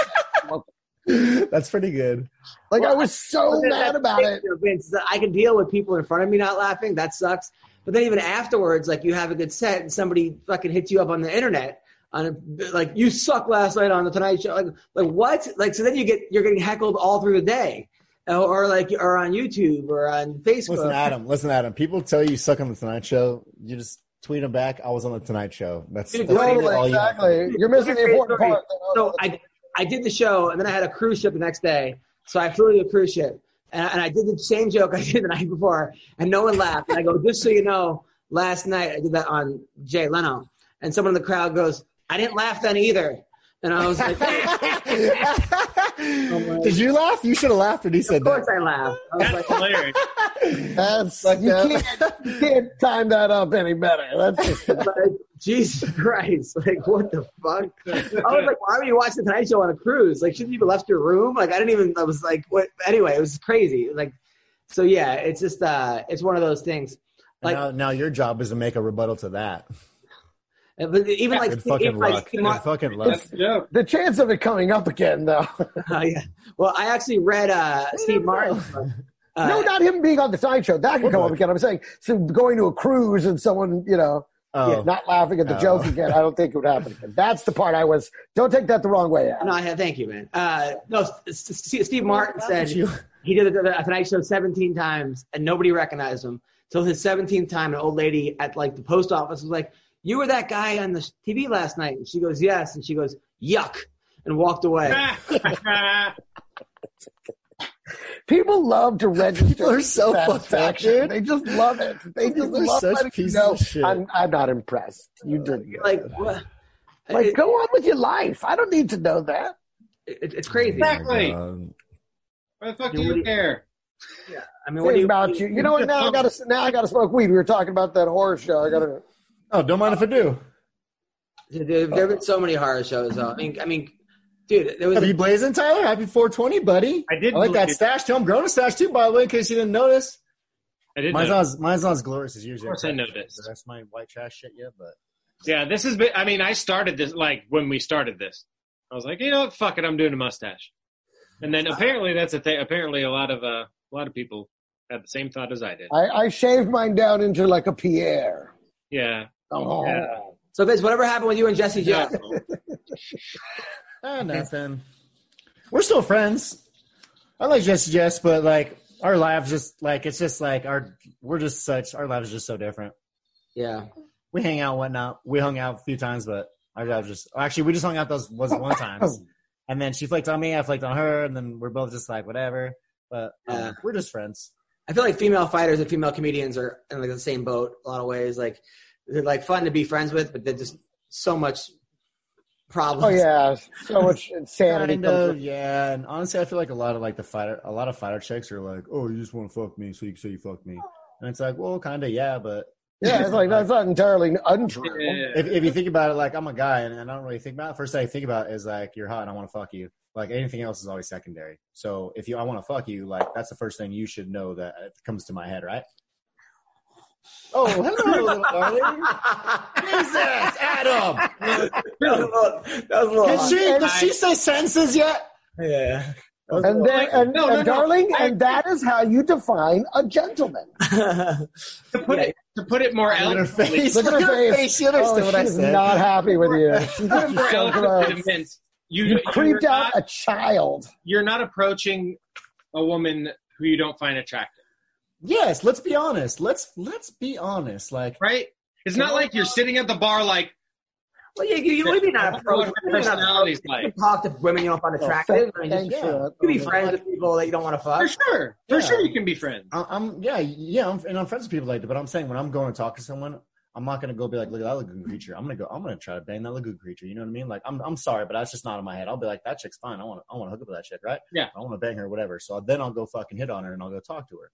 [SPEAKER 3] That's pretty good.
[SPEAKER 4] Like I was so
[SPEAKER 6] But then
[SPEAKER 4] mad
[SPEAKER 6] that's
[SPEAKER 4] about
[SPEAKER 6] the thing,
[SPEAKER 4] it.
[SPEAKER 6] though, Vince, is that I can deal with [laughs] people in front of me not laughing. That sucks. But then even afterwards, like you have a good set and somebody fucking hits you up on the internet on a, like you suck last night on the Tonight Show. Like, like what? Like so then you get you're getting heckled all through the day, or, or like or on YouTube or on Facebook.
[SPEAKER 3] Listen, Adam. Listen, Adam. People tell you you suck on the Tonight Show. You just tweet them back. I was on the Tonight Show. That's,
[SPEAKER 6] Dude,
[SPEAKER 3] that's
[SPEAKER 6] totally,
[SPEAKER 3] all
[SPEAKER 4] Totally,
[SPEAKER 3] you have to do.
[SPEAKER 4] exactly. You're missing the important part.
[SPEAKER 6] so I, I did the show and then I had a cruise ship the next day. So I flew to a cruise ship and, and I did the same joke [laughs] I did the night before and no one laughed. And I go, just so you know, last night I did that on Jay Leno and someone in the crowd goes, I didn't laugh then either. And I
[SPEAKER 3] [laughs]
[SPEAKER 6] was like, of
[SPEAKER 3] [laughs] Did you laugh? You should have laughed when he said
[SPEAKER 6] course
[SPEAKER 3] that.
[SPEAKER 6] I laughed. I was like,
[SPEAKER 5] [laughs] That's hilarious.
[SPEAKER 4] That's
[SPEAKER 3] Like
[SPEAKER 4] you
[SPEAKER 3] that.
[SPEAKER 4] can't, you can't time that up any better. That's just
[SPEAKER 6] like, Jesus Christ! Like, what the fuck? I was like, why were you watching the Tonight Show on a cruise? Like, shouldn't you have left your room? Like, I didn't even. I was like, what? Anyway, it was crazy. Like, so yeah, it's just uh, it's one of those things. [laughs] Like,
[SPEAKER 3] now, now your job is to make a rebuttal to that.
[SPEAKER 6] but even like,
[SPEAKER 3] Good fucking
[SPEAKER 6] even, like,
[SPEAKER 3] luck.
[SPEAKER 6] Steve Mar-
[SPEAKER 3] Good fucking luck.
[SPEAKER 5] That's the
[SPEAKER 3] [laughs]
[SPEAKER 5] joke.
[SPEAKER 4] the chance of it coming up again, though.
[SPEAKER 6] Oh, [laughs] yeah. Well, I actually read uh, Steve Martin. Uh,
[SPEAKER 4] no, not him being on the side show. That could come up again. I'm saying, so going to a cruise and someone, you know,
[SPEAKER 3] Oh,
[SPEAKER 4] not laughing at the
[SPEAKER 3] Oh.
[SPEAKER 4] joke again. I don't think it would happen again. That's the part I was. Don't take that the wrong way. Adam.
[SPEAKER 6] No, I, thank you, man. Uh, no, S- S- Steve Martin said
[SPEAKER 3] you.
[SPEAKER 6] he did a, a Tonight Show 17 times and nobody recognized him. Till his 17th time, an old lady at like the post office was like, "You were that guy on the TV last night." And she goes, "Yes," and she goes, "Yuck," and walked
[SPEAKER 5] [laughs]
[SPEAKER 6] away.
[SPEAKER 4] People love to register.
[SPEAKER 3] People are so fucked up,
[SPEAKER 4] satisfaction.
[SPEAKER 3] dude.
[SPEAKER 4] They just love it. They just
[SPEAKER 3] People are
[SPEAKER 4] love
[SPEAKER 3] such
[SPEAKER 4] letting you
[SPEAKER 3] pieces
[SPEAKER 4] know,
[SPEAKER 3] of shit.
[SPEAKER 4] I'm, I'm not impressed. You didn't. Like,
[SPEAKER 6] like, what?
[SPEAKER 4] like,
[SPEAKER 6] it-
[SPEAKER 4] go on with your life. I don't need to know that.
[SPEAKER 6] it- it's crazy.
[SPEAKER 5] Exactly.
[SPEAKER 3] Um,
[SPEAKER 5] Why the fuck do
[SPEAKER 6] You
[SPEAKER 5] you
[SPEAKER 6] wouldn't-
[SPEAKER 5] care?
[SPEAKER 6] I mean, what do
[SPEAKER 4] What
[SPEAKER 6] you
[SPEAKER 4] about you? You know what? Now I gotta now I gotta smoke weed. We were talking about that horror show. I gotta.
[SPEAKER 3] oh, don't mind if I do.
[SPEAKER 6] There have been so many horror shows. Though. I mean, I mean, dude, there was a-
[SPEAKER 3] Happy blazing, Tyler. Happy 420, buddy.
[SPEAKER 5] I did
[SPEAKER 3] I like that
[SPEAKER 5] believe-
[SPEAKER 3] stash too. I'm growing a stash too, by the way, in case you didn't notice.
[SPEAKER 5] I didn't
[SPEAKER 3] Mine's
[SPEAKER 5] know.
[SPEAKER 3] not, as, mine's not as glorious as yours.
[SPEAKER 5] Of course I noticed.
[SPEAKER 3] That's my white trash shit, yeah, but.
[SPEAKER 5] Yeah, this has been. I mean, I started this like when we started this. I was like, you know what, fuck it, I'm doing a mustache. And then apparently that's a thing. Apparently, a lot of uh, a lot of people had the same thought as I did.
[SPEAKER 4] I, I shaved mine down into like a Pierre.
[SPEAKER 5] Yeah.
[SPEAKER 4] Oh.
[SPEAKER 5] Yeah.
[SPEAKER 6] so Vince. Whatever happened with you and
[SPEAKER 5] [laughs]
[SPEAKER 6] Jesse
[SPEAKER 5] yeah.
[SPEAKER 6] Jones?
[SPEAKER 3] Ah, nothing. We're still friends. I like Jess Jess, but like our lives just like it's just like our we're just such our lives are just so different.
[SPEAKER 6] Yeah.
[SPEAKER 3] We hang out, whatnot. We hung out a few times, but our lives just actually we just hung out those was one times. And then she flaked on me, I flaked on her, and then we're both just like whatever. But um,
[SPEAKER 6] Yeah.
[SPEAKER 3] we're just friends.
[SPEAKER 6] I feel like female fighters and female comedians are in like the same boat a lot of ways. Like they're like fun to be friends with, but they're just so much
[SPEAKER 4] Oh
[SPEAKER 6] problems.
[SPEAKER 4] yeah, so much insanity.
[SPEAKER 3] Kind
[SPEAKER 4] comes
[SPEAKER 3] of,
[SPEAKER 4] with-
[SPEAKER 3] yeah. And honestly, I feel like a lot of like the fighter, a lot of fighter chicks are like, "Oh, you just want to fuck me, so you so you fuck me." And it's like, well, kind of, yeah, but
[SPEAKER 4] Yeah, it's like that's not entirely untrue.
[SPEAKER 5] Yeah.
[SPEAKER 3] if, if you think about it, like I'm a guy, and, and I don't really think about it. First thing I think about is like you're hot, and I want to fuck you. Like anything else is always secondary. So if you, I want to fuck you, like that's the first thing you should know that uh, comes to my head, right? Oh, hello, little darling. Jesus, [laughs] Adam.
[SPEAKER 2] That was a little. That was a little
[SPEAKER 3] Did she,
[SPEAKER 4] And-
[SPEAKER 3] does she say senses yet?
[SPEAKER 2] yeah.
[SPEAKER 4] And then, and,
[SPEAKER 5] No, no,
[SPEAKER 4] and
[SPEAKER 5] no.
[SPEAKER 4] darling,
[SPEAKER 5] I-
[SPEAKER 4] and that is how you define a gentleman.
[SPEAKER 5] To put it to put it more
[SPEAKER 3] Look at her
[SPEAKER 5] eloquently,
[SPEAKER 3] face.
[SPEAKER 4] Look at her face.
[SPEAKER 3] She understood
[SPEAKER 4] oh,
[SPEAKER 3] what I
[SPEAKER 4] she's
[SPEAKER 3] said.
[SPEAKER 4] not happy with you. She's
[SPEAKER 5] put it
[SPEAKER 4] just
[SPEAKER 5] more
[SPEAKER 4] so
[SPEAKER 5] eloquently
[SPEAKER 4] gross.
[SPEAKER 5] to Vince, you,
[SPEAKER 4] You
[SPEAKER 5] you
[SPEAKER 4] creeped
[SPEAKER 5] are
[SPEAKER 4] out
[SPEAKER 5] not-
[SPEAKER 4] a child.
[SPEAKER 5] you're not approaching a woman who you don't find attractive,
[SPEAKER 3] Yes, let's be honest. Let's let's be honest. Like
[SPEAKER 5] right? It's not like you're sitting at the bar like
[SPEAKER 2] Well, yeah, you, you would be not
[SPEAKER 5] I wonder what
[SPEAKER 2] approached.
[SPEAKER 5] her
[SPEAKER 2] You would not
[SPEAKER 5] personality's
[SPEAKER 2] approach- you
[SPEAKER 5] like.
[SPEAKER 2] talk to women you don't find attractive. I mean,
[SPEAKER 4] Thanks
[SPEAKER 2] just,
[SPEAKER 3] yeah.
[SPEAKER 4] for that.
[SPEAKER 2] Oh, you can be friends with people that you don't want to
[SPEAKER 5] for
[SPEAKER 2] fuck.
[SPEAKER 5] sure, for
[SPEAKER 3] Yeah.
[SPEAKER 5] sure you can be friends.
[SPEAKER 3] I, I'm yeah yeah I'm, and I'm friends with people like that. But I'm saying when I'm going to talk to someone, I'm not gonna go be like, look at that lagoon creature. I'm gonna go. I'm gonna try to bang that lagoon creature. You know what I mean? Like I'm I'm sorry, but that's just not in my head. I'll be like, that chick's fine. I want to I want to hook up with that chick, right?
[SPEAKER 5] Yeah.
[SPEAKER 3] I want to bang her, whatever. So then I'll go fucking hit on her and I'll go talk to her.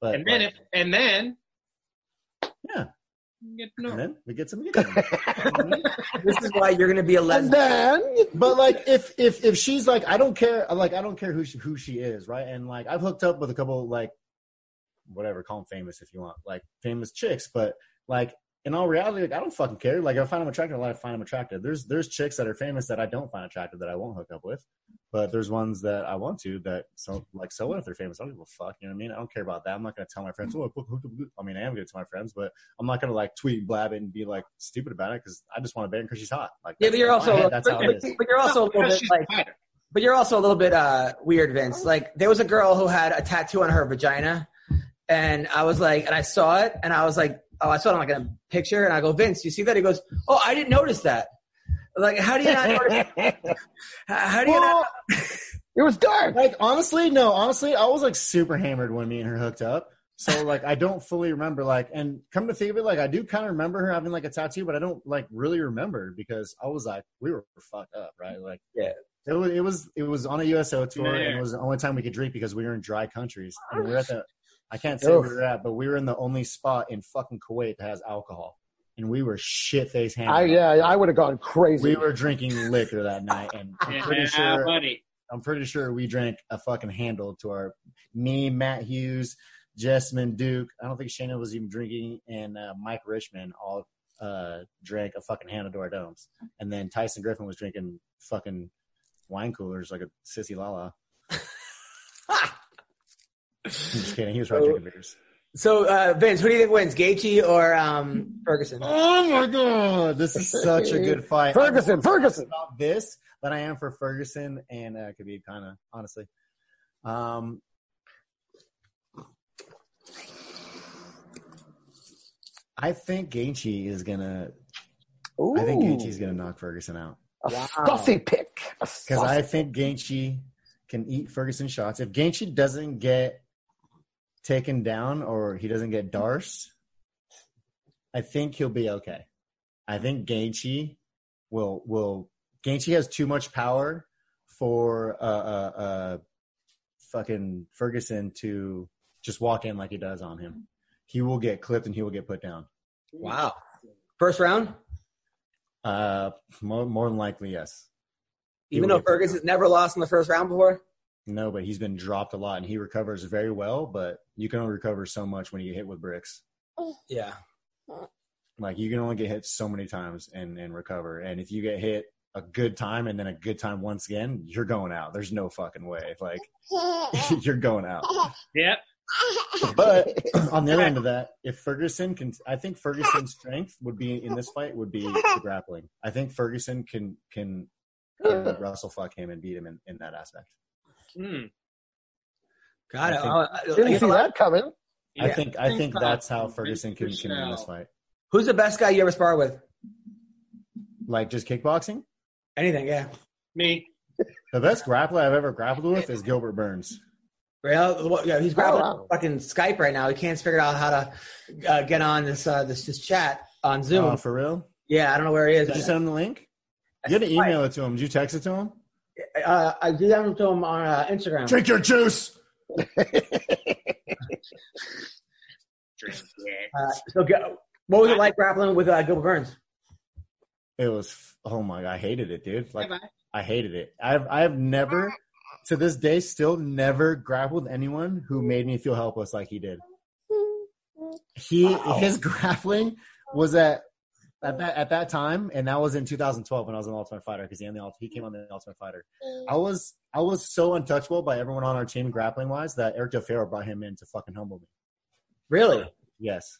[SPEAKER 3] But
[SPEAKER 5] And then
[SPEAKER 3] like,
[SPEAKER 5] if and then
[SPEAKER 3] Yeah.
[SPEAKER 5] You get to know.
[SPEAKER 3] and then we get some. we get some.
[SPEAKER 5] [laughs]
[SPEAKER 2] This is why you're going to be a
[SPEAKER 4] And
[SPEAKER 2] lesbian.
[SPEAKER 4] then,
[SPEAKER 3] But like, if if if she's like, I don't care, like I don't care who she, who she is, right? And like, I've hooked up with a couple like, whatever, call them famous if you want, like famous chicks. But like, in all reality, like I don't fucking care. Like, if I find them attractive. Like, I find them attractive. There's there's chicks that are famous that I don't find attractive that I won't hook up with. But there's ones that I want to that so like so what if they're famous? I don't give a fuck. You know what I mean? I don't care about that. I'm not gonna tell my friends. Oh, I hooked up with-" I mean, I am gonna tell my friends, but I'm not gonna like tweet, blab it, and be like stupid about it because I just want to bang because she's hot. Like,
[SPEAKER 2] Yeah, but you're
[SPEAKER 3] that's- in
[SPEAKER 2] also,
[SPEAKER 3] my head,
[SPEAKER 2] but,
[SPEAKER 3] that's how it is.
[SPEAKER 2] but you're also a
[SPEAKER 5] oh,
[SPEAKER 2] little
[SPEAKER 5] Because
[SPEAKER 2] bit
[SPEAKER 5] she's
[SPEAKER 2] like,
[SPEAKER 5] tighter.
[SPEAKER 2] but you're also a little bit uh, weird, Vince. Like there was a girl who had a tattoo on her vagina, and I was like, and I saw it, and I was like, oh, I saw it on like a picture, and I go, Vince, you see that? He goes, oh, I didn't notice that. Like, how do you [laughs]
[SPEAKER 3] [laughs]
[SPEAKER 2] not notice? How how do you
[SPEAKER 3] Well,
[SPEAKER 2] not?
[SPEAKER 4] it was dark.
[SPEAKER 3] like honestly, no, honestly, I was like super hammered when me and her hooked up. So like I don't fully remember like and come to think of it, like I do kind of remember her having like a tattoo, but I don't like really remember because I was like we were fucked up, right? Like
[SPEAKER 2] Yeah.
[SPEAKER 3] It was it was it was on a USO tour and
[SPEAKER 5] Yeah.
[SPEAKER 3] it was the only time we could drink because we were in dry countries. And we were at the I can't say
[SPEAKER 4] Oof.
[SPEAKER 3] where we were at, but we were in the only spot in fucking Kuwait that has alcohol. And we were shit face hammered.
[SPEAKER 4] I, yeah, I would have gone crazy.
[SPEAKER 3] We were drinking liquor that night and I'm pretty
[SPEAKER 5] Yeah,
[SPEAKER 3] sure
[SPEAKER 5] buddy.
[SPEAKER 3] I'm pretty sure we drank a fucking handle to our me, Matt Hughes, Jessamine Duke. I don't think Shannon was even drinking, and uh, Mike Richmond all uh, drank a fucking handle to our domes. And then Tyson Griffin was drinking fucking wine coolers like a sissy lala. I'm just kidding. He was probably drinking beers.
[SPEAKER 2] So, uh, Vince, who do you think wins, Gaethje or um, Ferguson?
[SPEAKER 3] Oh my god, this is such a good fight.
[SPEAKER 4] Ferguson, Ferguson.
[SPEAKER 3] about this than I am for Ferguson and uh, Khabib, kind of honestly. Um, I think Gaethje is gonna.
[SPEAKER 4] Ooh,
[SPEAKER 3] I think Gaethje is gonna knock Ferguson out
[SPEAKER 4] a fussy pick. A
[SPEAKER 3] because
[SPEAKER 4] fussy-
[SPEAKER 3] I think Gaethje can eat Ferguson shots. If Gaethje doesn't get taken down or he doesn't get Darce, I think he'll be okay. I think Gaethje will will Gaethje has too much power for uh, uh, uh, fucking Ferguson to just walk in like he does on him. He will get clipped and he will get put down.
[SPEAKER 2] Wow. First round,
[SPEAKER 3] Uh, more, more than likely, yes.
[SPEAKER 2] even
[SPEAKER 3] Yeah.
[SPEAKER 2] though Ferguson's never lost in the first round before.
[SPEAKER 3] No, but he's been dropped a lot and he recovers very well, but you can only recover so much when you get hit with bricks.
[SPEAKER 2] Yeah.
[SPEAKER 3] Like you can only get hit so many times and, and recover. And if you get hit a good time and then a good time once again, you're going out. There's no fucking way. Like [laughs] you're going out.
[SPEAKER 5] Yep.
[SPEAKER 3] But [laughs] on the other end of that, if Ferguson can, I think Ferguson's strength would be in this fight would be the grappling. I think Ferguson can can, can wrestle fuck him and beat him in, in that aspect.
[SPEAKER 5] Hmm.
[SPEAKER 2] Got it.
[SPEAKER 3] I think-
[SPEAKER 2] Oh, I-
[SPEAKER 4] Didn't see that coming.
[SPEAKER 3] I
[SPEAKER 2] Yeah.
[SPEAKER 3] think I think
[SPEAKER 5] so.
[SPEAKER 3] that's how Ferguson can, can win this fight.
[SPEAKER 2] Who's the best guy you ever spar with?
[SPEAKER 3] Like just kickboxing.
[SPEAKER 2] Anything? Yeah.
[SPEAKER 5] Me.
[SPEAKER 3] The best grappler I've ever grappled with is Gilbert Burns.
[SPEAKER 2] Real, what- yeah, he's grabbing
[SPEAKER 4] wow.
[SPEAKER 2] fucking Skype right now. He can't figure out how to uh, get on this uh, this this chat on Zoom.
[SPEAKER 3] Uh, for real?
[SPEAKER 2] yeah, I don't know where he is.
[SPEAKER 3] Did you
[SPEAKER 2] but-
[SPEAKER 3] send him the link? You had to email it to him. Did you text it to him?
[SPEAKER 2] uh, I DM'd to him on uh, Instagram.
[SPEAKER 3] Drink your juice.
[SPEAKER 2] Uh, so, go, what was it like grappling with uh, Gilbert Burns?
[SPEAKER 3] It was. Oh my! God, I hated it, dude. Like
[SPEAKER 5] Bye-bye.
[SPEAKER 3] I hated it. I've I've never to this day still never grappled anyone who made me feel helpless like he did. He his grappling was at at that at that time, and that was in 2012 when I was an Ultimate Fighter because he on the Ult- he came on the Ultimate Fighter. I was I was so untouchable by everyone on our team grappling wise that Eric DeFero brought him in to fucking humble me.
[SPEAKER 2] Really?
[SPEAKER 3] Yes.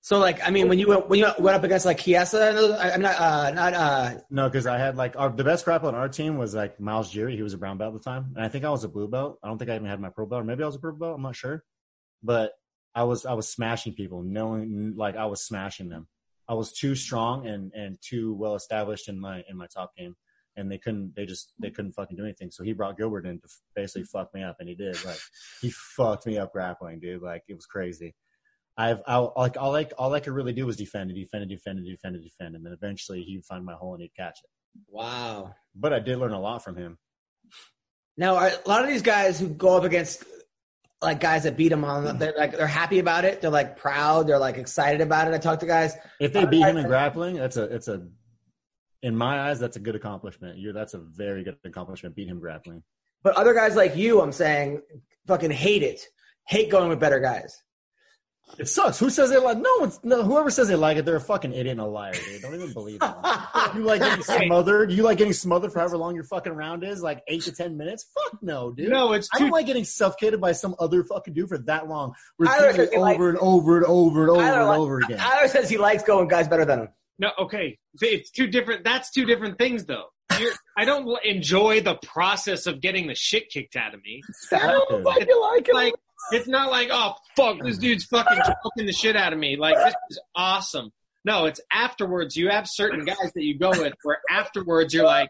[SPEAKER 2] So like, I mean, when you went, when you went up against like Kiesa, and those, I, I'm not, uh, not, uh,
[SPEAKER 3] No, because I had like our the best grappler on our team was like Miles Jerry. He was a brown belt at the time, and I think I was a blue belt. I don't think I even had my pro belt, or maybe I was a purple belt. I'm not sure, but I was I was smashing people, knowing like I was smashing them. I was too strong and and too well established in my in my top game, and they couldn't they just they couldn't fucking do anything. So he brought Gilbert in to f- basically fuck me up, and he did like he fucked me up grappling, dude. Like it was crazy. I've I, like all like all I could really do was defend and defend and defend and defend and defend, and then eventually he'd find my hole and he'd catch it
[SPEAKER 2] wow.
[SPEAKER 3] but I did learn a lot from him.
[SPEAKER 2] Now, are, a lot of these guys who go up against like guys that beat them on, um, they're like, they're happy about it. They're like proud. They're like excited about it. I talk to guys.
[SPEAKER 3] If they beat him in grappling, that's a it's a in my eyes that's a good accomplishment. You're that's a very good accomplishment. Beat him grappling.
[SPEAKER 2] But other guys like you, I'm saying, fucking hate it. Hate going with better guys.
[SPEAKER 3] It sucks. Who says they like? No one's no. Whoever says they like it, they're a fucking idiot and a liar. Dude. Don't even believe them. You like getting smothered. You like getting smothered for however long your fucking round is, like eight to ten minutes. Fuck no, dude.
[SPEAKER 5] No, it's
[SPEAKER 3] I
[SPEAKER 5] too
[SPEAKER 3] don't like getting suffocated by some other fucking dude for that long,
[SPEAKER 2] Either
[SPEAKER 3] repeating it
[SPEAKER 2] they like-
[SPEAKER 3] over and over and over and over
[SPEAKER 2] Either
[SPEAKER 3] and
[SPEAKER 2] like-
[SPEAKER 3] over again.
[SPEAKER 2] Tyler says he likes going with guys better than him.
[SPEAKER 5] No, okay. It's two different. That's two different things, though. You're, I don't l- enjoy the process of getting the shit kicked out of me.
[SPEAKER 4] I don't fucking like it.
[SPEAKER 5] Like it's not like oh fuck, this dude's fucking choking the shit out of me. Like this is awesome. No, it's afterwards. You have certain guys that you go with where afterwards you're like,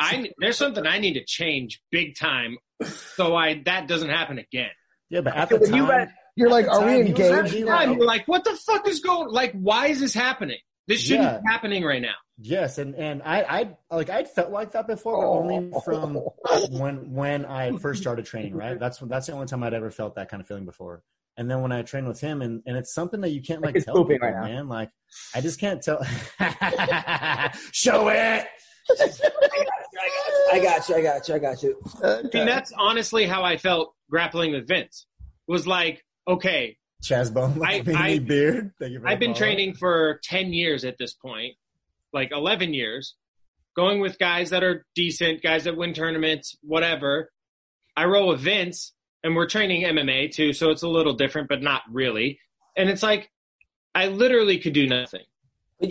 [SPEAKER 5] I there's something I need to change big time, so I that doesn't happen again.
[SPEAKER 3] Yeah, but at the
[SPEAKER 4] When
[SPEAKER 3] time,
[SPEAKER 4] you went- You're like, are we
[SPEAKER 3] Time, he was
[SPEAKER 4] engaged?
[SPEAKER 3] happy.
[SPEAKER 5] Every time you're like, what the fuck is going? Like, why is this happening? This shouldn't be happening right now.
[SPEAKER 3] Yes, and and I I like I'd felt like that before, but only from when when I first started training. Right, that's that's the only time I'd ever felt that kind of feeling before. And then when I trained with him, and and it's something that you can't like
[SPEAKER 2] He's
[SPEAKER 3] tell
[SPEAKER 2] pooping
[SPEAKER 3] people,
[SPEAKER 2] right now.
[SPEAKER 3] man. Like I just can't tell. [laughs] Show it.
[SPEAKER 2] I got you. I got you. I got you.
[SPEAKER 5] I mean, that's honestly how I felt grappling with Vince. Was like, okay,
[SPEAKER 3] Chaz Bone,
[SPEAKER 5] I-
[SPEAKER 3] [laughs] I,
[SPEAKER 5] I-
[SPEAKER 3] beard. Thank you for the
[SPEAKER 5] I've been
[SPEAKER 3] follow.
[SPEAKER 5] training for 10 years at this point, like 11 years, going with guys that are decent, guys that win tournaments, whatever. I roll with Vince, and we're training MMA too, so it's a little different, but not really. And it's like, I literally could do nothing.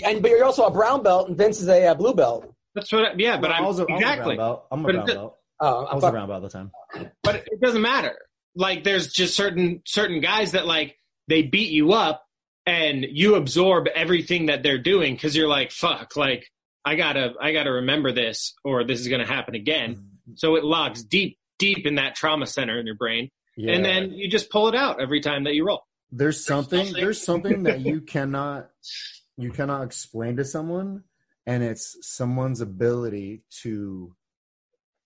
[SPEAKER 2] And but you're also a brown belt, and Vince is a uh, blue belt.
[SPEAKER 5] That's what, I, yeah, but
[SPEAKER 3] Well,
[SPEAKER 5] I'm,
[SPEAKER 3] I was a- I was a brown
[SPEAKER 5] exactly.
[SPEAKER 3] belt. I'm a
[SPEAKER 5] But
[SPEAKER 3] brown
[SPEAKER 5] it-
[SPEAKER 3] belt.
[SPEAKER 2] Oh,
[SPEAKER 3] I
[SPEAKER 2] I'm
[SPEAKER 3] was a
[SPEAKER 2] fuck-
[SPEAKER 3] brown belt at the time.
[SPEAKER 5] but it doesn't matter. Like there's just certain certain guys that like they beat you up and you absorb everything that they're doing because you're like fuck like I gotta I gotta remember this or this is gonna happen again. So it logs deep deep in that trauma center in your brain,
[SPEAKER 3] Yeah.
[SPEAKER 5] and then you just pull it out every time that you roll. [laughs]
[SPEAKER 3] there's something
[SPEAKER 5] something-
[SPEAKER 3] there's something that you cannot you cannot explain to someone and it's someone's ability to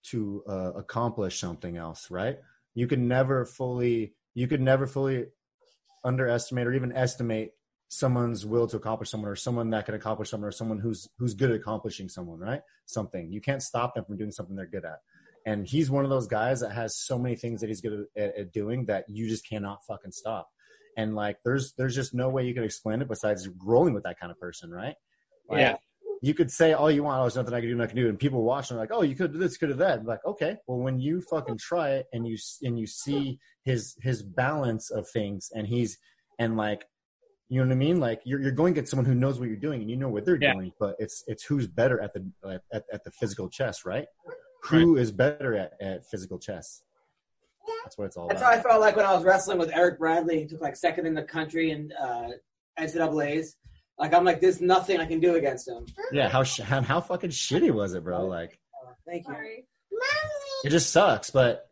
[SPEAKER 3] to uh, accomplish something else right you can never fully you could never fully underestimate or even estimate someone's will to accomplish someone or someone that can accomplish someone or someone who's who's good at accomplishing someone right something you can't stop them from doing something they're good at and he's one of those guys that has so many things that he's good at, at doing that you just cannot fucking stop and like there's there's just no way you can explain it besides rolling with that kind of person right Like,
[SPEAKER 5] Yeah.
[SPEAKER 3] you could say all you want oh there's nothing i can do nothing i can do and people watch and are like oh you could do this could do that and like okay well when you fucking try it and you s- and you see his his balance of things and he's and like you know what i mean like you're, you're going to get someone who knows what you're doing and you know what they're
[SPEAKER 5] Yeah.
[SPEAKER 3] doing but it's it's who's better at the at, at, at the physical chess right Who is better at, at physical chess that's what it's all
[SPEAKER 2] That's how
[SPEAKER 3] about
[SPEAKER 2] I felt like when I was wrestling with Eric Bradley. He took like second in the country in uh, NCAA's. Like I'm like, there's nothing I can do against him.
[SPEAKER 3] yeah how, sh- how how fucking shitty was it bro like
[SPEAKER 2] Uh, thank you.
[SPEAKER 7] Sorry.
[SPEAKER 3] it just sucks but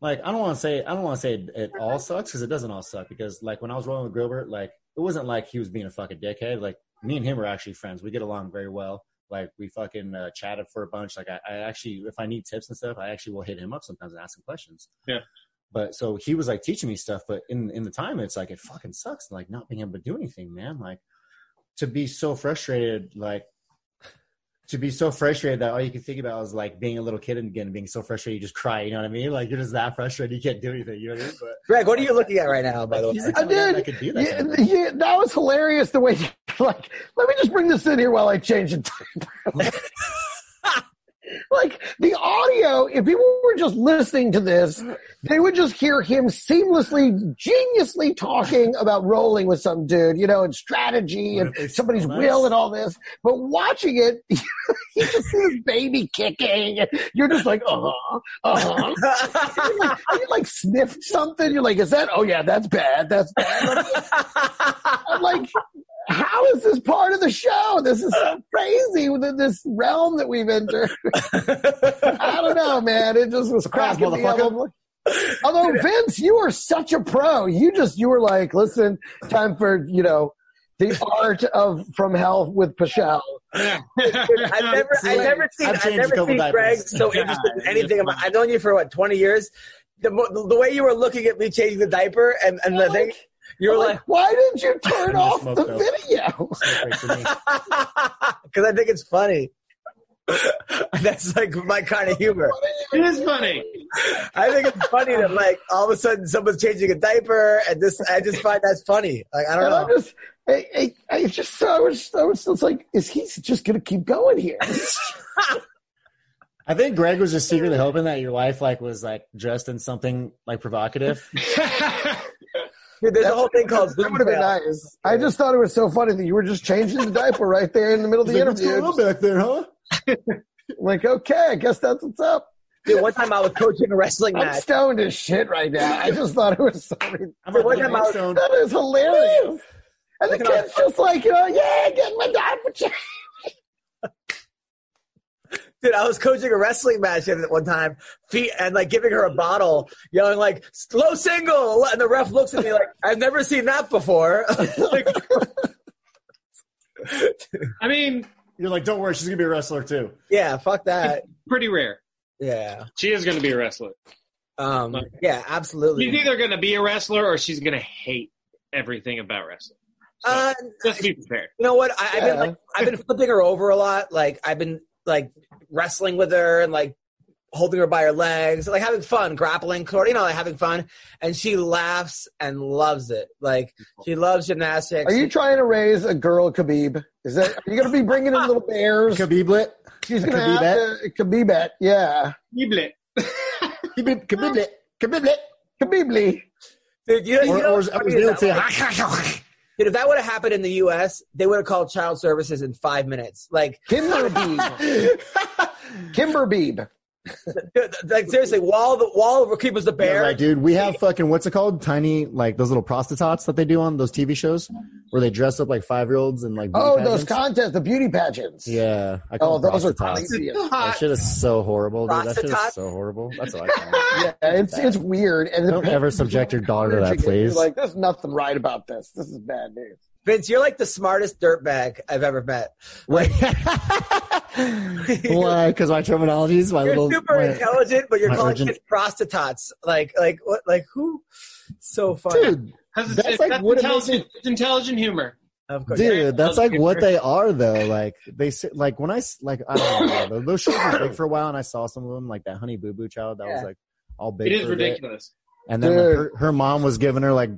[SPEAKER 3] like i don't want to say i don't want to say it, it all sucks because it doesn't all suck because like when i was rolling with gilbert like it wasn't like he was being a fucking dickhead like me and him are actually friends we get along very well like we fucking uh, chatted for a bunch like I, I actually if i need tips and stuff i actually will hit him up sometimes and ask him questions
[SPEAKER 5] Yeah.
[SPEAKER 3] but so he was like teaching me stuff but in in the time it's like it fucking sucks like not being able to do anything man like to be so frustrated like to be so frustrated that all you could think about was like being a little kid and again being so frustrated you just cry. You know what I mean? Like you're just that frustrated you can't do anything. You know what I mean? But
[SPEAKER 2] [laughs] Greg, what are you looking at right now, by the way?
[SPEAKER 3] he's the
[SPEAKER 4] I
[SPEAKER 3] kind of guy
[SPEAKER 4] did.
[SPEAKER 3] that could do that.
[SPEAKER 4] Yeah,
[SPEAKER 3] kind of thing.
[SPEAKER 4] yeah, that was hilarious. The way, [laughs] you, like, let me just bring this in here while I change it. [laughs] like the audio, if people were just listening to this, they would just hear him seamlessly, geniusly talking about rolling with some dude, you know, and strategy and
[SPEAKER 3] What if they
[SPEAKER 4] somebody's
[SPEAKER 3] smell nice?
[SPEAKER 4] will and all this. But watching it, [laughs] you just see his baby kicking. and You're just like, uh huh, uh [laughs] huh. you like, you like sniffed something. You're like, is that? Oh yeah, that's bad. That's bad. I'm like, how is this part of the show? This is so crazy within this realm that we've entered. [laughs] I don't know, man. It just was
[SPEAKER 3] Surprise,
[SPEAKER 4] cracking me up.
[SPEAKER 3] motherfucker.
[SPEAKER 4] I'm like- Although Vince, you are such a pro. You just you were like, listen, time for you know. The art of from hell with Pichelle.
[SPEAKER 2] I've never, I've never seen,
[SPEAKER 3] I've
[SPEAKER 2] I've,
[SPEAKER 3] changed a
[SPEAKER 2] never
[SPEAKER 3] couple
[SPEAKER 2] seen
[SPEAKER 3] diapers.
[SPEAKER 2] Greg so interested in anything. About, I've known you for what twenty years. The, mo- the way you were looking at me changing the diaper and, and the thing, you were
[SPEAKER 4] I'm
[SPEAKER 2] like, [laughs]
[SPEAKER 4] like, why didn't you turn
[SPEAKER 3] I
[SPEAKER 4] off
[SPEAKER 3] smoked
[SPEAKER 4] the
[SPEAKER 3] dope.
[SPEAKER 4] video?
[SPEAKER 3] Perfect for me.
[SPEAKER 2] because I think it's funny. [laughs] That's like my kind of humor.
[SPEAKER 5] It is funny.
[SPEAKER 2] I think it's funny that like all of a sudden someone's changing a diaper and this. I just find that's funny. Like I don't
[SPEAKER 4] And
[SPEAKER 2] know.
[SPEAKER 4] I'm just, I, I, I just, I was, I was just like, is he just going to keep
[SPEAKER 3] [laughs]
[SPEAKER 4] going here?
[SPEAKER 3] I think Greg was just secretly hoping that your wife like was like dressed in something
[SPEAKER 2] [laughs]
[SPEAKER 3] like provocative.
[SPEAKER 2] Dude, there's a whole thing called
[SPEAKER 4] That
[SPEAKER 2] Zoom
[SPEAKER 4] would have been
[SPEAKER 2] fail.
[SPEAKER 4] nice. I just thought it was so funny that you were just changing the diaper right there in the middle of the
[SPEAKER 3] He's like,
[SPEAKER 4] interview.
[SPEAKER 3] What's going on back there, huh?
[SPEAKER 4] like, okay, I guess that's what's up.
[SPEAKER 2] Dude, one time I was coaching a wrestling
[SPEAKER 4] I'm
[SPEAKER 2] match.
[SPEAKER 4] stoned as shit right now. I just thought it was so.
[SPEAKER 3] I'm
[SPEAKER 2] Dude, one
[SPEAKER 3] a
[SPEAKER 2] time I was-
[SPEAKER 3] stone.
[SPEAKER 4] That is hilarious. And the
[SPEAKER 2] Look at
[SPEAKER 4] kid's just like, you know, yeah, get my diaper changed.
[SPEAKER 2] Dude, I was coaching a wrestling match at one time, feet and like giving her a bottle, yelling like "slow single," and the ref looks at me like I've never seen that before. [laughs] like,
[SPEAKER 5] [laughs] I mean,
[SPEAKER 3] You're like, don't worry, she's gonna be a wrestler too.
[SPEAKER 2] yeah, fuck that.
[SPEAKER 5] pretty rare.
[SPEAKER 2] Yeah,
[SPEAKER 5] She is going to be a wrestler.
[SPEAKER 2] um, yeah,
[SPEAKER 5] She's
[SPEAKER 2] absolutely.
[SPEAKER 5] either going to be a wrestler or she's going to hate everything about wrestling.
[SPEAKER 2] Uh,
[SPEAKER 5] Just be prepared.
[SPEAKER 2] you know what? I, I've been
[SPEAKER 4] Yeah.
[SPEAKER 2] like I've been flipping her over a lot. Like I've been like wrestling with her and like holding her by her legs, like having fun, grappling, sort- you know, like having fun. And she laughs and loves it. Like she loves gymnastics.
[SPEAKER 4] Are you trying to raise a girl, Khabib? Is that are you going to be bringing in little bears?
[SPEAKER 3] Kabiblet.
[SPEAKER 4] She's going to have
[SPEAKER 3] Khabibet?
[SPEAKER 4] to Khabibet, yeah,
[SPEAKER 5] Giblet.
[SPEAKER 3] Kabib- Kabiblet. Kabiblet.
[SPEAKER 4] Khabibli.
[SPEAKER 2] Dude, you know, you
[SPEAKER 3] Or,
[SPEAKER 2] know
[SPEAKER 3] or,
[SPEAKER 2] what's
[SPEAKER 3] or
[SPEAKER 2] funny is
[SPEAKER 3] Brazil
[SPEAKER 2] that,
[SPEAKER 3] too.
[SPEAKER 2] like, dude, if that would have happened in the U.S., they would have called child services in five minutes. Like,
[SPEAKER 4] Kimber Beeb. Kimber Beeb.
[SPEAKER 2] dude, like seriously, Wall the Wall keepers the
[SPEAKER 3] Yeah,
[SPEAKER 2] bear.
[SPEAKER 3] right, dude. We have fucking what's it called? Tiny like those little prostitutes that they do on those TV shows where they dress up like five year olds and like beauty
[SPEAKER 4] Oh, those
[SPEAKER 3] pageants.
[SPEAKER 4] contests, the beauty pageants.
[SPEAKER 3] yeah. I
[SPEAKER 4] Oh,
[SPEAKER 3] call them
[SPEAKER 4] those are
[SPEAKER 3] prostitutes.
[SPEAKER 4] crazy.
[SPEAKER 3] That shit is so horrible, dude. That shit
[SPEAKER 2] Prostitutes?
[SPEAKER 3] is so horrible. That's
[SPEAKER 4] [laughs]
[SPEAKER 3] what I call it.
[SPEAKER 4] Yeah, it's it's weird. And the
[SPEAKER 3] Don't ever subject your daughter to that, please.
[SPEAKER 4] Like, [laughs] there's nothing right about this. This is bad news.
[SPEAKER 2] Vince, you're like the smartest dirtbag I've ever met. Like,
[SPEAKER 4] [laughs]
[SPEAKER 3] Why? Because my terminology is my
[SPEAKER 2] you're
[SPEAKER 3] little.
[SPEAKER 2] super
[SPEAKER 3] my-
[SPEAKER 2] intelligent, but you're
[SPEAKER 3] my
[SPEAKER 2] calling
[SPEAKER 3] urgent-
[SPEAKER 2] kids prostitutes. Like, like what? Like who? So funny.
[SPEAKER 3] Dude,
[SPEAKER 5] That's,
[SPEAKER 3] That's like what it makes
[SPEAKER 5] intelligent, it's intelligent humor.
[SPEAKER 2] of course.
[SPEAKER 3] dude, that's like what they are though. Like they s- like when I s- like I don't know. bro, Those shows were big for a while, and I saw some of them, like that Honey Boo Boo Child. That was
[SPEAKER 2] Yeah.
[SPEAKER 3] like all big.
[SPEAKER 5] It is
[SPEAKER 3] for a bit.
[SPEAKER 5] ridiculous.
[SPEAKER 3] And then when
[SPEAKER 4] Dude.
[SPEAKER 3] her, her mom was giving her like,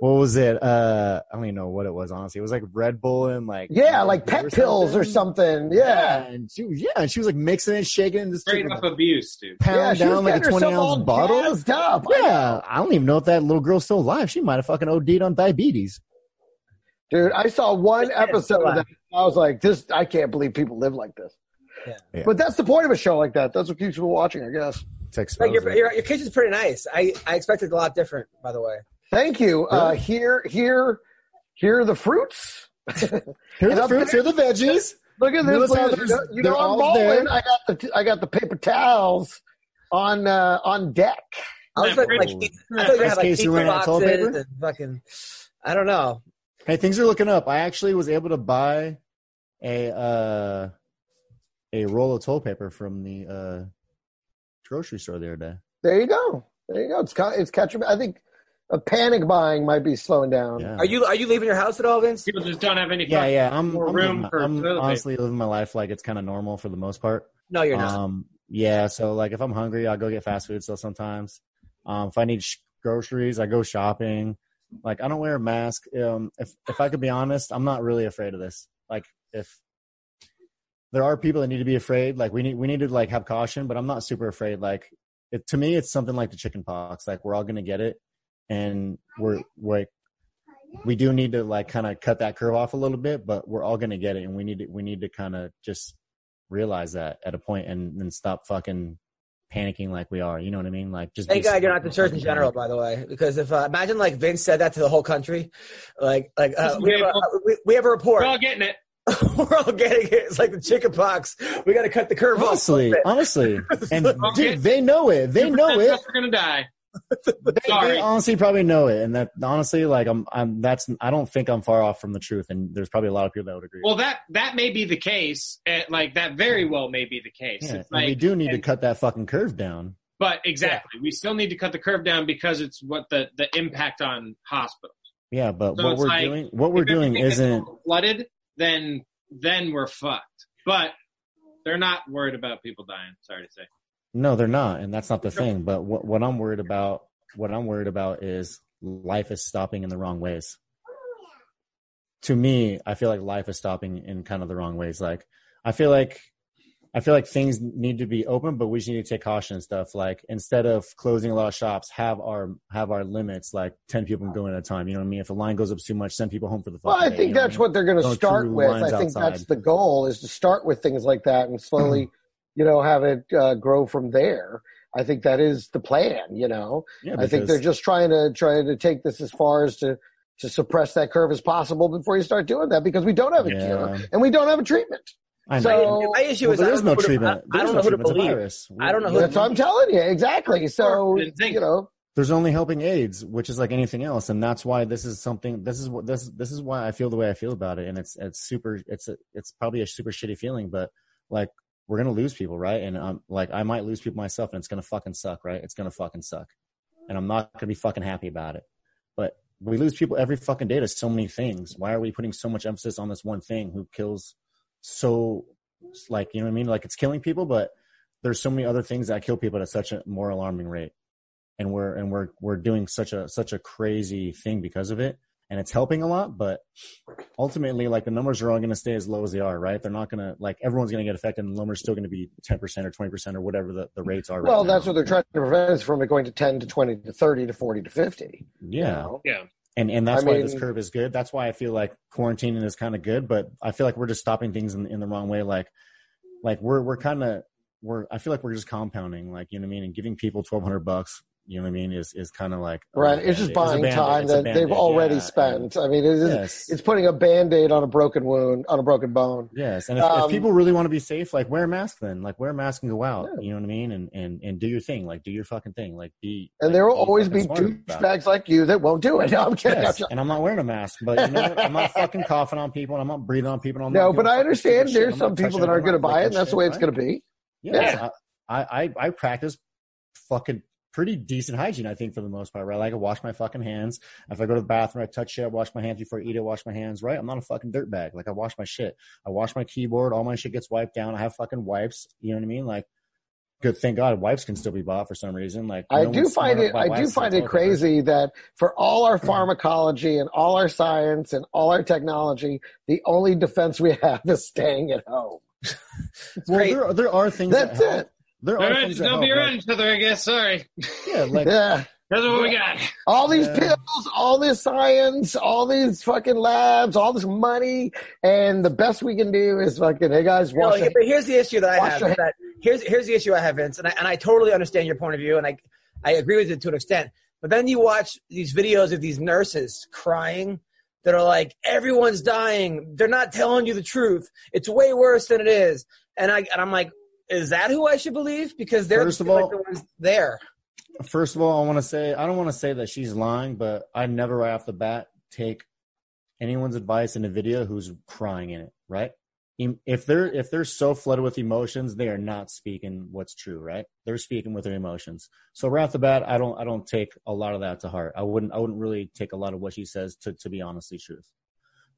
[SPEAKER 3] what was it? Uh, I don't even know what it was. Honestly, it was like Red Bull and like
[SPEAKER 4] Yeah, like pet pills or something. Yeah.
[SPEAKER 3] and she yeah, and she was like mixing it, shaking it, just
[SPEAKER 5] Straight
[SPEAKER 3] taking
[SPEAKER 5] up
[SPEAKER 3] a
[SPEAKER 5] abuse, dude.
[SPEAKER 4] yeah,
[SPEAKER 3] pound
[SPEAKER 4] she was
[SPEAKER 3] down like
[SPEAKER 4] getting
[SPEAKER 3] a
[SPEAKER 4] herself
[SPEAKER 3] twenty
[SPEAKER 4] all
[SPEAKER 3] ounce bottle.
[SPEAKER 4] jazzed up.
[SPEAKER 3] Yeah, I don't even know if that little girl's still alive. She might have fucking OD'd on diabetes.
[SPEAKER 4] Dude, I saw one
[SPEAKER 2] Yeah,
[SPEAKER 4] episode
[SPEAKER 2] so
[SPEAKER 4] of that. I was like, this, I can't believe people live like this.
[SPEAKER 2] Yeah.
[SPEAKER 3] Yeah.
[SPEAKER 4] But that's the point of a show like that. That's what keeps people watching, I guess.
[SPEAKER 3] It's exposed.
[SPEAKER 2] Like your, your, your kitchen's pretty nice. I, I expected a lot different, by the way.
[SPEAKER 4] Thank you. Uh,
[SPEAKER 3] Really?
[SPEAKER 4] here, here, here are the fruits.
[SPEAKER 3] here are
[SPEAKER 4] and
[SPEAKER 3] the
[SPEAKER 4] up
[SPEAKER 3] fruits. Here
[SPEAKER 4] there-
[SPEAKER 3] are the veggies.
[SPEAKER 4] Look at this.
[SPEAKER 3] Notice how
[SPEAKER 4] ladies.
[SPEAKER 3] there's-
[SPEAKER 4] You know, you
[SPEAKER 3] they're
[SPEAKER 4] know I'm
[SPEAKER 3] all
[SPEAKER 4] balling.
[SPEAKER 3] there.
[SPEAKER 4] I got the t- I got the paper towels on uh, on deck.
[SPEAKER 2] I was like, like
[SPEAKER 3] Ooh.
[SPEAKER 2] pizza- I thought you
[SPEAKER 3] Just
[SPEAKER 2] had like
[SPEAKER 3] in case
[SPEAKER 2] pizza
[SPEAKER 3] you ran out of toilet
[SPEAKER 2] boxes
[SPEAKER 3] paper?
[SPEAKER 2] and fucking. I don't know. [laughs]
[SPEAKER 3] Hey, things are looking up. I actually was able to buy a uh, a roll of toilet paper from the uh, grocery store the other day.
[SPEAKER 4] There you go. There you go. It's ca- it's catching. I think uh, panic buying might be slowing down.
[SPEAKER 3] Yeah.
[SPEAKER 2] Are you are you leaving your house at all, Vince?
[SPEAKER 5] People just don't have any.
[SPEAKER 3] Yeah,
[SPEAKER 5] fucking-
[SPEAKER 3] yeah. I'm,
[SPEAKER 5] More
[SPEAKER 3] I'm,
[SPEAKER 5] room
[SPEAKER 3] living-
[SPEAKER 5] for
[SPEAKER 3] I'm
[SPEAKER 5] toilet paper.
[SPEAKER 3] honestly living my life like it's kind of normal for the most part.
[SPEAKER 2] No, you're not.
[SPEAKER 3] Um, yeah. So like if I'm hungry, I'll go get fast food still sometimes. Um, if I need sh- groceries, I go shopping. Like I don't wear a mask. Um, if, if I could be honest, I'm not really afraid of this. Like if there are people that need to be afraid, like we need, we need to like have caution, but I'm not super afraid. Like it, to me, it's something like the chicken pox. Like we're all going to get it and we're like, we do need to like kind of cut that curve off a little bit, but we're all going to get it, and we need to we need to kind of just realize that at a point and and stop fucking panicking like we are. You know what I mean? Like just
[SPEAKER 2] Thank
[SPEAKER 3] be-
[SPEAKER 2] God you're not the Surgeon General, by the way, because if uh, imagine like Vince said that to the whole country, like like uh, we, have a, uh, we, we have a report,
[SPEAKER 5] We're all getting it.
[SPEAKER 2] we're all getting it. It's like the chicken pox. We got to cut the curve off. [laughs]
[SPEAKER 3] Honestly, honestly, and
[SPEAKER 5] Okay.
[SPEAKER 3] dude, they know it. They know it.
[SPEAKER 5] We're gonna die.
[SPEAKER 3] They,
[SPEAKER 5] Sorry.
[SPEAKER 3] they honestly probably know it, and that honestly, like I'm, I'm. That's I don't think I'm far off from the truth, and there's probably a lot of people that would agree.
[SPEAKER 5] Well, that that may be the case. eh, like that very well may be the case.
[SPEAKER 3] yeah,
[SPEAKER 5] It's
[SPEAKER 3] and we
[SPEAKER 5] like-
[SPEAKER 3] do need to
[SPEAKER 5] and-
[SPEAKER 3] cut that fucking curve down.
[SPEAKER 5] But exactly, we still need to cut the curve down because it's what the the impact on hospitals.
[SPEAKER 3] Yeah, but
[SPEAKER 5] So
[SPEAKER 3] what
[SPEAKER 5] it's
[SPEAKER 3] we're
[SPEAKER 5] like,
[SPEAKER 3] doing, what we're
[SPEAKER 5] If
[SPEAKER 3] doing
[SPEAKER 5] everything gets
[SPEAKER 3] isn't
[SPEAKER 5] flooded. Then then we're fucked. But they're not worried about people dying. Sorry to say.
[SPEAKER 3] No, they're not, and that's not the
[SPEAKER 5] Sure.
[SPEAKER 3] thing. But what what I'm worried about, what I'm worried about is life is stopping in the wrong ways. To me, I feel like life is stopping in kind of the wrong ways. Like I feel like I feel like things need to be open, but we just need to take caution and stuff. Like instead of closing a lot of shops, have our have our limits like ten people can go in at a time. You know what I mean? If the line goes up too much, send people home for the.
[SPEAKER 4] Well,
[SPEAKER 3] fucking
[SPEAKER 4] I
[SPEAKER 3] day,
[SPEAKER 4] think
[SPEAKER 3] you know
[SPEAKER 4] that's
[SPEAKER 3] I mean?
[SPEAKER 4] what they're going
[SPEAKER 3] No
[SPEAKER 4] to start
[SPEAKER 3] true
[SPEAKER 4] with.
[SPEAKER 3] lines
[SPEAKER 4] I think
[SPEAKER 3] outside.
[SPEAKER 4] that's the goal is to start with things like that
[SPEAKER 3] [clears throat]
[SPEAKER 4] and slowly, you know, have it uh, grow from there. I think that is the plan, you know.
[SPEAKER 3] Yeah,
[SPEAKER 4] I think
[SPEAKER 3] because-
[SPEAKER 4] they're just trying to trying to take this as far as to to suppress that curve as possible before you start doing that because we don't have a
[SPEAKER 3] Yeah.
[SPEAKER 4] cure and we don't have a treatment.
[SPEAKER 3] I know.
[SPEAKER 4] so-
[SPEAKER 2] My issue
[SPEAKER 3] Well,
[SPEAKER 2] is I
[SPEAKER 3] there is
[SPEAKER 2] don't know
[SPEAKER 3] no
[SPEAKER 2] who to- I,
[SPEAKER 3] treatment.
[SPEAKER 2] I
[SPEAKER 3] There is
[SPEAKER 2] don't
[SPEAKER 3] no
[SPEAKER 2] know who to
[SPEAKER 3] treatment. It's a
[SPEAKER 2] believe.
[SPEAKER 3] virus.
[SPEAKER 2] I don't know who to
[SPEAKER 4] That's what I'm telling you. Exactly. So,
[SPEAKER 5] Sure. Think-
[SPEAKER 4] you know,
[SPEAKER 3] there's only helping AIDS, which is like anything else, and that's why this is something. This is what this this is why I feel the way I feel about it, and it's it's super. It's a, it's probably a super shitty feeling, but like we're gonna lose people, right? And I'm like I might lose people myself, and it's gonna fucking suck, right? It's gonna fucking suck, and I'm not gonna be fucking happy about it. But we lose people every fucking day to so many things. Why are we putting so much emphasis on this one thing? Who kills so like you know what I mean? Like it's killing people, but there's so many other things that kill people at such a more alarming rate and we're and we're we're doing such a such a crazy thing because of it and it's helping a lot but ultimately like the numbers are all going to stay as low as they are right they're not going to like everyone's going to get affected and the numbers still going to be 10% or 20% or whatever the, the rates are right
[SPEAKER 4] well,
[SPEAKER 3] now.
[SPEAKER 4] that's what they're trying to prevent us from it going to 10 to 20 to 30 to 40 to 50. you
[SPEAKER 3] yeah
[SPEAKER 4] know?
[SPEAKER 3] and and that's
[SPEAKER 4] I
[SPEAKER 3] why this
[SPEAKER 4] mean-
[SPEAKER 3] curve is good that's why i feel like quarantining is kind of good but i feel like we're just stopping things in, in the wrong way like like we're we're kind of we're i feel like we're just compounding like you know what i mean and giving people 1200 bucks you know what i mean is is kind of like a
[SPEAKER 4] Right. It's
[SPEAKER 3] Band-Aid.
[SPEAKER 4] just
[SPEAKER 3] a
[SPEAKER 4] buying
[SPEAKER 3] Band-Aid.
[SPEAKER 4] time
[SPEAKER 3] It's a
[SPEAKER 4] that they've
[SPEAKER 3] Band-Aid.
[SPEAKER 4] already
[SPEAKER 3] Yeah.
[SPEAKER 4] spent. I mean, it is,
[SPEAKER 3] yes.
[SPEAKER 4] it's putting a band-aid on a broken wound, on a broken bone.
[SPEAKER 3] Yes, and if, if
[SPEAKER 4] Um,
[SPEAKER 3] people really want to be safe, like wear a mask then, like wear a mask and go out. You know what I mean, and and and do your thing, like do your fucking thing, like be.
[SPEAKER 4] And
[SPEAKER 3] like,
[SPEAKER 4] there will always be
[SPEAKER 3] fucking smart about it.
[SPEAKER 4] douchebags like you that won't do it. [laughs] No, I'm kidding.
[SPEAKER 3] Yes,
[SPEAKER 4] I'm
[SPEAKER 3] and I'm not wearing a mask, but you know what? I'm not fucking coughing on people, and I'm not breathing on people. And I'm
[SPEAKER 4] no,
[SPEAKER 3] not doing
[SPEAKER 4] but I
[SPEAKER 3] fucking
[SPEAKER 4] understand
[SPEAKER 3] stupid shit.
[SPEAKER 4] there's
[SPEAKER 3] I'm
[SPEAKER 4] some
[SPEAKER 3] not
[SPEAKER 4] people
[SPEAKER 3] touching
[SPEAKER 4] that aren't going to
[SPEAKER 3] anyone,
[SPEAKER 4] buy
[SPEAKER 3] like
[SPEAKER 4] it, and that's
[SPEAKER 3] shit,
[SPEAKER 4] the way it's
[SPEAKER 3] right?
[SPEAKER 4] going to be.
[SPEAKER 3] Yes, I, I I practice fucking pretty decent hygiene, I think, for the most part, right? Like I wash my fucking hands. If I go to the bathroom, I touch shit, I wash my hands before I eat it, wash my hands, right? I'm not a fucking dirtbag. Like I wash my shit. I wash my keyboard, all my shit gets wiped down. I have fucking wipes. You know what I mean? Like good thank God wipes can still be bought for some reason. Like
[SPEAKER 4] I
[SPEAKER 3] no
[SPEAKER 4] do
[SPEAKER 3] one's smart
[SPEAKER 4] find it.
[SPEAKER 3] about
[SPEAKER 4] I
[SPEAKER 3] wipes
[SPEAKER 4] do
[SPEAKER 3] and
[SPEAKER 4] find
[SPEAKER 3] toilet
[SPEAKER 4] it
[SPEAKER 3] paper.
[SPEAKER 4] crazy that for all our pharmacology and all our science and all our technology, the only defense we have is staying at home.
[SPEAKER 3] Well,
[SPEAKER 2] great.
[SPEAKER 3] there, there are things
[SPEAKER 4] That's
[SPEAKER 3] that help.
[SPEAKER 4] it.
[SPEAKER 3] There
[SPEAKER 5] All
[SPEAKER 3] are
[SPEAKER 5] right,
[SPEAKER 3] things
[SPEAKER 5] just
[SPEAKER 3] that
[SPEAKER 5] don't
[SPEAKER 3] help.
[SPEAKER 5] be around
[SPEAKER 3] Like,
[SPEAKER 5] each other. I guess. Sorry.
[SPEAKER 3] yeah, like
[SPEAKER 4] Yeah,
[SPEAKER 5] That's what we got.
[SPEAKER 4] all these
[SPEAKER 3] Yeah.
[SPEAKER 4] pills, all this science, all these fucking labs, all this money, and the best we can do is fucking. Hey guys,
[SPEAKER 2] No,
[SPEAKER 4] wash.
[SPEAKER 2] yeah,
[SPEAKER 4] your
[SPEAKER 2] but here's the issue that I
[SPEAKER 4] Wash
[SPEAKER 2] have.
[SPEAKER 4] your
[SPEAKER 2] is That here's here's the issue I have, Vince, and I, and I totally understand your point of view, and I I agree with it to an extent. But then you watch these videos of these nurses crying that are like, everyone's dying. They're not telling you the truth. It's way worse than it is. And I and I'm like, is that who I should believe? Because they're
[SPEAKER 3] First of
[SPEAKER 2] like
[SPEAKER 3] all-
[SPEAKER 2] the ones there.
[SPEAKER 3] first of all, I want to say I don't want to say that she's lying, but I never right off the bat take anyone's advice in a video who's crying in it, right? em- if they're if they're so flooded with emotions, they are not speaking what's true, right? They're speaking with their emotions. So right off the bat, I don't I don't take a lot of that to heart. I wouldn't I wouldn't really take a lot of what she says to to be honestly truth.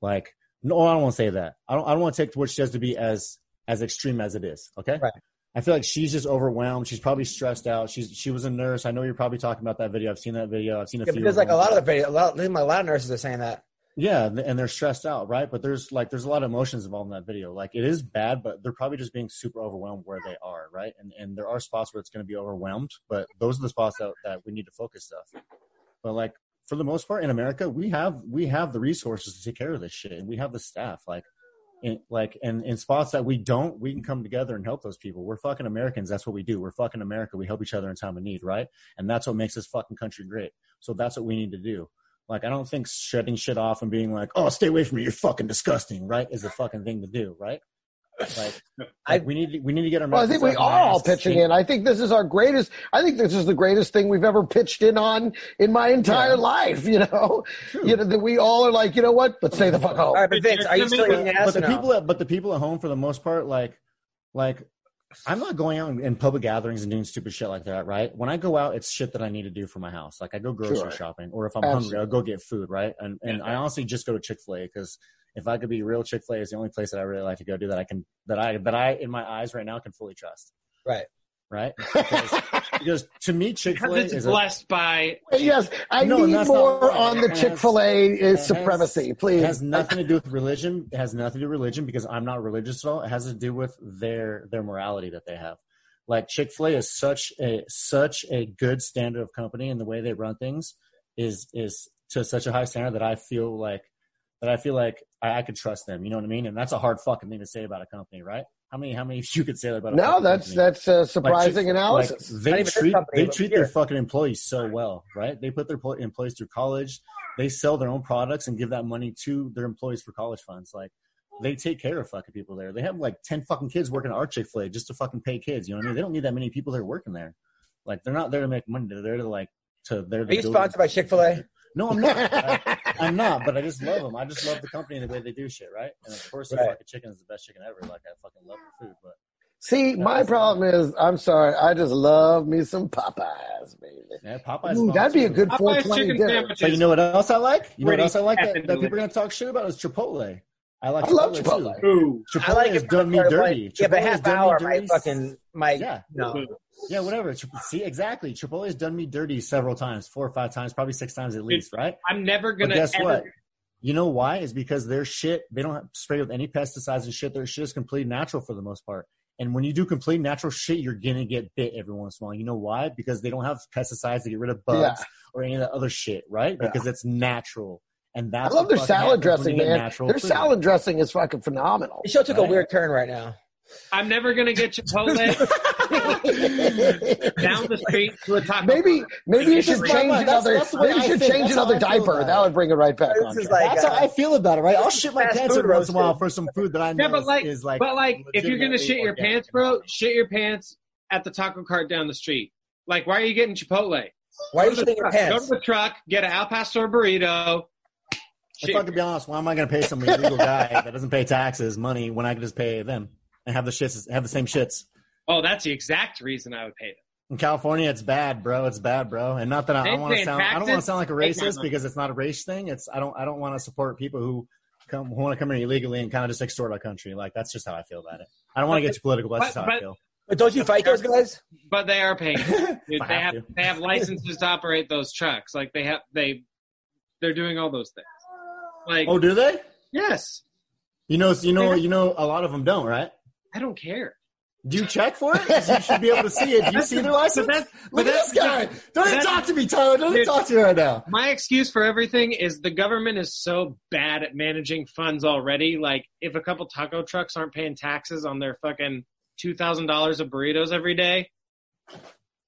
[SPEAKER 3] Like no, I don't want to say that. I don't I don't want to take what she says to be as as extreme as it is. Okay.
[SPEAKER 4] Right.
[SPEAKER 3] I feel like she's just overwhelmed. She's probably stressed out. She's she was a nurse. I know you're probably talking about that video. I've seen that video. I've seen a
[SPEAKER 6] Yeah,
[SPEAKER 3] few.
[SPEAKER 6] because
[SPEAKER 3] of
[SPEAKER 6] like a
[SPEAKER 3] them.
[SPEAKER 6] lot of the, a lot, a lot of nurses are saying that.
[SPEAKER 3] Yeah, th- and they're stressed out, right? But there's like there's a lot of emotions involved in that video. Like it is bad, but they're probably just being super overwhelmed where they are, right? And and there are spots where it's going to be overwhelmed, but those are the spots that, that we need to focus stuff. But like for the most part in America, we have we have the resources to take care of this shit, and we have the staff. Like, in, like and in spots that we don't, we can come together and help those people. We're fucking Americans. That's what we do. We're fucking America. We help each other in time of need, right? And that's what makes this fucking country great. So that's what we need to do. Like, I don't think shutting shit off and being like, "Oh, stay away from me, you're fucking disgusting," right, is the fucking thing to do, right?
[SPEAKER 4] [laughs]
[SPEAKER 3] Like,
[SPEAKER 2] I-
[SPEAKER 3] like, we need to, we need to get our.
[SPEAKER 4] Well, I think we
[SPEAKER 3] message out
[SPEAKER 4] are
[SPEAKER 3] and
[SPEAKER 4] all
[SPEAKER 3] ask-
[SPEAKER 4] pitching in. I think this is our greatest. I think this is the greatest thing we've ever pitched in on in my
[SPEAKER 3] Yeah.
[SPEAKER 4] entire life. You know, you know that we all are like, you know what? Let's stay the fuck home.
[SPEAKER 2] All right, but Vince, are you still eating ass
[SPEAKER 3] But
[SPEAKER 2] or
[SPEAKER 3] the
[SPEAKER 2] no?
[SPEAKER 3] people, at, but the people at home, for the most part, like, like, I'm not going out in, in public gatherings and doing stupid shit like that, right? When I go out, it's shit that I need to do for my house. Like, I go grocery
[SPEAKER 4] Sure.
[SPEAKER 3] shopping, or if I'm
[SPEAKER 4] Absolutely.
[SPEAKER 3] hungry, I'll go get food, right? And and I honestly just go to Chick Fil A because if I could be real, Chick Fil A is the only place that I really like to go do that I can that I that I in my eyes right now can fully trust.
[SPEAKER 2] Right.
[SPEAKER 3] Right. Because,
[SPEAKER 4] [laughs]
[SPEAKER 3] because to me, Chick Fil A
[SPEAKER 5] Because it's
[SPEAKER 3] is a,
[SPEAKER 5] blessed by
[SPEAKER 4] Yes, I
[SPEAKER 3] No,
[SPEAKER 4] need
[SPEAKER 3] that's not
[SPEAKER 4] more
[SPEAKER 3] right.
[SPEAKER 4] on the
[SPEAKER 3] It has-
[SPEAKER 4] Chick Fil A
[SPEAKER 3] has-
[SPEAKER 4] supremacy, please.
[SPEAKER 3] It has nothing to do with religion. It has nothing to do with religion because I'm not religious at all. It has to do with their their morality that they have. Like Chick Fil A is such a such a good standard of company, and the way they run things is is to such a high standard that I feel like that I feel like I, I could trust them. You know what I mean? And that's a hard fucking thing to say about a company, right? How many how many of you could say that about? A
[SPEAKER 4] no,
[SPEAKER 3] fucking
[SPEAKER 4] that's
[SPEAKER 3] company?
[SPEAKER 4] that's a
[SPEAKER 3] Like,
[SPEAKER 4] surprising
[SPEAKER 3] Chick- like,
[SPEAKER 4] analysis.
[SPEAKER 2] Not
[SPEAKER 3] they
[SPEAKER 2] even this
[SPEAKER 3] treat
[SPEAKER 2] company,
[SPEAKER 3] they
[SPEAKER 2] but
[SPEAKER 3] treat
[SPEAKER 2] here.
[SPEAKER 3] their fucking employees so well, right? They put their pl- employees through college. They sell their own products and give that money to their employees for college funds. Like they take care of fucking people there. They have like ten fucking kids working at our Chick Fil A just to fucking pay kids. You know what I mean? They don't need that many people there working there. Like they're not there to make money. They're there to like to they're.
[SPEAKER 2] Are you sponsored by Chick Fil A?
[SPEAKER 3] No, I'm not.
[SPEAKER 4] [laughs]
[SPEAKER 3] I, am not. But I just love them. I just love the company and the way they do shit, right? And of course,
[SPEAKER 2] Right.
[SPEAKER 3] their fucking chicken is the best chicken ever. Like I fucking love the food, but.
[SPEAKER 4] See, my problem is, I'm sorry, I just love me some Popeyes, baby.
[SPEAKER 3] Yeah, Popeye's
[SPEAKER 4] Ooh,
[SPEAKER 3] bomb,
[SPEAKER 4] that'd be a
[SPEAKER 3] too.
[SPEAKER 4] good
[SPEAKER 5] Popeye's
[SPEAKER 4] 420
[SPEAKER 5] chicken
[SPEAKER 4] dinner.
[SPEAKER 5] sandwiches.
[SPEAKER 3] But you know what else I like? You know what
[SPEAKER 5] Pretty
[SPEAKER 3] else I like that,
[SPEAKER 5] effing
[SPEAKER 3] that people are
[SPEAKER 5] delicious.
[SPEAKER 3] gonna talk shit about is Chipotle. I like
[SPEAKER 4] I love Chipotle.
[SPEAKER 5] Ooh.
[SPEAKER 3] Chipotle
[SPEAKER 2] I like
[SPEAKER 3] has
[SPEAKER 2] it
[SPEAKER 3] done me
[SPEAKER 2] for, like,
[SPEAKER 3] dirty.
[SPEAKER 2] Yeah, but
[SPEAKER 3] Chipotle has
[SPEAKER 2] half
[SPEAKER 3] done me
[SPEAKER 2] hour, my
[SPEAKER 3] dirty.
[SPEAKER 2] fucking my
[SPEAKER 3] Yeah.
[SPEAKER 2] no.
[SPEAKER 3] Yeah, whatever. Chip- See, exactly. Chipotle has done me dirty several times, four or five times, probably six times at least, right?
[SPEAKER 5] I'm never
[SPEAKER 3] But
[SPEAKER 5] gonna.
[SPEAKER 3] guess
[SPEAKER 5] ever-
[SPEAKER 3] what? You know why? Is because their shit they don't have sprayed with any pesticides and shit. Their shit is complete natural for the most part. And when you do complete natural shit, you're gonna get bit every once in a while. You know why? Because they don't have pesticides to get rid of bugs
[SPEAKER 4] Yeah.
[SPEAKER 3] or any of that other shit, right?
[SPEAKER 4] Yeah.
[SPEAKER 3] Because it's natural. And
[SPEAKER 4] I
[SPEAKER 3] that's
[SPEAKER 4] love
[SPEAKER 3] what
[SPEAKER 4] their
[SPEAKER 3] fucking
[SPEAKER 4] salad
[SPEAKER 3] happens when
[SPEAKER 4] dressing,
[SPEAKER 3] you get
[SPEAKER 4] man.
[SPEAKER 3] natural
[SPEAKER 4] Their
[SPEAKER 3] food.
[SPEAKER 4] salad dressing is fucking phenomenal.
[SPEAKER 2] The show took a
[SPEAKER 3] Right.
[SPEAKER 2] weird turn right now.
[SPEAKER 5] I'm never gonna get
[SPEAKER 3] [laughs]
[SPEAKER 5] Chipotle down the street to a taco.
[SPEAKER 4] [laughs] Maybe maybe you should
[SPEAKER 5] That's
[SPEAKER 4] change
[SPEAKER 3] my- that's-
[SPEAKER 4] another.
[SPEAKER 3] that's the way
[SPEAKER 4] maybe you
[SPEAKER 3] I
[SPEAKER 4] should
[SPEAKER 3] think.
[SPEAKER 4] change
[SPEAKER 3] That's how
[SPEAKER 4] another
[SPEAKER 3] I feel
[SPEAKER 4] diaper.
[SPEAKER 3] about
[SPEAKER 4] That
[SPEAKER 3] it.
[SPEAKER 4] would bring it right back.
[SPEAKER 2] This
[SPEAKER 4] on
[SPEAKER 2] is
[SPEAKER 4] track.
[SPEAKER 2] like
[SPEAKER 3] That's how
[SPEAKER 2] uh,
[SPEAKER 3] I feel about it, right? I'll shit my
[SPEAKER 2] Fast
[SPEAKER 3] pants
[SPEAKER 2] food
[SPEAKER 3] every once in a while
[SPEAKER 2] roasted.
[SPEAKER 3] for some food that I
[SPEAKER 5] [laughs]
[SPEAKER 3] know
[SPEAKER 5] Yeah, but like,
[SPEAKER 3] is, is like.
[SPEAKER 5] but like, if you're gonna
[SPEAKER 3] legitimately
[SPEAKER 5] shit your
[SPEAKER 3] organic
[SPEAKER 5] pants,
[SPEAKER 3] and
[SPEAKER 5] bro,
[SPEAKER 3] healthy.
[SPEAKER 5] shit your pants at the taco cart down the street. Like, why are you getting Chipotle?
[SPEAKER 2] why are you
[SPEAKER 5] Go to the
[SPEAKER 2] shitting your
[SPEAKER 5] truck. Go to
[SPEAKER 2] pants?
[SPEAKER 5] the truck, get an al pastor burrito.
[SPEAKER 3] If I could be honest, why am I going to pay some illegal [laughs] guy that doesn't pay taxes money when I can just pay them and have the shits, have the same shits?
[SPEAKER 5] Oh, that's the exact reason I would pay them.
[SPEAKER 3] In California, it's bad, bro. It's bad, bro. And not that I,
[SPEAKER 5] They
[SPEAKER 3] I want to
[SPEAKER 5] pay
[SPEAKER 3] sound, I don't want to
[SPEAKER 5] taxes,
[SPEAKER 3] sound like a
[SPEAKER 5] they pay
[SPEAKER 3] racist
[SPEAKER 5] money.
[SPEAKER 3] because it's not a race thing. It's I don't, I don't want to support people who come who want to come here illegally and kind of just extort our country. Like that's just how I feel about it. I don't want to get too political. But that's just
[SPEAKER 5] But-
[SPEAKER 3] how I
[SPEAKER 5] but-
[SPEAKER 3] feel.
[SPEAKER 2] But don't you fight those guys?
[SPEAKER 5] But they are paying. them. Dude,
[SPEAKER 3] [laughs] If I
[SPEAKER 5] they
[SPEAKER 3] have
[SPEAKER 5] have
[SPEAKER 3] to.
[SPEAKER 5] they have licenses to operate those trucks. Like they have they they're doing all those things. Like
[SPEAKER 3] Oh, do they?
[SPEAKER 5] yes,
[SPEAKER 3] You know, you know, you know. A lot of them don't, right?
[SPEAKER 5] I don't care.
[SPEAKER 3] Do you check for it? 'Cause You should be able to see it. Do you see their
[SPEAKER 5] But
[SPEAKER 3] license?
[SPEAKER 5] that's-
[SPEAKER 3] Look
[SPEAKER 5] but
[SPEAKER 3] at
[SPEAKER 5] that's-
[SPEAKER 3] this guy. Don't even
[SPEAKER 5] that's-
[SPEAKER 3] talk to me, Tyler. Don't even
[SPEAKER 5] Dude.
[SPEAKER 3] talk to me right now.
[SPEAKER 5] My excuse for everything is the government is so bad at managing funds already. Like if a couple taco trucks aren't paying taxes on their fucking two thousand dollars of burritos every day,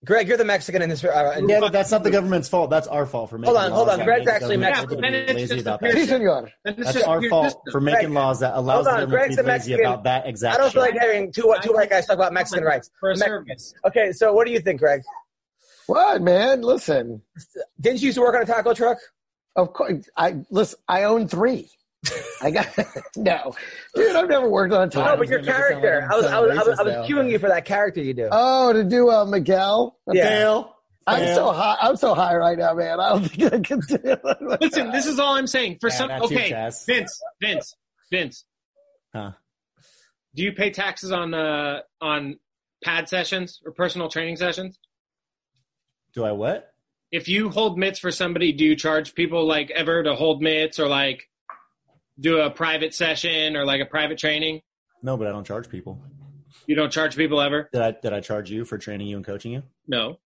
[SPEAKER 2] Greg, you're the Mexican in this. Uh, in-
[SPEAKER 3] Yeah, but that's not the government's fault. That's our fault for making
[SPEAKER 2] Hold on,
[SPEAKER 3] laws
[SPEAKER 2] hold on.
[SPEAKER 3] that
[SPEAKER 2] Greg's
[SPEAKER 3] make the
[SPEAKER 2] actually
[SPEAKER 3] government
[SPEAKER 5] Mexican.
[SPEAKER 3] able to be
[SPEAKER 5] And it's
[SPEAKER 3] lazy
[SPEAKER 5] just
[SPEAKER 3] about
[SPEAKER 5] the
[SPEAKER 3] that.
[SPEAKER 4] Si,
[SPEAKER 5] pure-
[SPEAKER 3] shit.
[SPEAKER 4] senor.
[SPEAKER 5] then it's
[SPEAKER 3] That's
[SPEAKER 5] just
[SPEAKER 3] our
[SPEAKER 5] pure
[SPEAKER 3] fault
[SPEAKER 5] system.
[SPEAKER 3] for making
[SPEAKER 2] Greg,
[SPEAKER 3] laws that allows
[SPEAKER 2] hold on,
[SPEAKER 3] them to
[SPEAKER 2] Greg's
[SPEAKER 3] be
[SPEAKER 2] a
[SPEAKER 3] lazy
[SPEAKER 2] Mexican.
[SPEAKER 3] about that exact
[SPEAKER 2] I don't feel like
[SPEAKER 3] shit.
[SPEAKER 2] having two two white guys talk about Mexican rights.
[SPEAKER 5] for a
[SPEAKER 2] Me-
[SPEAKER 5] service.
[SPEAKER 2] Okay, so what do you think, Greg?
[SPEAKER 4] What man? Listen,
[SPEAKER 2] Didn't you used to work on a taco truck?
[SPEAKER 4] of course. I listen. I own three. I got [laughs] no, dude. I've never worked
[SPEAKER 2] No,
[SPEAKER 4] on time.
[SPEAKER 2] but your
[SPEAKER 3] gonna make it sound like
[SPEAKER 2] character.
[SPEAKER 3] I'm
[SPEAKER 2] I was, I was,
[SPEAKER 3] sounding
[SPEAKER 2] I was, I
[SPEAKER 3] racist now.
[SPEAKER 2] was cueing you for that character you do.
[SPEAKER 4] Oh, to do uh, Miguel.
[SPEAKER 2] Yeah.
[SPEAKER 3] Fail.
[SPEAKER 4] I'm
[SPEAKER 3] Fail.
[SPEAKER 4] so high. I'm so high right now, man. I don't [laughs] think I can do it.
[SPEAKER 5] Listen, this is all I'm saying. For
[SPEAKER 3] Yeah,
[SPEAKER 5] some,
[SPEAKER 3] not too
[SPEAKER 5] okay,
[SPEAKER 3] fast.
[SPEAKER 5] Vince, Vince, Vince.
[SPEAKER 3] Huh.
[SPEAKER 5] Do you pay taxes on uh on pad sessions or personal training sessions?
[SPEAKER 3] Do I what?
[SPEAKER 5] If you hold mitts for somebody, do you charge people like ever to hold mitts or like do a private session or like a private training?
[SPEAKER 3] No, but I don't charge people.
[SPEAKER 5] You don't charge people ever?
[SPEAKER 3] Did I did I charge you for training you and coaching you?
[SPEAKER 5] No.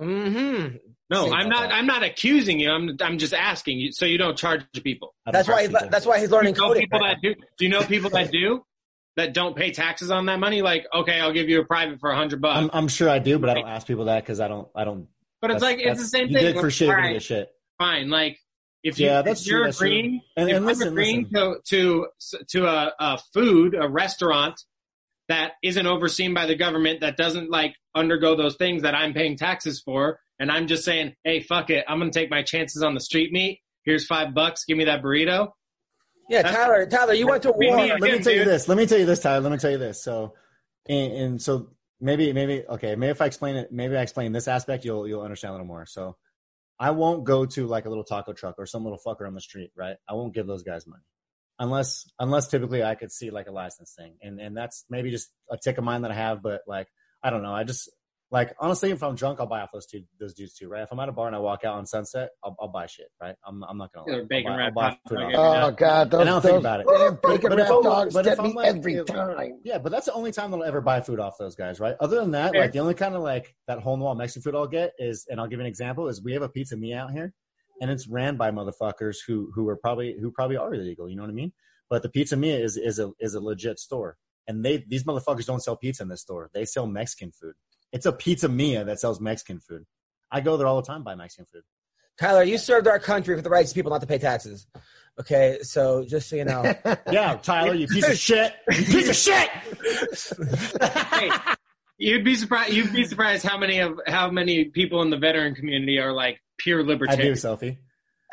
[SPEAKER 2] Mm-hmm.
[SPEAKER 5] No,
[SPEAKER 3] Say
[SPEAKER 5] I'm
[SPEAKER 3] about
[SPEAKER 5] not
[SPEAKER 3] that.
[SPEAKER 5] I'm not accusing you. I'm I'm just asking you so you don't charge people.
[SPEAKER 3] I don't
[SPEAKER 2] That's
[SPEAKER 3] charge
[SPEAKER 2] why. He's,
[SPEAKER 3] people.
[SPEAKER 2] that's why he's learning
[SPEAKER 5] Do you know
[SPEAKER 2] coding.
[SPEAKER 5] people that do? Do you know people that do that don't pay taxes on that money? Like, okay, I'll give you a private for a hundred bucks,
[SPEAKER 3] I'm, I'm sure I do, but I don't ask people that because I don't. I don't.
[SPEAKER 5] but it's
[SPEAKER 3] Um,
[SPEAKER 5] like
[SPEAKER 3] that's-
[SPEAKER 5] it's the
[SPEAKER 3] that's-
[SPEAKER 5] same
[SPEAKER 3] you
[SPEAKER 5] thing.
[SPEAKER 3] did
[SPEAKER 5] Like,
[SPEAKER 3] for shit.
[SPEAKER 5] all
[SPEAKER 3] you're gonna
[SPEAKER 5] right,
[SPEAKER 3] get shit.
[SPEAKER 5] fine. Like, if you
[SPEAKER 3] Yeah, that's
[SPEAKER 5] if
[SPEAKER 3] true,
[SPEAKER 5] you're
[SPEAKER 3] that's true.
[SPEAKER 5] agreeing,
[SPEAKER 3] And-
[SPEAKER 5] if
[SPEAKER 3] and
[SPEAKER 5] I'm
[SPEAKER 3] listen,
[SPEAKER 5] agreeing to to to a, a food, a restaurant that isn't overseen by the government, that doesn't like undergo those things that I'm paying taxes for, and I'm just saying, hey, fuck it, I'm gonna take my chances on the street meat. Here's five bucks. Give me that burrito.
[SPEAKER 2] Yeah, Tyler. Tyler, you went to
[SPEAKER 5] Be
[SPEAKER 2] war.
[SPEAKER 5] me
[SPEAKER 3] Let me
[SPEAKER 5] again,
[SPEAKER 3] tell you
[SPEAKER 5] dude.
[SPEAKER 3] this. Let me tell you this, Tyler. Let me tell you this. So, and, and so maybe, maybe, okay, maybe if I explain it, maybe I explain this aspect, you'll you'll understand a little more. So, I won't go to like a little taco truck or some little fucker on the street, right? I won't give those guys money unless unless typically I could see like a license thing, and and that's maybe just a tick of mine that I have, but like I don't know. I just like honestly, if I'm drunk, I'll buy off those two those dudes too, right? If I'm at a bar and I walk out on Sunset, I'll, I'll buy shit, right? I'm I'm not gonna.
[SPEAKER 5] Yeah,
[SPEAKER 3] lie. I'll
[SPEAKER 5] bacon
[SPEAKER 3] buy-
[SPEAKER 5] wrap
[SPEAKER 3] I'll buy
[SPEAKER 5] hot
[SPEAKER 3] food
[SPEAKER 5] dog.
[SPEAKER 3] off.
[SPEAKER 4] Oh God, those,
[SPEAKER 3] And I don't think
[SPEAKER 4] those
[SPEAKER 3] about it.
[SPEAKER 4] damn
[SPEAKER 3] But-
[SPEAKER 4] bacon
[SPEAKER 3] but if
[SPEAKER 4] wrap
[SPEAKER 3] I'm-
[SPEAKER 4] dogs
[SPEAKER 3] but if
[SPEAKER 4] get me
[SPEAKER 3] I'm like-
[SPEAKER 4] every
[SPEAKER 3] if-
[SPEAKER 4] time.
[SPEAKER 3] Yeah, but that's the only time that I'll ever buy food off those guys, right? Other than that,
[SPEAKER 5] Fair.
[SPEAKER 3] like the only kind of like that hole in the wall Mexican food I'll get is, and I'll give you an example is we have a pizza me out here, and it's ran by motherfuckers who who are probably who probably are illegal. You know what I mean? But the pizza me is is a is a legit store, and they these motherfuckers don't sell pizza in this store. They sell Mexican food. It's a pizza Mia that sells Mexican food. I go there all the time buy Mexican
[SPEAKER 4] [laughs]
[SPEAKER 3] food.
[SPEAKER 2] Tyler, you served our country for the rights of people not to pay taxes. Okay, so just so you know.
[SPEAKER 3] [laughs] Yeah, Tyler, you piece of shit, you piece of shit.
[SPEAKER 5] hey, you'd be surprised. You'd be surprised how many of how many people in the veteran community are like pure
[SPEAKER 3] I do,
[SPEAKER 5] libertarian
[SPEAKER 3] selfie.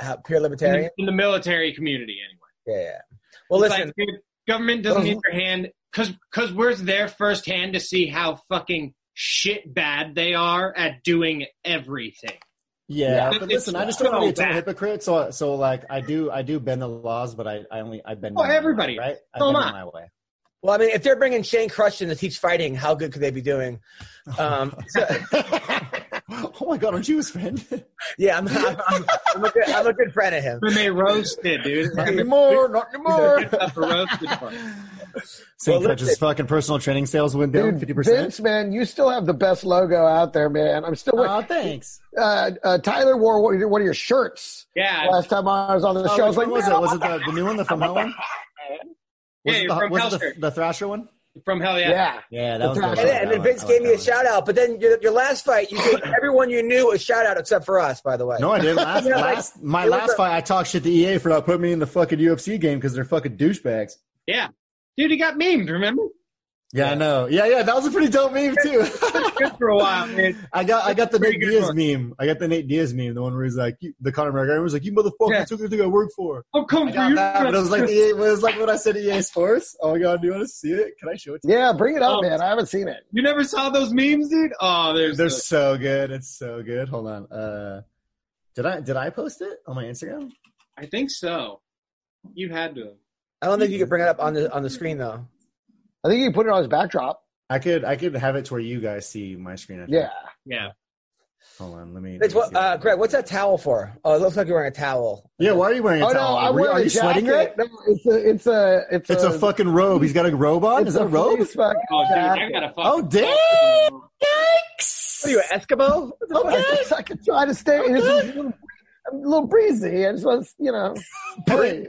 [SPEAKER 2] uh, pure
[SPEAKER 5] in,
[SPEAKER 2] libertarian.
[SPEAKER 5] the, in the military community anyway.
[SPEAKER 3] Mm-hmm.
[SPEAKER 2] Yeah, yeah. Well,
[SPEAKER 5] It's
[SPEAKER 2] listen,
[SPEAKER 5] like, dude, government doesn't
[SPEAKER 3] [laughs]
[SPEAKER 5] need your hand because because we're there firsthand to see how fucking shit bad they are at doing everything.
[SPEAKER 3] Yeah,
[SPEAKER 5] Yeah.
[SPEAKER 3] but
[SPEAKER 5] It's
[SPEAKER 3] listen, I just
[SPEAKER 5] so
[SPEAKER 3] don't want to be a total
[SPEAKER 5] bad.
[SPEAKER 3] hypocrite. So, so like, I do, I do bend the laws, but I, I only, I bend.
[SPEAKER 5] Oh,
[SPEAKER 3] them my way,
[SPEAKER 5] everybody.
[SPEAKER 3] right? I
[SPEAKER 5] So
[SPEAKER 3] bend
[SPEAKER 5] am
[SPEAKER 3] them
[SPEAKER 5] I.
[SPEAKER 3] my way. [laughs]
[SPEAKER 2] well, I mean, if they're bringing Shane Crutchton to teach fighting, how good could they be doing?
[SPEAKER 3] [laughs]
[SPEAKER 2] Um, so, [laughs]
[SPEAKER 3] oh my god, aren't you his [laughs] friend?
[SPEAKER 2] yeah, I'm, I'm, I'm, I'm, a good, I'm a good friend of him.
[SPEAKER 5] When they roasted, dude.
[SPEAKER 3] not anymore, not anymore.
[SPEAKER 5] Up for roasted for.
[SPEAKER 3] St.
[SPEAKER 2] Well,
[SPEAKER 3] Fletcher's
[SPEAKER 2] listen.
[SPEAKER 3] fucking personal training sales went down fifty
[SPEAKER 4] Dude,
[SPEAKER 3] percent.
[SPEAKER 4] Vince, man, you still have the best logo out there, man. I'm still.
[SPEAKER 3] Oh,
[SPEAKER 4] Uh,
[SPEAKER 3] thanks.
[SPEAKER 4] uh, uh, Tyler wore one of your- one of your shirts
[SPEAKER 5] Yeah,
[SPEAKER 4] last time I was on the
[SPEAKER 3] Oh,
[SPEAKER 4] show. I
[SPEAKER 3] which
[SPEAKER 4] was
[SPEAKER 3] one was
[SPEAKER 4] like, man,
[SPEAKER 3] it? Was it the, the new one, the from hell one?
[SPEAKER 5] Yeah,
[SPEAKER 3] Was it
[SPEAKER 5] you're
[SPEAKER 3] the,
[SPEAKER 5] from
[SPEAKER 3] was it
[SPEAKER 5] Hellster.
[SPEAKER 3] the, the Thrasher one?
[SPEAKER 5] from hell
[SPEAKER 4] yeah.
[SPEAKER 5] yeah.
[SPEAKER 3] Yeah,
[SPEAKER 4] The
[SPEAKER 3] that was good.
[SPEAKER 4] Thrasher.
[SPEAKER 2] [laughs]
[SPEAKER 3] I
[SPEAKER 2] And
[SPEAKER 3] like
[SPEAKER 2] then, and
[SPEAKER 3] that
[SPEAKER 2] then
[SPEAKER 3] one.
[SPEAKER 2] Vince
[SPEAKER 3] I like
[SPEAKER 2] gave me
[SPEAKER 3] that
[SPEAKER 2] a
[SPEAKER 3] one.
[SPEAKER 2] shout out, but then your, your last fight, you gave everyone you knew a shout out except for us, by the way.
[SPEAKER 3] No, I didn't. Last,
[SPEAKER 2] Yeah, like,
[SPEAKER 3] last, my
[SPEAKER 2] it was
[SPEAKER 3] last
[SPEAKER 2] a-
[SPEAKER 3] fight, I talked shit to EA for not putting me in the fucking UFC game because they're fucking douchebags.
[SPEAKER 5] yeah. Dude, he got memed. Remember? [laughs]
[SPEAKER 3] Yeah, I know. Yeah, yeah, that was a pretty dope meme too.
[SPEAKER 5] [laughs] Good for a while, man.
[SPEAKER 3] I got I got the
[SPEAKER 5] Pretty
[SPEAKER 3] Nate
[SPEAKER 5] good
[SPEAKER 3] Diaz
[SPEAKER 5] one.
[SPEAKER 3] meme. I got the Nate Diaz meme, the one where he's like, you, the Conor McGregor was like, "You motherfucker
[SPEAKER 5] Yeah.
[SPEAKER 3] took the thing I work for."
[SPEAKER 5] I'm coming
[SPEAKER 3] I
[SPEAKER 5] Oh, for
[SPEAKER 3] got
[SPEAKER 5] you.
[SPEAKER 3] that, but it was like the it was like what I said to EA Sports. Oh my god, do you want to see it? Can I show it? to
[SPEAKER 4] Yeah, bring it up,
[SPEAKER 5] Oh.
[SPEAKER 4] man. I haven't seen it.
[SPEAKER 5] You never saw those memes, dude? Oh,
[SPEAKER 3] you?
[SPEAKER 5] there's
[SPEAKER 3] They're
[SPEAKER 5] the-
[SPEAKER 3] so good. It's so good. Hold on. Uh, did I did I post it on my Instagram?
[SPEAKER 5] I think so. You had to.
[SPEAKER 2] I don't think you could bring it up on the on the screen though.
[SPEAKER 4] I think you can put it on his backdrop.
[SPEAKER 3] I could I could have it to where you guys see my screen. I think.
[SPEAKER 4] Yeah.
[SPEAKER 5] Yeah.
[SPEAKER 3] Hold on. Let me.
[SPEAKER 2] Vince,
[SPEAKER 3] let me
[SPEAKER 2] what,
[SPEAKER 3] see
[SPEAKER 2] uh, Greg, what's that towel for? Oh, it looks like you're wearing a towel.
[SPEAKER 3] Yeah. Why are you wearing a
[SPEAKER 4] Oh no,
[SPEAKER 3] towel?
[SPEAKER 4] I
[SPEAKER 3] Are you-
[SPEAKER 4] wear
[SPEAKER 3] are
[SPEAKER 4] a
[SPEAKER 3] you sweating, Greg?
[SPEAKER 4] jacket. No, it's a, it's a, it's,
[SPEAKER 3] It's a fucking robe. He's got a robe on.
[SPEAKER 4] it's
[SPEAKER 3] Is that a robe?
[SPEAKER 4] face fucking
[SPEAKER 5] Oh, dude, I
[SPEAKER 4] jacket.
[SPEAKER 5] got a fuck.
[SPEAKER 3] Oh damn! Yikes!
[SPEAKER 2] What are you, an Eskimo?
[SPEAKER 4] I guess I could try to stay. It's a
[SPEAKER 3] Okay.
[SPEAKER 4] little, a little breezy. I just want to,
[SPEAKER 3] [laughs]
[SPEAKER 4] you know. breathe.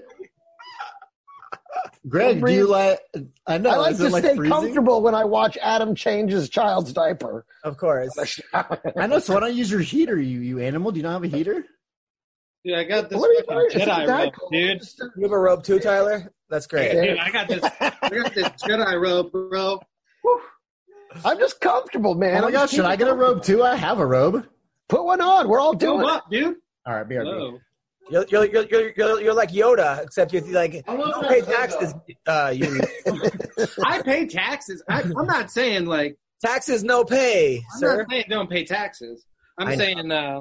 [SPEAKER 3] Greg, do you like? I know.
[SPEAKER 4] I like
[SPEAKER 3] is it
[SPEAKER 4] to stay
[SPEAKER 3] freezing?
[SPEAKER 4] comfortable when I watch Adam change his child's diaper.
[SPEAKER 2] Of course.
[SPEAKER 3] I know. So why don't you use your heater? You you animal? Do you not have a heater?
[SPEAKER 5] Dude, I got this
[SPEAKER 4] What are you
[SPEAKER 5] fucking
[SPEAKER 4] doing?
[SPEAKER 5] Jedi
[SPEAKER 4] It's
[SPEAKER 5] robe,
[SPEAKER 4] not-
[SPEAKER 5] dude.
[SPEAKER 2] You have a robe too, Tyler? That's great.
[SPEAKER 5] Dude, I got this. I got this Jedi robe, bro.
[SPEAKER 4] I'm just comfortable, man.
[SPEAKER 3] oh my
[SPEAKER 4] I'm just
[SPEAKER 3] gosh! Should I get a robe too? I have a robe.
[SPEAKER 4] Put one on. We're all doing
[SPEAKER 5] Come
[SPEAKER 4] it.
[SPEAKER 5] up, dude.
[SPEAKER 3] All right, BRB.
[SPEAKER 5] Hello.
[SPEAKER 2] You're, you're, you're, you're, you're, you're like Yoda, except you're like,
[SPEAKER 5] I'm looking
[SPEAKER 2] don't pay
[SPEAKER 5] at Yoda.
[SPEAKER 2] taxes. Uh, you,
[SPEAKER 5] I pay taxes. I, I'm not saying like
[SPEAKER 2] taxes, no pay,
[SPEAKER 5] I'm
[SPEAKER 2] sir.
[SPEAKER 5] not saying don't pay taxes. I'm
[SPEAKER 2] I know.
[SPEAKER 5] saying uh,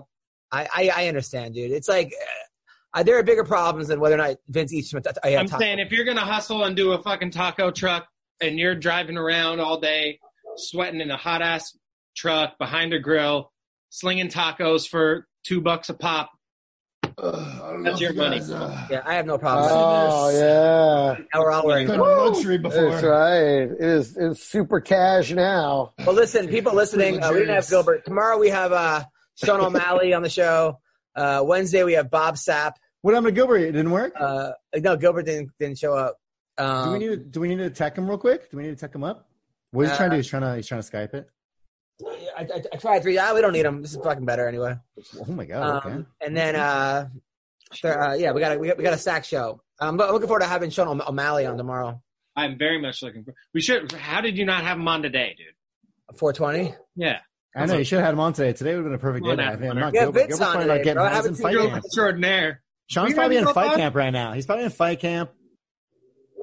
[SPEAKER 2] I, I, I understand, dude. It's like uh, there are bigger problems than whether or not Vince eats. from a t- I have
[SPEAKER 5] I'm
[SPEAKER 2] taco.
[SPEAKER 5] saying if you're gonna hustle and do a fucking taco truck and you're driving around all day, sweating in a hot ass truck behind a grill, slinging tacos for two bucks a pop,
[SPEAKER 7] Uh, I don't
[SPEAKER 5] That's
[SPEAKER 7] know
[SPEAKER 5] your
[SPEAKER 7] if you
[SPEAKER 5] money.
[SPEAKER 7] guys, uh,
[SPEAKER 2] yeah, I have no problem.
[SPEAKER 4] Oh yeah,
[SPEAKER 2] now we're all wearing.
[SPEAKER 7] been to luxury
[SPEAKER 4] that's
[SPEAKER 3] uh,
[SPEAKER 7] before.
[SPEAKER 4] right. It is it's super cash now.
[SPEAKER 2] Well, listen, people listening, uh, we didn't have Gilbert. Tomorrow we have uh, Sean O'Malley on the show. Uh, Wednesday we have Bob Sapp.
[SPEAKER 3] What happened to Gilbert? It didn't work.
[SPEAKER 2] Uh, no, Gilbert didn't didn't show up. Um,
[SPEAKER 3] do we need? Do we need to tech him real quick? Do we need to tech him up? What he's
[SPEAKER 2] Uh,
[SPEAKER 3] trying to do? He's trying to. He's trying to Skype it.
[SPEAKER 2] I, I, I tried three. Ah, we don't need him. This is fucking better anyway.
[SPEAKER 3] Oh my god. Okay.
[SPEAKER 2] Um, and then, uh, there- uh, yeah, we got a, we got, we got a sack show. I'm lo- looking forward to having Sean O'M- O'Malley on tomorrow,
[SPEAKER 5] I'm very much looking for. We should. How did you not have them on today, dude?
[SPEAKER 3] [laughs]
[SPEAKER 2] 420.
[SPEAKER 5] Yeah,
[SPEAKER 3] I know you should have had him on today. Today would have been a perfect
[SPEAKER 5] Come
[SPEAKER 3] day.
[SPEAKER 5] on
[SPEAKER 3] to
[SPEAKER 5] out,
[SPEAKER 3] have him.
[SPEAKER 5] Hunter.
[SPEAKER 3] Not
[SPEAKER 2] Yeah,
[SPEAKER 3] Gilbert.
[SPEAKER 2] Vince
[SPEAKER 3] Gilbert's
[SPEAKER 2] on
[SPEAKER 3] probably not
[SPEAKER 2] today,
[SPEAKER 3] getting.
[SPEAKER 2] bro. I
[SPEAKER 3] He's in
[SPEAKER 2] haven't seen
[SPEAKER 3] fight
[SPEAKER 2] Gilbert.
[SPEAKER 5] you're
[SPEAKER 3] camp.
[SPEAKER 5] extraordinaire.
[SPEAKER 3] Sean's
[SPEAKER 5] We
[SPEAKER 3] probably in
[SPEAKER 5] haven't
[SPEAKER 3] fight
[SPEAKER 5] gone-
[SPEAKER 3] camp right now. He's probably in fight camp.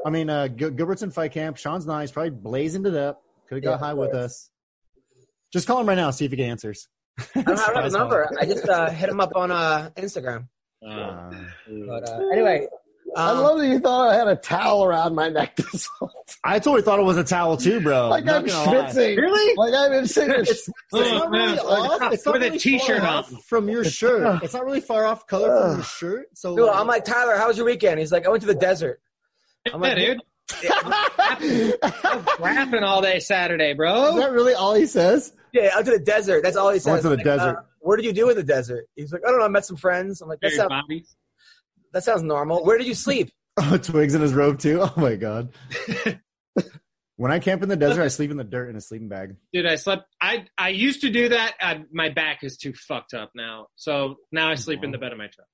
[SPEAKER 3] I mean, uh, Gil- Gilbert's in fight camp. Sean's not. He's probably blazing it up. Could have got
[SPEAKER 2] Yeah, of
[SPEAKER 3] high with us. Just call him right now. See if he can answers.
[SPEAKER 2] I don't have his
[SPEAKER 3] Surprise
[SPEAKER 2] number. I just uh, hit him up on uh, Instagram.
[SPEAKER 3] Uh,
[SPEAKER 2] But uh, anyway, um,
[SPEAKER 4] I love that you thought I had a towel around my neck. This whole time.
[SPEAKER 3] I totally thought it was a towel too, bro.
[SPEAKER 4] like
[SPEAKER 3] Oh, Not
[SPEAKER 4] I'm
[SPEAKER 3] gonna lie.
[SPEAKER 4] schwitzing.
[SPEAKER 5] Really? Oh,
[SPEAKER 4] Like I'm in serious.
[SPEAKER 2] It's-
[SPEAKER 3] It's not really
[SPEAKER 5] Look,
[SPEAKER 3] off. It's not
[SPEAKER 5] With a
[SPEAKER 3] really
[SPEAKER 5] t-shirt
[SPEAKER 3] far
[SPEAKER 5] on.
[SPEAKER 3] off from your shirt. It's not really far off color from your shirt. So
[SPEAKER 2] dude, I'm like Tyler. How was your weekend? He's like, I went to the desert. I'm
[SPEAKER 5] yeah,
[SPEAKER 2] like,
[SPEAKER 5] dude.
[SPEAKER 4] [laughs]
[SPEAKER 3] is
[SPEAKER 5] Rapping all day Saturday, bro.
[SPEAKER 3] that really all he says?
[SPEAKER 2] Yeah, I went to the desert. That's all he says.
[SPEAKER 3] I went to the
[SPEAKER 2] Like,
[SPEAKER 3] desert.
[SPEAKER 2] uh, where did you do in the desert? He's like, I don't know. I met some friends. I'm like, that
[SPEAKER 5] Very
[SPEAKER 2] sounds
[SPEAKER 5] Bobby.
[SPEAKER 2] that sounds normal. Where did you sleep?
[SPEAKER 3] Oh, [laughs] twigs in his robe too. Oh my [laughs] god. when I camp in the desert, I sleep in the dirt in a sleeping bag.
[SPEAKER 5] Dude, I slept. I I used to do that. I, my back is too fucked up now, so now I sleep in the bed of my truck.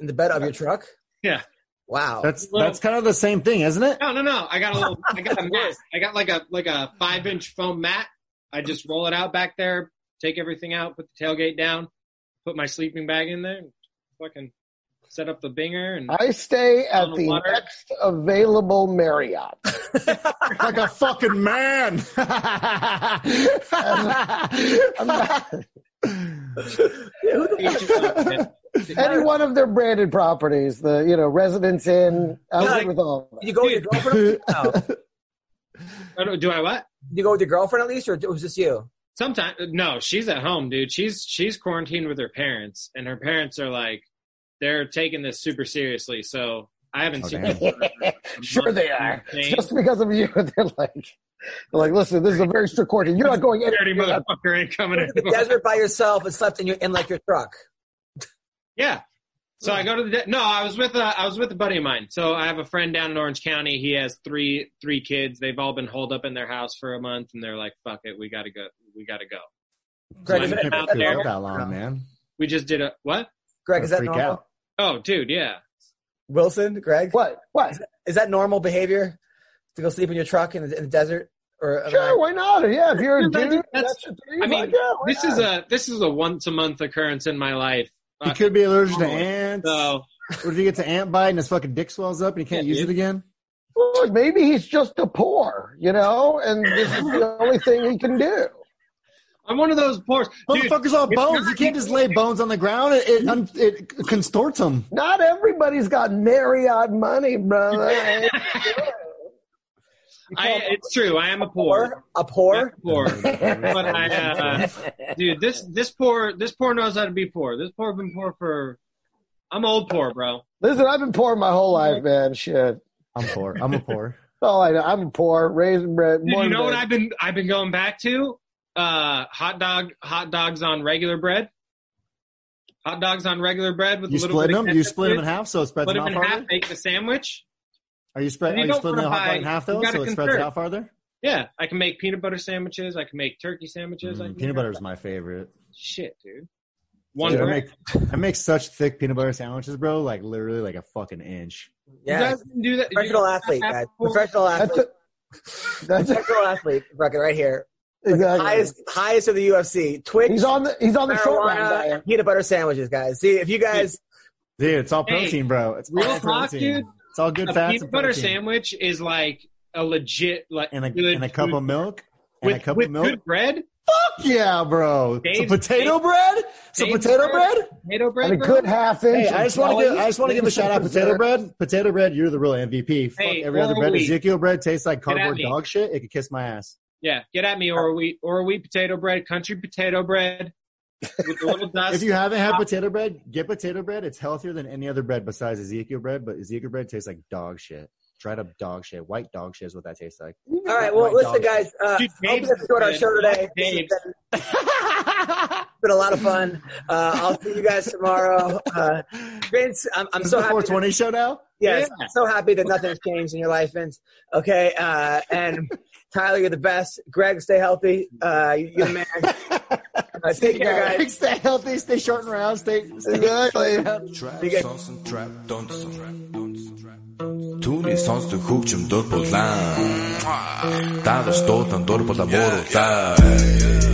[SPEAKER 2] In the bed of your truck?
[SPEAKER 5] Yeah.
[SPEAKER 2] Wow.
[SPEAKER 3] That's
[SPEAKER 5] Well-
[SPEAKER 3] that's kind of the same thing, isn't it?
[SPEAKER 5] No, no, no. I got a little. I got a mat. I got like a like a five inch foam mat. I just roll it out back there, take everything out, put the tailgate down, put my sleeping bag in there, and fucking set up the binger and
[SPEAKER 4] I stay at
[SPEAKER 5] On the
[SPEAKER 4] the
[SPEAKER 5] water.
[SPEAKER 4] next available Marriott.
[SPEAKER 3] like a fucking
[SPEAKER 4] [laughs]
[SPEAKER 3] man.
[SPEAKER 4] I'm not- Any
[SPEAKER 2] Tyler,
[SPEAKER 4] one of their branded properties, the you know Residence Inn. I'm
[SPEAKER 2] Yeah,
[SPEAKER 4] good with all. Of
[SPEAKER 2] Did you go with your
[SPEAKER 3] [laughs]
[SPEAKER 2] girlfriend? at least? No. Did
[SPEAKER 5] Oh, do I what?
[SPEAKER 2] you go with your girlfriend at least, or it was just you?
[SPEAKER 5] Sometimes uh, no, she's at home, dude. She's she's quarantined with her parents, and her parents are like, they're taking this super seriously. So I haven't
[SPEAKER 3] Oh,
[SPEAKER 5] seen.
[SPEAKER 3] damn.
[SPEAKER 5] her [laughs] for
[SPEAKER 4] that. sure they are.
[SPEAKER 5] a month.
[SPEAKER 4] [laughs] Just because of you, [laughs] they're like, they're like, listen, this is a very strict quarantine. You're not going anywhere.
[SPEAKER 5] Dirty motherfucker ain't coming
[SPEAKER 2] Went to the
[SPEAKER 5] anymore.
[SPEAKER 2] desert by yourself and slept in your in like your truck.
[SPEAKER 5] [laughs] Yeah. So I go to the de- no. I was with a I was with a buddy of mine. So I have a friend down in Orange County. He has three three kids. They've all been holed up in their house for a month, and they're like, "Fuck it, we gotta go. We gotta go."
[SPEAKER 2] Greg,
[SPEAKER 5] I'm
[SPEAKER 2] is that,
[SPEAKER 5] gonna
[SPEAKER 2] normal?
[SPEAKER 5] out there.
[SPEAKER 3] that long, man.
[SPEAKER 5] We just did a what?
[SPEAKER 2] Greg, is that
[SPEAKER 3] Freak
[SPEAKER 2] normal?
[SPEAKER 3] out.
[SPEAKER 5] Oh, dude, yeah.
[SPEAKER 2] Wilson, Greg,
[SPEAKER 4] What? What?
[SPEAKER 2] is that normal behavior to go sleep in your truck in the, in the desert? Or am I-
[SPEAKER 4] Sure, why not? Yeah, if you're a
[SPEAKER 5] That's-
[SPEAKER 4] dude,
[SPEAKER 5] that's-
[SPEAKER 4] that's, your thing.
[SPEAKER 5] I mean,
[SPEAKER 4] like, Oh, yeah, why
[SPEAKER 5] This
[SPEAKER 4] not?
[SPEAKER 5] is a this is a once a month occurrence in my life.
[SPEAKER 3] He could be allergic to
[SPEAKER 5] Oh,
[SPEAKER 3] ants.
[SPEAKER 5] So
[SPEAKER 3] What if he gets an ant bite and his fucking dick swells up and he can't
[SPEAKER 5] Yeah,
[SPEAKER 3] use
[SPEAKER 5] dude.
[SPEAKER 3] it again?
[SPEAKER 4] Look, maybe he's just a poor, you know, and this
[SPEAKER 5] [laughs]
[SPEAKER 4] is the only thing he can do.
[SPEAKER 5] I'm one of those poor dude.
[SPEAKER 3] Motherfucker's all
[SPEAKER 5] it's
[SPEAKER 3] bones.
[SPEAKER 5] not-
[SPEAKER 3] You can't just lay bones on the ground. It it, un- it contorts them.
[SPEAKER 4] Not everybody's got Marriott
[SPEAKER 5] [laughs]
[SPEAKER 4] money, brother.
[SPEAKER 5] I, it's true. I am a poor.
[SPEAKER 2] Poor, a
[SPEAKER 5] I'm
[SPEAKER 2] poor.
[SPEAKER 5] poor. but I, uh, dude, this this poor this poor knows how to be poor. This poor been poor for. I'm old poor, bro.
[SPEAKER 4] Listen, I've been poor my whole life, man. Shit.
[SPEAKER 3] I'm poor. I'm a poor.
[SPEAKER 4] Oh, I know. I'm poor, raised and bred.
[SPEAKER 5] Dude,
[SPEAKER 4] born
[SPEAKER 5] you know
[SPEAKER 4] and
[SPEAKER 5] what
[SPEAKER 4] bred.
[SPEAKER 5] I've been I've been going back to? Uh, hot dog hot dogs on regular bread. Hot dogs on regular bread with
[SPEAKER 3] You
[SPEAKER 5] [laughs] a little
[SPEAKER 3] split
[SPEAKER 5] bit
[SPEAKER 3] them.
[SPEAKER 5] Of
[SPEAKER 3] You
[SPEAKER 5] ketchup
[SPEAKER 3] split them
[SPEAKER 5] in
[SPEAKER 3] in
[SPEAKER 5] it.
[SPEAKER 3] half, so it spreads
[SPEAKER 5] Split
[SPEAKER 3] them
[SPEAKER 5] 'em
[SPEAKER 3] out
[SPEAKER 5] in half.
[SPEAKER 3] farther.
[SPEAKER 5] Make the sandwich.
[SPEAKER 3] Are you spread?
[SPEAKER 5] And you
[SPEAKER 3] Are you
[SPEAKER 5] don't
[SPEAKER 3] splitting the
[SPEAKER 5] wanna
[SPEAKER 3] hot dog in
[SPEAKER 5] buy-
[SPEAKER 3] half
[SPEAKER 5] you
[SPEAKER 3] though,
[SPEAKER 5] gotta
[SPEAKER 3] so it spreads it
[SPEAKER 5] conserve.
[SPEAKER 3] out farther?
[SPEAKER 5] Yeah, I can make peanut butter sandwiches. I can make turkey sandwiches. I
[SPEAKER 3] Mm,
[SPEAKER 5] can
[SPEAKER 3] peanut
[SPEAKER 5] make-
[SPEAKER 3] butter is my favorite.
[SPEAKER 5] Shit, dude. One
[SPEAKER 3] Dude, I
[SPEAKER 5] bread.
[SPEAKER 3] make I make such thick peanut butter sandwiches, bro. Like literally, like a fucking inch.
[SPEAKER 5] You
[SPEAKER 2] Yeah,
[SPEAKER 5] guys can do that.
[SPEAKER 2] professional
[SPEAKER 5] you guys
[SPEAKER 2] athlete,
[SPEAKER 5] have
[SPEAKER 2] guys.
[SPEAKER 5] before?
[SPEAKER 2] Professional
[SPEAKER 4] That's
[SPEAKER 2] athlete.
[SPEAKER 5] [laughs]
[SPEAKER 4] it. That's it.
[SPEAKER 2] Professional athlete record right here.
[SPEAKER 4] Exactly.
[SPEAKER 2] Highest, highest of the UFC. Twitch.
[SPEAKER 4] He's on the he's on the short round
[SPEAKER 2] marijuana,
[SPEAKER 4] diet.
[SPEAKER 2] peanut butter sandwiches, guys. See if you guys
[SPEAKER 3] Dude, it's all
[SPEAKER 5] Hey,
[SPEAKER 3] protein, bro. It's
[SPEAKER 5] real
[SPEAKER 3] all
[SPEAKER 5] talk,
[SPEAKER 3] protein.
[SPEAKER 5] dude.
[SPEAKER 3] It's all good
[SPEAKER 5] a
[SPEAKER 3] fats
[SPEAKER 5] peanut
[SPEAKER 3] and
[SPEAKER 5] butter
[SPEAKER 3] protein.
[SPEAKER 5] sandwich is like a legit like
[SPEAKER 3] and a,
[SPEAKER 5] good
[SPEAKER 3] and a cup
[SPEAKER 5] food.
[SPEAKER 3] of milk. And
[SPEAKER 5] with,
[SPEAKER 3] a cup
[SPEAKER 5] with
[SPEAKER 3] of milk.
[SPEAKER 5] good bread,
[SPEAKER 3] Fuck [laughs] yeah, bro. Some
[SPEAKER 5] Dave's-
[SPEAKER 3] potato
[SPEAKER 5] Dave's-
[SPEAKER 3] bread. Some
[SPEAKER 5] Dave's
[SPEAKER 3] potato bread.
[SPEAKER 5] potato bread,
[SPEAKER 4] and a
[SPEAKER 5] bro?
[SPEAKER 4] good half
[SPEAKER 3] Hey,
[SPEAKER 4] inch.
[SPEAKER 3] I
[SPEAKER 4] of
[SPEAKER 3] just want to give
[SPEAKER 4] jelly.
[SPEAKER 3] I just want to give a shout out potato bread. Potato bread, you're the real MVP. Fuck
[SPEAKER 5] Hey,
[SPEAKER 3] every other
[SPEAKER 5] all
[SPEAKER 3] bread.
[SPEAKER 5] week.
[SPEAKER 3] Ezekiel bread tastes like
[SPEAKER 5] at
[SPEAKER 3] cardboard
[SPEAKER 5] me.
[SPEAKER 3] dog shit. It could kiss my ass.
[SPEAKER 5] Yeah, get at me or we or we potato bread, country potato bread with a little dust.
[SPEAKER 3] [laughs] If you haven't had potato bread, get potato bread. It's healthier than any other bread besides Ezekiel bread, but Ezekiel bread tastes like dog shit. Dried up dog shit. White dog shit is what that tastes like.
[SPEAKER 2] All right. Well,
[SPEAKER 3] White
[SPEAKER 2] listen,
[SPEAKER 3] dog
[SPEAKER 2] guys. Uh,
[SPEAKER 5] Dude,
[SPEAKER 2] hope
[SPEAKER 5] Dave's
[SPEAKER 2] you guys enjoyed our
[SPEAKER 5] good.
[SPEAKER 2] show today.
[SPEAKER 5] Fuck
[SPEAKER 2] This has
[SPEAKER 5] Dave's.
[SPEAKER 2] been, it's been a lot of fun. Uh, I'll see you guys tomorrow. Uh, Vince, I'm, I'm
[SPEAKER 3] This
[SPEAKER 2] so
[SPEAKER 3] is the
[SPEAKER 2] happy.
[SPEAKER 3] 420 show now?
[SPEAKER 2] Yes, I'm so happy that nothing's changed in your life, Vince. Okay, uh, and Tyler, you're the best. Greg, stay healthy. Uh, you're the
[SPEAKER 3] [laughs]
[SPEAKER 2] man. Uh, take care, guys.
[SPEAKER 3] Stay [laughs] healthy, stay short and round, stay, stay
[SPEAKER 1] Trap,
[SPEAKER 2] Bigger.
[SPEAKER 1] sonsen, trap, donsen. Түүний сонсдог хөгжим дур булаан. Даа дуртан дур булаа мууруулаа.